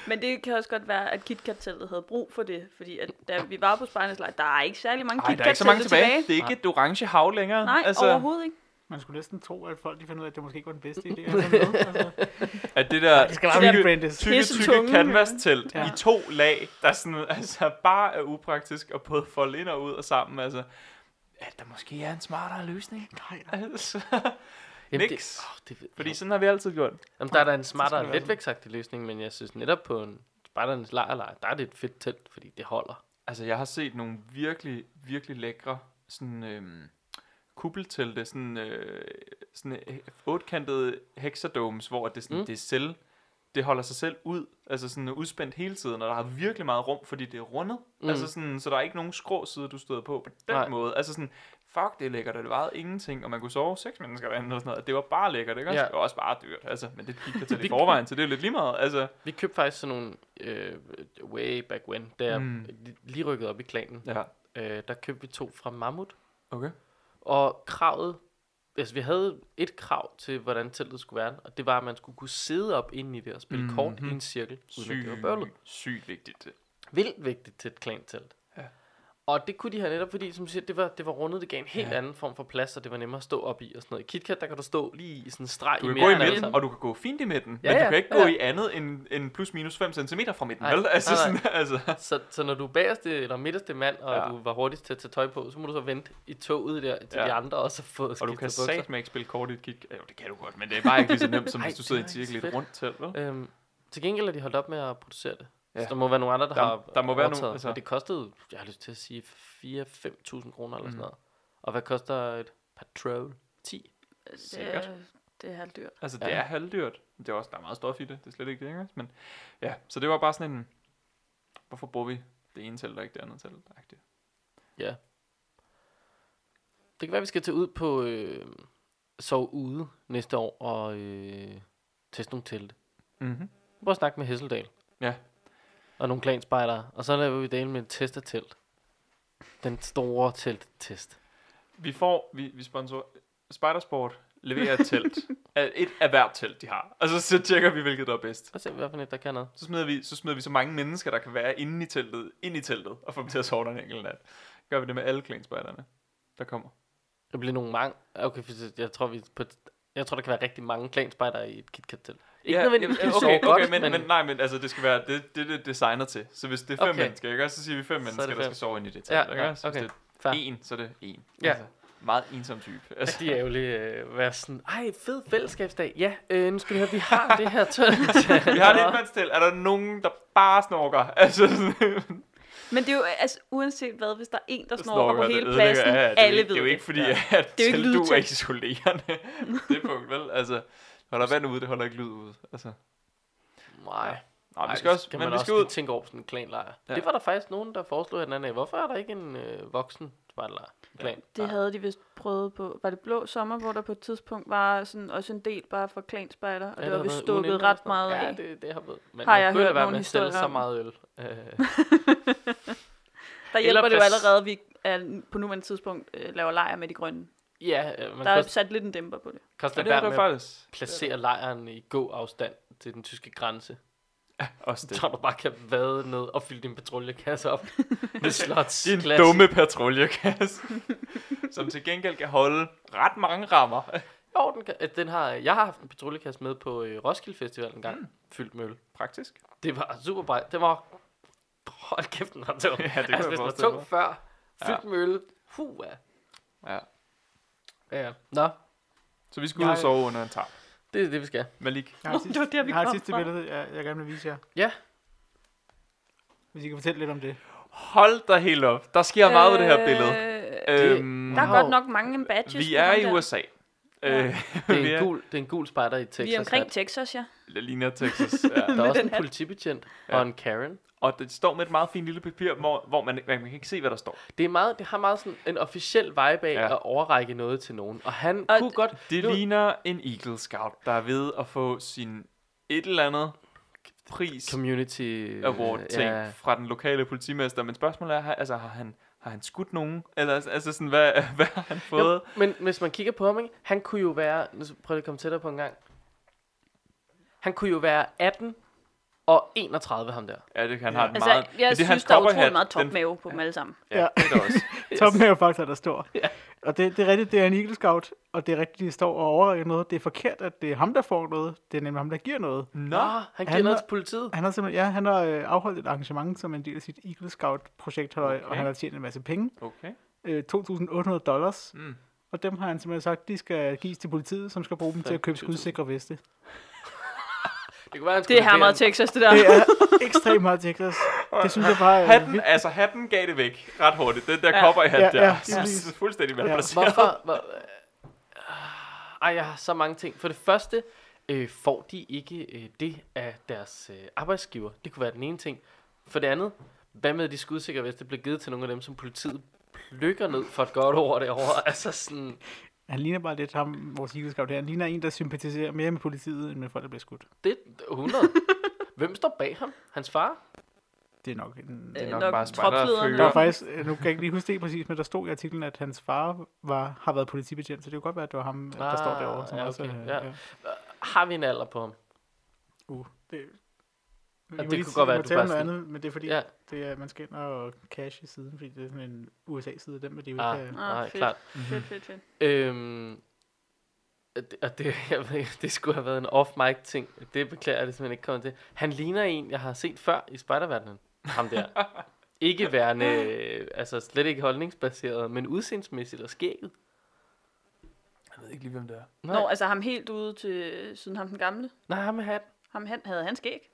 Speaker 3: Men det kan også godt være, at KitKat-teltet havde brug for det, fordi at, da vi var på Spejlernes Lejr, der er ikke særlig mange
Speaker 2: ej, der er ikke så mange
Speaker 3: KitKat-telte
Speaker 2: tilbage.
Speaker 3: tilbage.
Speaker 2: tilbage. Det er ikke et orange hav længere.
Speaker 3: Nej, altså... overhovedet ikke.
Speaker 4: Man skulle næsten tro, at folk de finder ud af, at det måske ikke var den bedste idé. at tage med, altså.
Speaker 2: At det der
Speaker 4: Det skal bare være
Speaker 2: tykke, tykke,
Speaker 4: brandet.
Speaker 2: tykke
Speaker 3: Pissetunge.
Speaker 2: canvas-telt
Speaker 4: Ja.
Speaker 2: i to lag, der sådan, altså, bare er upraktisk og både folde ind og ud og sammen. Altså, at der måske er en smartere løsning.
Speaker 4: Nej, nej.
Speaker 2: Altså, Niks.
Speaker 1: Det, oh, det, ved-
Speaker 2: fordi
Speaker 1: jo.
Speaker 2: sådan har vi altid gjort.
Speaker 1: Jamen, der er der en
Speaker 4: skal
Speaker 1: smartere
Speaker 4: det være sådan.
Speaker 1: letvægtsagtig løsning, men jeg synes netop på en spejdernes lejrlejr, der er det et fedt telt, fordi det holder.
Speaker 2: Altså, jeg har set nogle virkelig, virkelig lækre sådan, øhm, kuppeltelte, sådan, øh, sådan øh, otkantede hexadomes, hvor det, er sådan,
Speaker 1: Mm.
Speaker 2: mm. det er selv, det holder sig selv ud, altså sådan udspændt hele tiden, og der er virkelig meget rum, fordi det er rundet.
Speaker 1: Mm.
Speaker 2: Mm. Altså sådan, så der er ikke nogen skrå side, du støder på på den
Speaker 1: Nej.
Speaker 2: Nej. måde. Altså sådan, fuck, det er lækkert, og det vejede ingenting, og man kunne sove seks mennesker derinde og sådan noget. Det var bare lækkert, ikke også?
Speaker 1: Ja.
Speaker 2: Det var også bare dyrt, altså, men det gik jeg til
Speaker 1: Vi-
Speaker 2: i forvejen, så det er lidt lige meget, altså.
Speaker 1: Vi købte faktisk sådan nogle øh, way back when, da jeg
Speaker 2: Mm.
Speaker 1: mm. lige rykkede op i klanen.
Speaker 2: Ja,
Speaker 1: Øh, der købte vi to fra Mammut,
Speaker 2: okay.
Speaker 1: og kravet, altså vi havde et krav til, hvordan teltet skulle være, og det var, at man skulle kunne sidde op inde i det og spille mm. kort i
Speaker 2: Mhm.
Speaker 1: en cirkel, uden at det var bøvlet.
Speaker 2: Sygt, sygt vigtigt.
Speaker 1: vildt vigtigt til et klantelt.
Speaker 2: Ja.
Speaker 1: Og det kunne de her netop, fordi som du siger, det var, det var rundet, det gav en helt ja.
Speaker 2: Ja.
Speaker 1: anden form for plads, og det var nemmere at stå op i og sådan noget. I KitKat, der kan du stå lige i sådan en streg
Speaker 2: Du
Speaker 1: i
Speaker 2: kan gå
Speaker 1: midten.
Speaker 2: i
Speaker 1: af alle
Speaker 2: midten,
Speaker 1: sammen.
Speaker 2: og du kan gå fint i midten,
Speaker 1: Ja,
Speaker 2: ja, men
Speaker 1: ja,
Speaker 2: du kan ikke
Speaker 1: ja,
Speaker 2: gå
Speaker 1: ja.
Speaker 2: i andet end, end plus minus 5 cm fra midten,
Speaker 1: Nej,
Speaker 2: vel? Altså,
Speaker 1: nej,
Speaker 2: nej,
Speaker 1: nej.
Speaker 2: nej. Sådan, altså,
Speaker 1: Så, så når du er bagerste eller midterste mand, og ja.
Speaker 2: Ja.
Speaker 1: du var hurtigst til at tage tøj på, så må du så vente i toget der til ja.
Speaker 2: Ja.
Speaker 1: de andre, og så få skiftet
Speaker 2: og du kan
Speaker 1: bukser.
Speaker 2: sat med ikke spille kort i et kick. Jo, det kan du godt, men det er bare ikke lige så nemt, som
Speaker 1: Ej,
Speaker 2: hvis du
Speaker 1: det
Speaker 2: sidder i
Speaker 1: var
Speaker 2: et
Speaker 1: ikke så
Speaker 2: cirkel i
Speaker 1: fedt.
Speaker 2: et rundt telt, vel?
Speaker 1: Øhm, til gengæld er de holdt op med at producere det. Ja.
Speaker 2: Ja.
Speaker 1: Så der må være nogle andre, der,
Speaker 2: Der-
Speaker 1: har
Speaker 2: der må være nogle-
Speaker 1: overtaget.
Speaker 2: altså-
Speaker 1: Men det kostede, jeg har lyst til at sige, 4-5.000 kroner eller mm.
Speaker 2: Mm.
Speaker 1: sådan noget. Og hvad koster et patrol? 10?
Speaker 3: Det
Speaker 2: Sikkert.
Speaker 3: er, det er halvt dyrt.
Speaker 2: Altså,
Speaker 1: Ja.
Speaker 2: det er halvdyrt. Det er også, der er meget stof i det, det er slet ikke det, ikke? Men ja, så det var bare sådan en, hvorfor bruger vi det ene telt og ikke det andet telt? -agtigt.
Speaker 1: Det kan være, vi skal tage ud på øh, sove ude næste år og øh, teste nogle telte.
Speaker 2: Mm-hmm.
Speaker 1: Prøv at snakke med Hesseldal.
Speaker 2: Ja.
Speaker 1: Og nogle klanspejlere. Og så laver vi delen med et testertelt. Den store telttest.
Speaker 2: Vi får, vi, vi sponsor, Spidersport leverer et telt. Af- et af hvert telt, de har. Og så, så tjekker vi, hvilket der er bedst.
Speaker 1: Så ser vi, hvad for net, der kan noget.
Speaker 2: Så smider, vi, så smider vi så mange mennesker, der kan være inde i teltet, ind i teltet, og få dem til at sove der en enkelt nat. Gør vi det med alle klænspejderne, der kommer.
Speaker 1: Der bliver nogle mange. Okay, for jeg tror, vi på et, jeg tror, der kan være rigtig mange klanspejlere i et KitKat-telt. Ikke ja, nødvendigvis,
Speaker 2: ja,
Speaker 1: ja,
Speaker 2: okay, okay,
Speaker 1: godt,
Speaker 2: okay, men, men, nej, men altså, det skal være det, det, er det designer til. Så hvis det er fem
Speaker 1: Okay.
Speaker 2: okay. mennesker, ikke? også? så siger vi fem
Speaker 1: Så er det
Speaker 2: mennesker, der
Speaker 1: fem.
Speaker 2: skal sove inde i det
Speaker 1: Ja,
Speaker 2: telt. ikke?
Speaker 1: ja,
Speaker 2: også? Så
Speaker 1: okay.
Speaker 2: Hvis det
Speaker 1: Fair.
Speaker 2: er en, så er det en. Altså,
Speaker 1: Ja.
Speaker 2: meget ensom type. Altså,
Speaker 1: de er jo lige øh, være sådan, ej, fed fællesskabsdag. Ja, øh, nu skal du høre, vi har det her telt.
Speaker 2: vi har det et til. Er der nogen, der bare snorker? Altså, sådan-
Speaker 3: Men det er jo, altså uanset hvad, hvis der er en, der snorker
Speaker 2: snorker,
Speaker 3: på
Speaker 2: det
Speaker 3: hele
Speaker 2: ødelægger-
Speaker 3: pladsen,
Speaker 2: ja, ja, det er jo
Speaker 3: alle
Speaker 2: ikke- Det
Speaker 3: ved
Speaker 2: er jo ikke fordi,
Speaker 1: Ja.
Speaker 2: at
Speaker 3: Det er jo ikke
Speaker 2: telt, du er
Speaker 3: lydtæt.
Speaker 2: isolerende. det punkt, vel? Altså, holder vand ude, det holder ikke lyd ude. Altså.
Speaker 1: Nej.
Speaker 2: Nej, vi
Speaker 1: Ej,
Speaker 2: skal også,
Speaker 1: kan
Speaker 2: men
Speaker 1: man
Speaker 2: vi
Speaker 1: også
Speaker 2: skal
Speaker 1: lige
Speaker 2: ud.
Speaker 1: tænke over sådan en klanlejr. Ja.
Speaker 2: Ja.
Speaker 1: Det var der faktisk nogen, der foreslog den anden af. Hvorfor er der ikke en øh, voksen spejderlejr? Klan.
Speaker 3: Det havde de vist prøvet på, var det blå sommer, hvor der på et tidspunkt var sådan også en del bare for klanspejder, og det var vist stukket ret meget
Speaker 1: ja,
Speaker 3: af.
Speaker 1: Ja, det, det har været. Men
Speaker 3: Har
Speaker 1: man
Speaker 3: jeg
Speaker 1: kunne lade
Speaker 3: hørt
Speaker 1: være
Speaker 3: nogle
Speaker 1: med at sælge
Speaker 3: historier
Speaker 1: så
Speaker 3: om.
Speaker 1: meget øl. Øh,
Speaker 3: Der hjælper det jo
Speaker 1: plads-
Speaker 3: allerede, at vi er, på nuværende tidspunkt øh, laver lejr med de grønne.
Speaker 1: ja, øh, man
Speaker 3: Der er
Speaker 1: kan
Speaker 3: sat lidt en dæmper på det.
Speaker 1: koste
Speaker 2: Ja,
Speaker 1: ja,
Speaker 2: det er
Speaker 1: være
Speaker 2: der
Speaker 1: med at
Speaker 2: faktisk.
Speaker 1: placere lejren i god afstand til den tyske grænse.
Speaker 2: Også det.
Speaker 1: Så du bare kan vade ned og fylde din patruljekasse op med slots.
Speaker 2: Din dumme patruljekasse. som til gengæld kan holde ret mange rammer.
Speaker 1: Jo, den, kan, øh, den har, jeg har haft en patruljekasse med på øh, Roskilde Festival en gang, mm. fyldt med øl.
Speaker 2: Praktisk.
Speaker 1: Det var super brejt. Det var... Hold kæft, den var tung.
Speaker 2: Ja, det kan
Speaker 1: altså,
Speaker 2: jeg
Speaker 1: hvis den var
Speaker 2: forestille
Speaker 1: tung
Speaker 2: mig.
Speaker 1: før,
Speaker 2: Ja.
Speaker 1: fyldt ja. med øl. Huh, ja.
Speaker 2: Ja.
Speaker 1: ja. Nå,
Speaker 2: Så vi skal ud og
Speaker 1: Jeg-
Speaker 2: sove under en tarp.
Speaker 1: Det er det, vi skal.
Speaker 2: Malik.
Speaker 4: Jeg har
Speaker 3: Nå,
Speaker 4: et sidste,
Speaker 3: det var der, vi
Speaker 4: jeg har et
Speaker 3: kom
Speaker 4: sidste
Speaker 3: fra.
Speaker 4: billede, jeg, jeg gerne vil vise jer.
Speaker 1: Ja.
Speaker 4: Hvis I kan fortælle lidt om det.
Speaker 2: Hold dig helt op. Der sker meget ved det her
Speaker 3: Øh,
Speaker 2: billede.
Speaker 1: det-
Speaker 2: Øhm,
Speaker 3: Der er
Speaker 1: Wow.
Speaker 3: godt nok mange badges.
Speaker 2: vi
Speaker 3: på
Speaker 2: er
Speaker 3: ham
Speaker 2: i
Speaker 3: der.
Speaker 2: USA.
Speaker 3: Ja.
Speaker 2: Øh,
Speaker 1: Det
Speaker 2: vi
Speaker 1: er
Speaker 2: er-
Speaker 1: en gul, det er en gul spejder i Texas.
Speaker 3: Vi er omkring
Speaker 1: hat.
Speaker 3: Texas, ja.
Speaker 2: Det ligner Texas. Ja.
Speaker 1: Der er også
Speaker 3: den
Speaker 1: en
Speaker 3: hat.
Speaker 1: politibetjent
Speaker 2: Ja.
Speaker 1: og en Karen.
Speaker 2: Og det står med et meget fint lille papir, hvor, hvor man, man kan ikke se, hvad der står.
Speaker 1: Det, er meget, det har meget sådan en officiel vibe af
Speaker 2: Ja.
Speaker 1: ja. at overrække noget til nogen. Og han
Speaker 3: Og
Speaker 1: og kunne
Speaker 3: d-
Speaker 1: godt...
Speaker 2: Det
Speaker 1: Nu-
Speaker 2: ligner en Eagle Scout, der er ved at få sin et eller andet pris
Speaker 1: Community... øh,
Speaker 2: award ting Øh, ja.
Speaker 1: Ja.
Speaker 2: fra den lokale politimester. Men spørgsmålet er, har- altså, har han, har han skudt nogen? Eller altså sådan, hvad, hvad har han fået?
Speaker 1: Jo, men hvis man kigger på ham, ikke? han kunne jo være... Nu så- prøv lige at komme tættere på en gang. Han kunne jo være 18 og 31, ham der.
Speaker 2: Ja, det, han har et
Speaker 3: Altså,
Speaker 2: meget...
Speaker 3: jeg
Speaker 2: men det, er
Speaker 3: synes,
Speaker 2: hans
Speaker 3: der er
Speaker 2: cowboyhat,
Speaker 3: utrolig meget
Speaker 2: den-
Speaker 3: topmave på dem alle sammen.
Speaker 2: Ja, det er der også.
Speaker 4: Toppen er jo faktisk, der står. Og det, det er rigtigt, det er en Eagle Scout, og det er rigtigt, de står og overrækker noget. Det er forkert, at det er ham, der får noget. Det er nemlig ham, der giver noget.
Speaker 2: Nå,
Speaker 1: Nå, Ah, han
Speaker 4: han
Speaker 1: giver noget
Speaker 4: var-
Speaker 1: til politiet.
Speaker 4: Han har simpelthen, ja, han har øh, afholdt et arrangement som en del af sit Eagle Scout-projekt, okay. og han har tjent en masse penge.
Speaker 2: okay.
Speaker 4: Øh, 2.800 dollars.
Speaker 2: Mm.
Speaker 4: Og dem har han simpelthen sagt, de skal gives til politiet, som skal bruge dem til at købe skudsikre veste.
Speaker 1: Det kunne være, han
Speaker 3: Det er
Speaker 1: skulle
Speaker 3: her
Speaker 1: levere
Speaker 3: meget
Speaker 1: en-
Speaker 3: Texas, det der.
Speaker 4: Det er ekstremt meget Texas. Det synes jeg bare er
Speaker 2: Hatten,
Speaker 4: vildt.
Speaker 2: altså hatten gav det væk ret hurtigt. Den der kopper i hat
Speaker 4: Ja,
Speaker 2: der.
Speaker 4: ja,
Speaker 2: Ja,
Speaker 4: præcis.
Speaker 2: Fuldstændig
Speaker 4: Ja.
Speaker 2: malplaceret.
Speaker 1: Hvorfor? Hvor, øh, ej, jeg har så mange ting. For det første øh, får de ikke øh, det af deres øh, arbejdsgiver. Det kunne være den ene ting. For det andet, hvad med de skudsikre veste blev givet til nogle af dem, som politiet plukker ned for et godt ord derovre? Altså sådan,
Speaker 4: Han ligner bare lidt ham, vores Eagle Scout her. Han ligner en, der sympatiserer mere med politiet, end med folk, der bliver skudt.
Speaker 1: det er 100. Hvem står bag ham? Hans far?
Speaker 4: Det er nok en...
Speaker 2: Det er
Speaker 3: Øh,
Speaker 2: nok
Speaker 3: nok
Speaker 2: bare
Speaker 3: troplederne.
Speaker 4: Der er
Speaker 2: spejderfølger.
Speaker 4: faktisk, øh, nu kan jeg ikke lige huske det præcis, men der stod i artiklen, at hans far var, har været politibetjent, så det kunne godt være, at det var ham, der
Speaker 1: Ah,
Speaker 4: står derovre. Som
Speaker 1: ja,
Speaker 4: også,
Speaker 1: okay,
Speaker 4: øh,
Speaker 1: ja. Har vi en alder på ham?
Speaker 4: Uh, det, jeg
Speaker 1: det
Speaker 4: må
Speaker 1: kunne
Speaker 4: sige-
Speaker 1: godt være,
Speaker 4: jeg må
Speaker 1: at du
Speaker 4: tale om
Speaker 1: bare
Speaker 4: noget andet, men det er fordi,
Speaker 1: Ja.
Speaker 4: ja. det er, man skal ind og cash i siden, fordi det er sådan en USA-side af dem, at de jo
Speaker 1: Ah,
Speaker 4: ikke kan...
Speaker 3: Ah,
Speaker 1: nej,
Speaker 3: fedt.
Speaker 1: klart.
Speaker 3: Fedt, fedt, fedt.
Speaker 1: Øhm, og det- og det, jeg ved ikke, det skulle have været en off-mic ting. Det beklager jeg, det er simpelthen ikke kommet til. Han ligner en, jeg har set før i spejderverdenen. Ham der. ikke værende, øh, altså slet ikke holdningsbaseret, men udseendsmæssigt og skægget.
Speaker 2: Jeg ved ikke lige, hvem det er.
Speaker 1: Nej,
Speaker 3: Nå,
Speaker 1: Nå,
Speaker 3: altså ham helt ude til siden ham den gamle.
Speaker 1: nej ham med hat.
Speaker 3: Ham han, havde han skæg?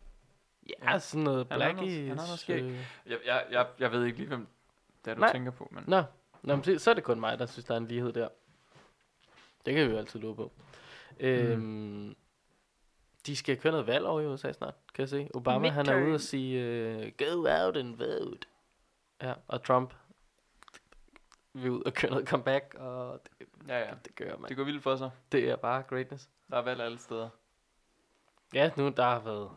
Speaker 1: Ja, sådan noget
Speaker 2: Han har noget-
Speaker 1: blackish.
Speaker 2: han har noget skæg.
Speaker 1: øh.
Speaker 2: Jeg, jeg, jeg, jeg ved ikke lige, hvem det er, du
Speaker 1: Nej.
Speaker 2: tænker på. Men...
Speaker 1: Nå, Nå men se, så er det kun mig, der synes, der er en lighed der. Det kan vi jo altid love på. Øhm,
Speaker 2: Mm.
Speaker 1: De skal køre noget valg over i USA snart, kan jeg se. Obama han er ude
Speaker 3: Midterm.
Speaker 1: og sige, øh, go out and vote. Ja, og Trump vil ud og køre noget comeback, og det,
Speaker 2: Ja, ja.
Speaker 1: det gør man.
Speaker 2: Det går vildt for sig.
Speaker 1: Det er bare greatness.
Speaker 2: Der er valg alle steder.
Speaker 1: Ja, nu der har været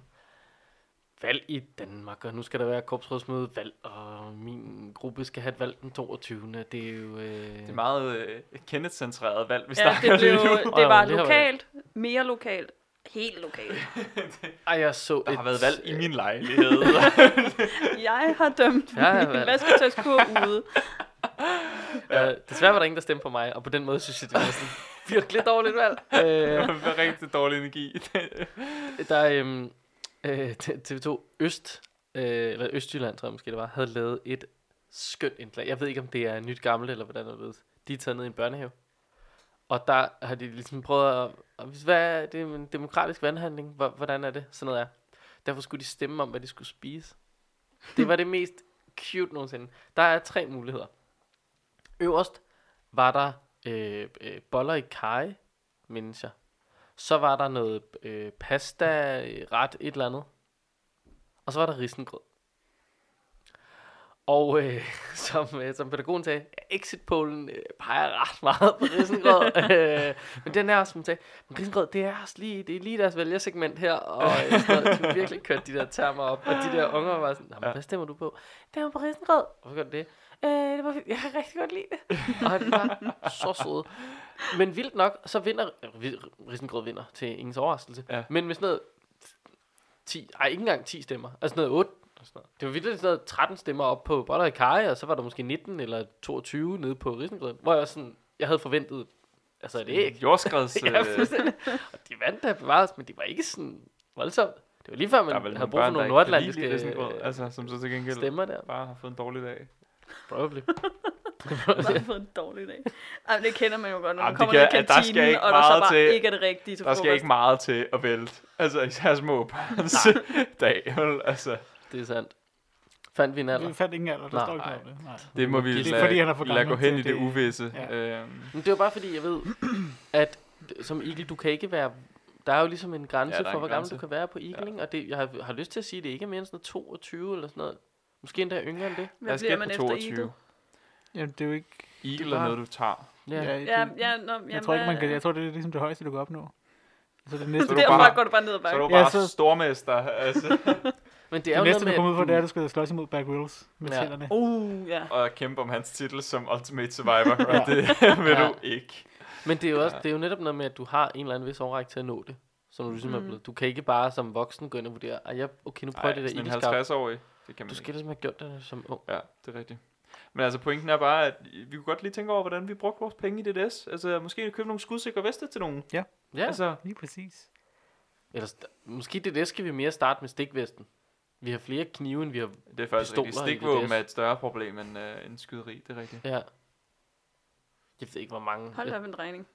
Speaker 1: valg i Danmark, og nu skal der være korpsrådsmøde valg, og min gruppe skal have et valg den 22. Det er jo... Øh,
Speaker 2: Det er meget øh, Kenneth-centreret valg, vi
Speaker 3: Ja,
Speaker 2: snakker
Speaker 3: det, blev,
Speaker 2: lige nu.
Speaker 1: Åh,
Speaker 3: det var
Speaker 1: det har
Speaker 3: lokalt, mere lokalt, helt lokalt.
Speaker 1: Ej, jeg så
Speaker 2: Der
Speaker 1: et,
Speaker 2: har været valg i min lejlighed.
Speaker 3: Jeg har dømt
Speaker 1: Ja,
Speaker 3: ja,
Speaker 1: vel.
Speaker 3: min vasketøjskur ude.
Speaker 1: Ja. øh, desværre var der ingen, der stemte på mig, og på den måde synes jeg, det var sådan virkelig dårligt valg. Øh,
Speaker 2: det var rigtig dårlig energi.
Speaker 1: der er øhm, øh, t- TV2 Øst, øh, eller Østjylland, tror jeg måske det var, havde lavet et skønt indslag. Jeg ved ikke, om det er nyt gammelt, eller hvordan det ved. De er taget ned i en børnehave. Og der har de ligesom prøvet at... og hvis- Hvad er det er en demokratisk vandhandling? Hvor- Hvordan er det? Sådan noget er. Derfor skulle de stemme om, hvad de skulle spise. Det var det mest cute nogensinde. Der er tre muligheder. Øverst var der øh, øh, boller i kaj, mindes jeg. Så var der noget øh, pasta, øh, ret, et eller andet. Og så var der risengrød. Og øh, som, øh, som pædagogen sagde, exit-polen øh, peger ret meget på risengrød. øh, men den er også, som hun sagde, men risengrød, det er, også lige, det er lige deres vælgersegment her. Og øh, sådan noget, de har virkelig kørt de der termer op. Og de der unger var sådan, "Nå, men hvad stemmer du på? Det var på risengrød. Hvorfor gør du det? Øh, det var, jeg kan rigtig godt lide det. Og det var så søde. Men vildt nok, så vinder... vi- Risengrød vinder til ingens overraskelse.
Speaker 2: Ja.
Speaker 1: Men med sådan noget... 10, ej, ikke engang 10 stemmer. Altså sådan noget 8. og Sådan noget. Det var vildt sådan noget 13 stemmer op på Boller i Kaje, og så var der måske 19 eller 22 nede på Risengrød. Hvor jeg sådan... Jeg havde forventet... Altså et æg.
Speaker 2: Jordskreds... Øh,
Speaker 1: Ja, fuldstændig. og de vandt der bevares, men det var ikke sådan voldsomt. Det var lige før,
Speaker 2: der er
Speaker 1: man
Speaker 2: vel
Speaker 1: havde
Speaker 2: nogle
Speaker 1: brug for
Speaker 2: børn,
Speaker 1: nogle
Speaker 2: der ikke kan lide
Speaker 1: nordatlantiske
Speaker 2: risengrød,
Speaker 1: øh,
Speaker 2: altså, som så til gengæld
Speaker 1: stemmer der.
Speaker 2: bare har fået en dårlig dag.
Speaker 1: Probably.
Speaker 3: bare fået en dårlig dag. Ej, men det kender man jo godt,
Speaker 2: Jamen,
Speaker 3: når man
Speaker 2: det
Speaker 3: kommer
Speaker 2: kan-
Speaker 3: ned i
Speaker 2: at der skal
Speaker 3: kantinen,
Speaker 2: ikke
Speaker 3: og der så
Speaker 2: meget
Speaker 3: bare
Speaker 2: til-
Speaker 3: ikke er det rigtige til
Speaker 2: Der skal
Speaker 3: frokost.
Speaker 2: ikke meget til at vælte. Altså især små børns dag. vel? Altså,
Speaker 1: Det er sandt. Fandt vi en alder?
Speaker 4: Vi fandt ingen alder, der
Speaker 1: Nej.
Speaker 4: står ikke noget om det. Nej.
Speaker 2: det må vi
Speaker 1: Det er
Speaker 2: lade,
Speaker 4: fordi, han er for
Speaker 2: lade
Speaker 4: gammel
Speaker 2: gå hen i
Speaker 4: til
Speaker 2: det
Speaker 4: det.
Speaker 2: uvisse.
Speaker 4: Ja.
Speaker 2: Øhm,
Speaker 1: Men det var bare fordi, jeg ved, at som eagle, du kan ikke være... Der er jo ligesom en grænse
Speaker 2: Ja,
Speaker 1: ja,
Speaker 2: der er
Speaker 1: for,
Speaker 2: en
Speaker 1: hvor gammel
Speaker 2: grænse.
Speaker 1: du kan være på eagling, ja. og det, jeg har, har lyst til at sige, det ikke er mere end sådan noget 22 eller sådan noget. Måske endda yngre end det.
Speaker 2: lad
Speaker 3: Hvad
Speaker 2: os
Speaker 3: bliver
Speaker 2: gætte
Speaker 3: man
Speaker 2: på
Speaker 3: efter 22.
Speaker 2: 22.
Speaker 4: Jamen, det er jo ikke...
Speaker 2: Eagle er
Speaker 4: bare-
Speaker 2: noget, du tager.
Speaker 1: Ja. ja.
Speaker 4: det-
Speaker 3: Ja, ja, nå, jamen,
Speaker 4: Øhm,
Speaker 3: øh,
Speaker 4: jeg tror ikke, man kan...
Speaker 3: hvad-
Speaker 4: Jeg tror, det er ligesom det højeste, du kan opnå. Så det
Speaker 2: Så
Speaker 4: næste,
Speaker 2: er
Speaker 4: du
Speaker 2: du
Speaker 3: Derfra
Speaker 2: bare-
Speaker 3: går du bare ned og
Speaker 2: Så er
Speaker 3: bakke.
Speaker 2: du
Speaker 4: Ja,
Speaker 2: bare
Speaker 4: så-
Speaker 2: stormester. Altså,
Speaker 1: Men det er
Speaker 4: det
Speaker 1: jo
Speaker 4: næste,
Speaker 1: noget
Speaker 4: du
Speaker 1: med...
Speaker 4: kommer ud for,
Speaker 1: at
Speaker 4: det er, at du skal slås imod Bear Grylls med
Speaker 1: Ja.
Speaker 4: ja. tænderne.
Speaker 3: Uh, ja.
Speaker 2: og kæmpe om hans titel som Ultimate Survivor. Og
Speaker 4: Ja.
Speaker 2: det vil
Speaker 1: Ja.
Speaker 2: du ikke.
Speaker 1: Men det er, jo også,
Speaker 2: Ja.
Speaker 1: det er jo netop noget med, at du har en eller anden vis overræk til at nå det. Som du ligesom mm. er
Speaker 3: Mm.
Speaker 1: blevet. Du kan ikke bare som voksen gå ind og vurdere, at jeg, okay, nu prøver
Speaker 2: Nej,
Speaker 1: jeg det der
Speaker 2: sådan en
Speaker 1: eagle
Speaker 2: 50-årig. Det kan man
Speaker 1: Du
Speaker 2: ikke.
Speaker 1: skal ligesom have gjort det som ung.
Speaker 2: Ja, det er rigtigt. Men altså pointen er bare, at vi kunne godt lige tænke over, hvordan vi brugte vores penge i DDS. Altså måske købe nogle skudsikre veste til nogen.
Speaker 1: Ja. Altså,
Speaker 2: Altså,
Speaker 4: Lige præcis.
Speaker 1: Eller, st- måske det der skal vi mere starte med stikvesten. Vi har flere knive, end vi har...
Speaker 2: det er faktisk
Speaker 1: Pistoler
Speaker 2: rigtigt.
Speaker 1: i
Speaker 2: Stikvåben
Speaker 1: DDS.
Speaker 2: er et større problem end øh, en skyderi, det er rigtigt.
Speaker 1: Ja. Jeg ved ikke, hvor mange...
Speaker 3: Hold da op en regning.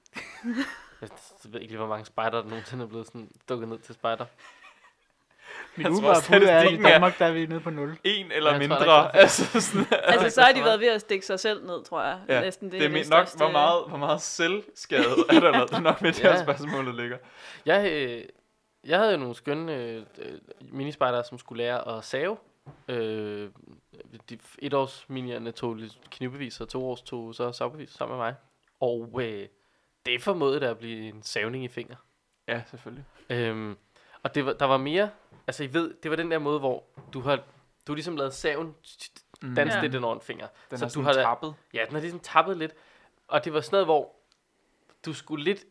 Speaker 1: Jeg, jeg ved ikke lige, hvor mange spejder, der nogensinde er blevet sådan dukket ned til spejder.
Speaker 4: Min
Speaker 2: tror,
Speaker 1: Altså,
Speaker 4: umiddelbare bud er, at i
Speaker 2: statistikken er-
Speaker 4: Danmark, der er vi nede på 0.
Speaker 2: En eller
Speaker 1: Ja, jeg tror,
Speaker 2: mindre.
Speaker 1: der er ikke
Speaker 2: altså, sådan,
Speaker 3: Altså,
Speaker 1: ikke
Speaker 3: så har
Speaker 1: så
Speaker 3: de
Speaker 1: meget.
Speaker 3: været ved at stikke sig selv ned, tror jeg.
Speaker 2: Ja,
Speaker 3: Næsten
Speaker 2: det er
Speaker 3: det
Speaker 2: min- nok, hvor meget, hvor meget selvskade er der noget. Det er nok med det her
Speaker 1: Ja.
Speaker 2: spørgsmålet ligger.
Speaker 1: Jeg, øh, jeg havde jo nogle skønne øh, øh, minispejder, som skulle lære at save. Øh, de f- etårs minierne tog lidt knivbevis, og toårs tog så savbevis sammen med mig. Og øh, det formåede der at blive en savning i finger.
Speaker 2: Ja, selvfølgelig.
Speaker 1: Øhm, og det var, der var mere... Altså, I ved, det var den der måde, hvor du har... Du har ligesom lavet saven
Speaker 2: Mm.
Speaker 1: danse
Speaker 3: Ja.
Speaker 1: ja. lidt ind over en finger.
Speaker 2: Den
Speaker 1: så
Speaker 2: er
Speaker 1: du
Speaker 2: sådan
Speaker 1: har da-
Speaker 2: tappet.
Speaker 1: Ja, den er ligesom tappet lidt. Og det var sådan noget, hvor du skulle lidt...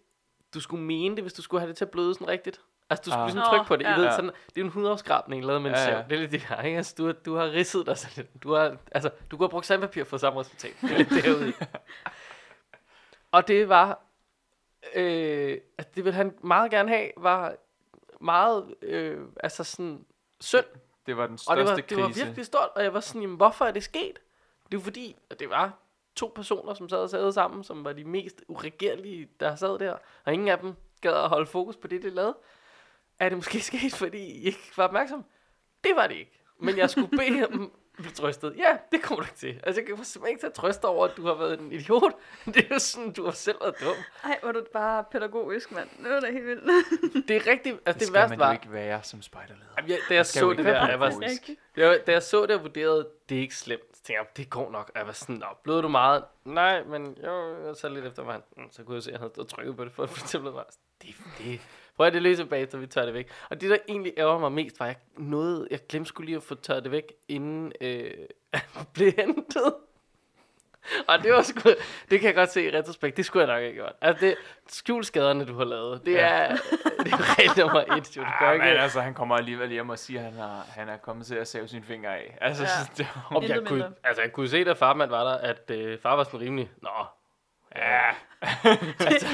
Speaker 1: Du skulle mene det, hvis du skulle have det til at bløde sådan rigtigt. Altså, du skulle
Speaker 2: Ah.
Speaker 1: ah. ligesom trykke
Speaker 3: Nå,
Speaker 1: på det. I
Speaker 3: ja.
Speaker 1: ved,
Speaker 2: Ja.
Speaker 1: sådan, det er jo en hudafskrabning, lavet med en
Speaker 2: Ja,
Speaker 1: ja,
Speaker 2: ja.
Speaker 1: sav. Det er lidt det her, ikke? Altså, du, har- du har ridset dig selv. Du har, altså, du kunne have brugt sandpapir for samme resultat. Det er lidt derude i. Og det var... Øh, altså, det ville han meget gerne have, var meget, øh, altså sådan, synd
Speaker 2: Det var den
Speaker 1: og det var,
Speaker 2: største
Speaker 1: det var
Speaker 2: krise.
Speaker 1: virkelig stort, og jeg var sådan, jamen, hvorfor er det sket? Det er fordi, at det var to personer, som sad og sad sammen, som var de mest uregerlige, der sad der, og ingen af dem gad at holde fokus på det, de lavede. Er det måske sket, fordi I ikke var opmærksom? Det var det ikke. Men jeg skulle bede om at blive trøstet. Ja, det kommer du ikke til. Altså, jeg kan simpelthen ikke tage trøst over, at du har været en idiot. Det er jo sådan, du har selv været dum.
Speaker 3: Ej, hvor er du bare pædagogisk, mand. Det var da helt vildt.
Speaker 1: Det er rigtigt. Altså, det, det
Speaker 2: skal
Speaker 1: værste
Speaker 2: man
Speaker 1: var,
Speaker 2: jo ikke være som spejderleder.
Speaker 1: Jamen, jeg, da jeg
Speaker 2: skal
Speaker 1: så
Speaker 2: jo
Speaker 1: det
Speaker 2: ikke
Speaker 1: der,
Speaker 2: være
Speaker 1: jeg var
Speaker 2: pædagogisk.
Speaker 1: sådan, jeg, da jeg så det og vurderede, det er ikke slemt, så tænkte jeg, det går nok. Og jeg var sådan, nå, blød du meget? Nej, men jo, jeg så lidt efter mig. Mm, Så kunne jeg se, at han havde stået og trykket på det, for at få tilbud mig. Det, det, prøv at det løse bag, så vi tør det væk. Og det, der egentlig ærger mig mest, var, at jeg, nåede, jeg glemte skulle lige at få tørret det væk, inden øh, jeg blev hentet. Og det var sgu, det kan jeg godt se i retrospekt, det skulle jeg nok ikke have gjort. Altså, det, skjul skaderne, du har lavet, det
Speaker 2: Ja.
Speaker 1: er, det er regel nummer et, jo. Du gør
Speaker 2: Ah,
Speaker 1: ikke
Speaker 2: men altså, han kommer alligevel hjem og siger, at han, har, han er kommet til at save sine fingre af. Altså,
Speaker 3: Ja.
Speaker 2: ja. det var,
Speaker 1: Om
Speaker 3: Intet
Speaker 1: jeg kunne,
Speaker 3: mindre.
Speaker 1: altså, jeg kunne se, da farmand var der, at øh, far var sådan rimelig, nå,
Speaker 2: ja,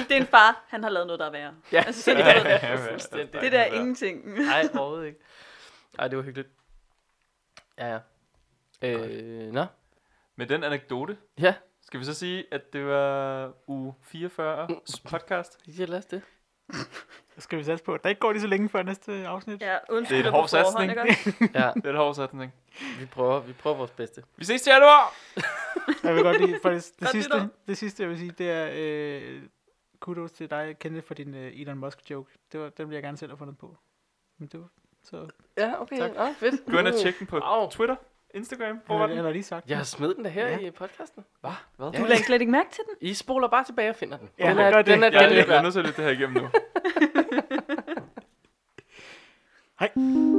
Speaker 3: det er en far, han har lavet noget, der er værre.
Speaker 1: Ja.
Speaker 3: Altså, så er det,
Speaker 1: Ja.
Speaker 3: ja.
Speaker 1: fuldstændig.
Speaker 3: det der er ingenting.
Speaker 1: nej, overhovedet ikke. Ej, det var hyggeligt. Ja, ja. Øh, nå,
Speaker 2: Med den anekdote,
Speaker 1: ja,
Speaker 2: skal vi så sige, at det var u 44 podcast.
Speaker 1: ja, lad os det.
Speaker 4: Så skal vi satse på, at der ikke går lige så længe før næste afsnit.
Speaker 3: Ja, undskyld
Speaker 2: Det er en
Speaker 3: på
Speaker 2: hård
Speaker 3: forhånd,
Speaker 2: satsning.
Speaker 3: ikke også?
Speaker 1: Ja,
Speaker 2: Det er et hårdt sætning.
Speaker 1: vi prøver, vi prøver vores bedste.
Speaker 2: Vi ses til januar!
Speaker 4: Jeg vil godt lide, for det, det,
Speaker 3: Godt
Speaker 4: sidste,
Speaker 3: nytår.
Speaker 4: det sidste, jeg vil sige, det er øh, kudos til dig, Kenneth, for din øh, Elon Musk-joke. Det var, den vil jeg gerne selv have fundet på. Men det var, så,
Speaker 1: Ja, okay,
Speaker 4: Tak.
Speaker 1: Nå, fedt.
Speaker 2: Gå ind og tjek den på
Speaker 1: Uh. Au.
Speaker 2: Twitter, Instagram, hvor
Speaker 4: han
Speaker 2: var
Speaker 4: har,
Speaker 2: den?
Speaker 4: han har lige sagt
Speaker 1: Jeg har
Speaker 4: det.
Speaker 1: smidt den der her
Speaker 4: Ja.
Speaker 1: i podcasten.
Speaker 2: Hvad? Hvad?
Speaker 1: Ja.
Speaker 3: Du lagde slet ikke mærke til den.
Speaker 1: I spoler bare tilbage og finder den.
Speaker 4: Ja,
Speaker 1: den er,
Speaker 4: gør det.
Speaker 1: den er,
Speaker 4: Gør
Speaker 2: Jeg,
Speaker 1: den
Speaker 2: jeg
Speaker 1: er,
Speaker 2: bliver nødt til at lytte det her igennem nu.
Speaker 4: Hej.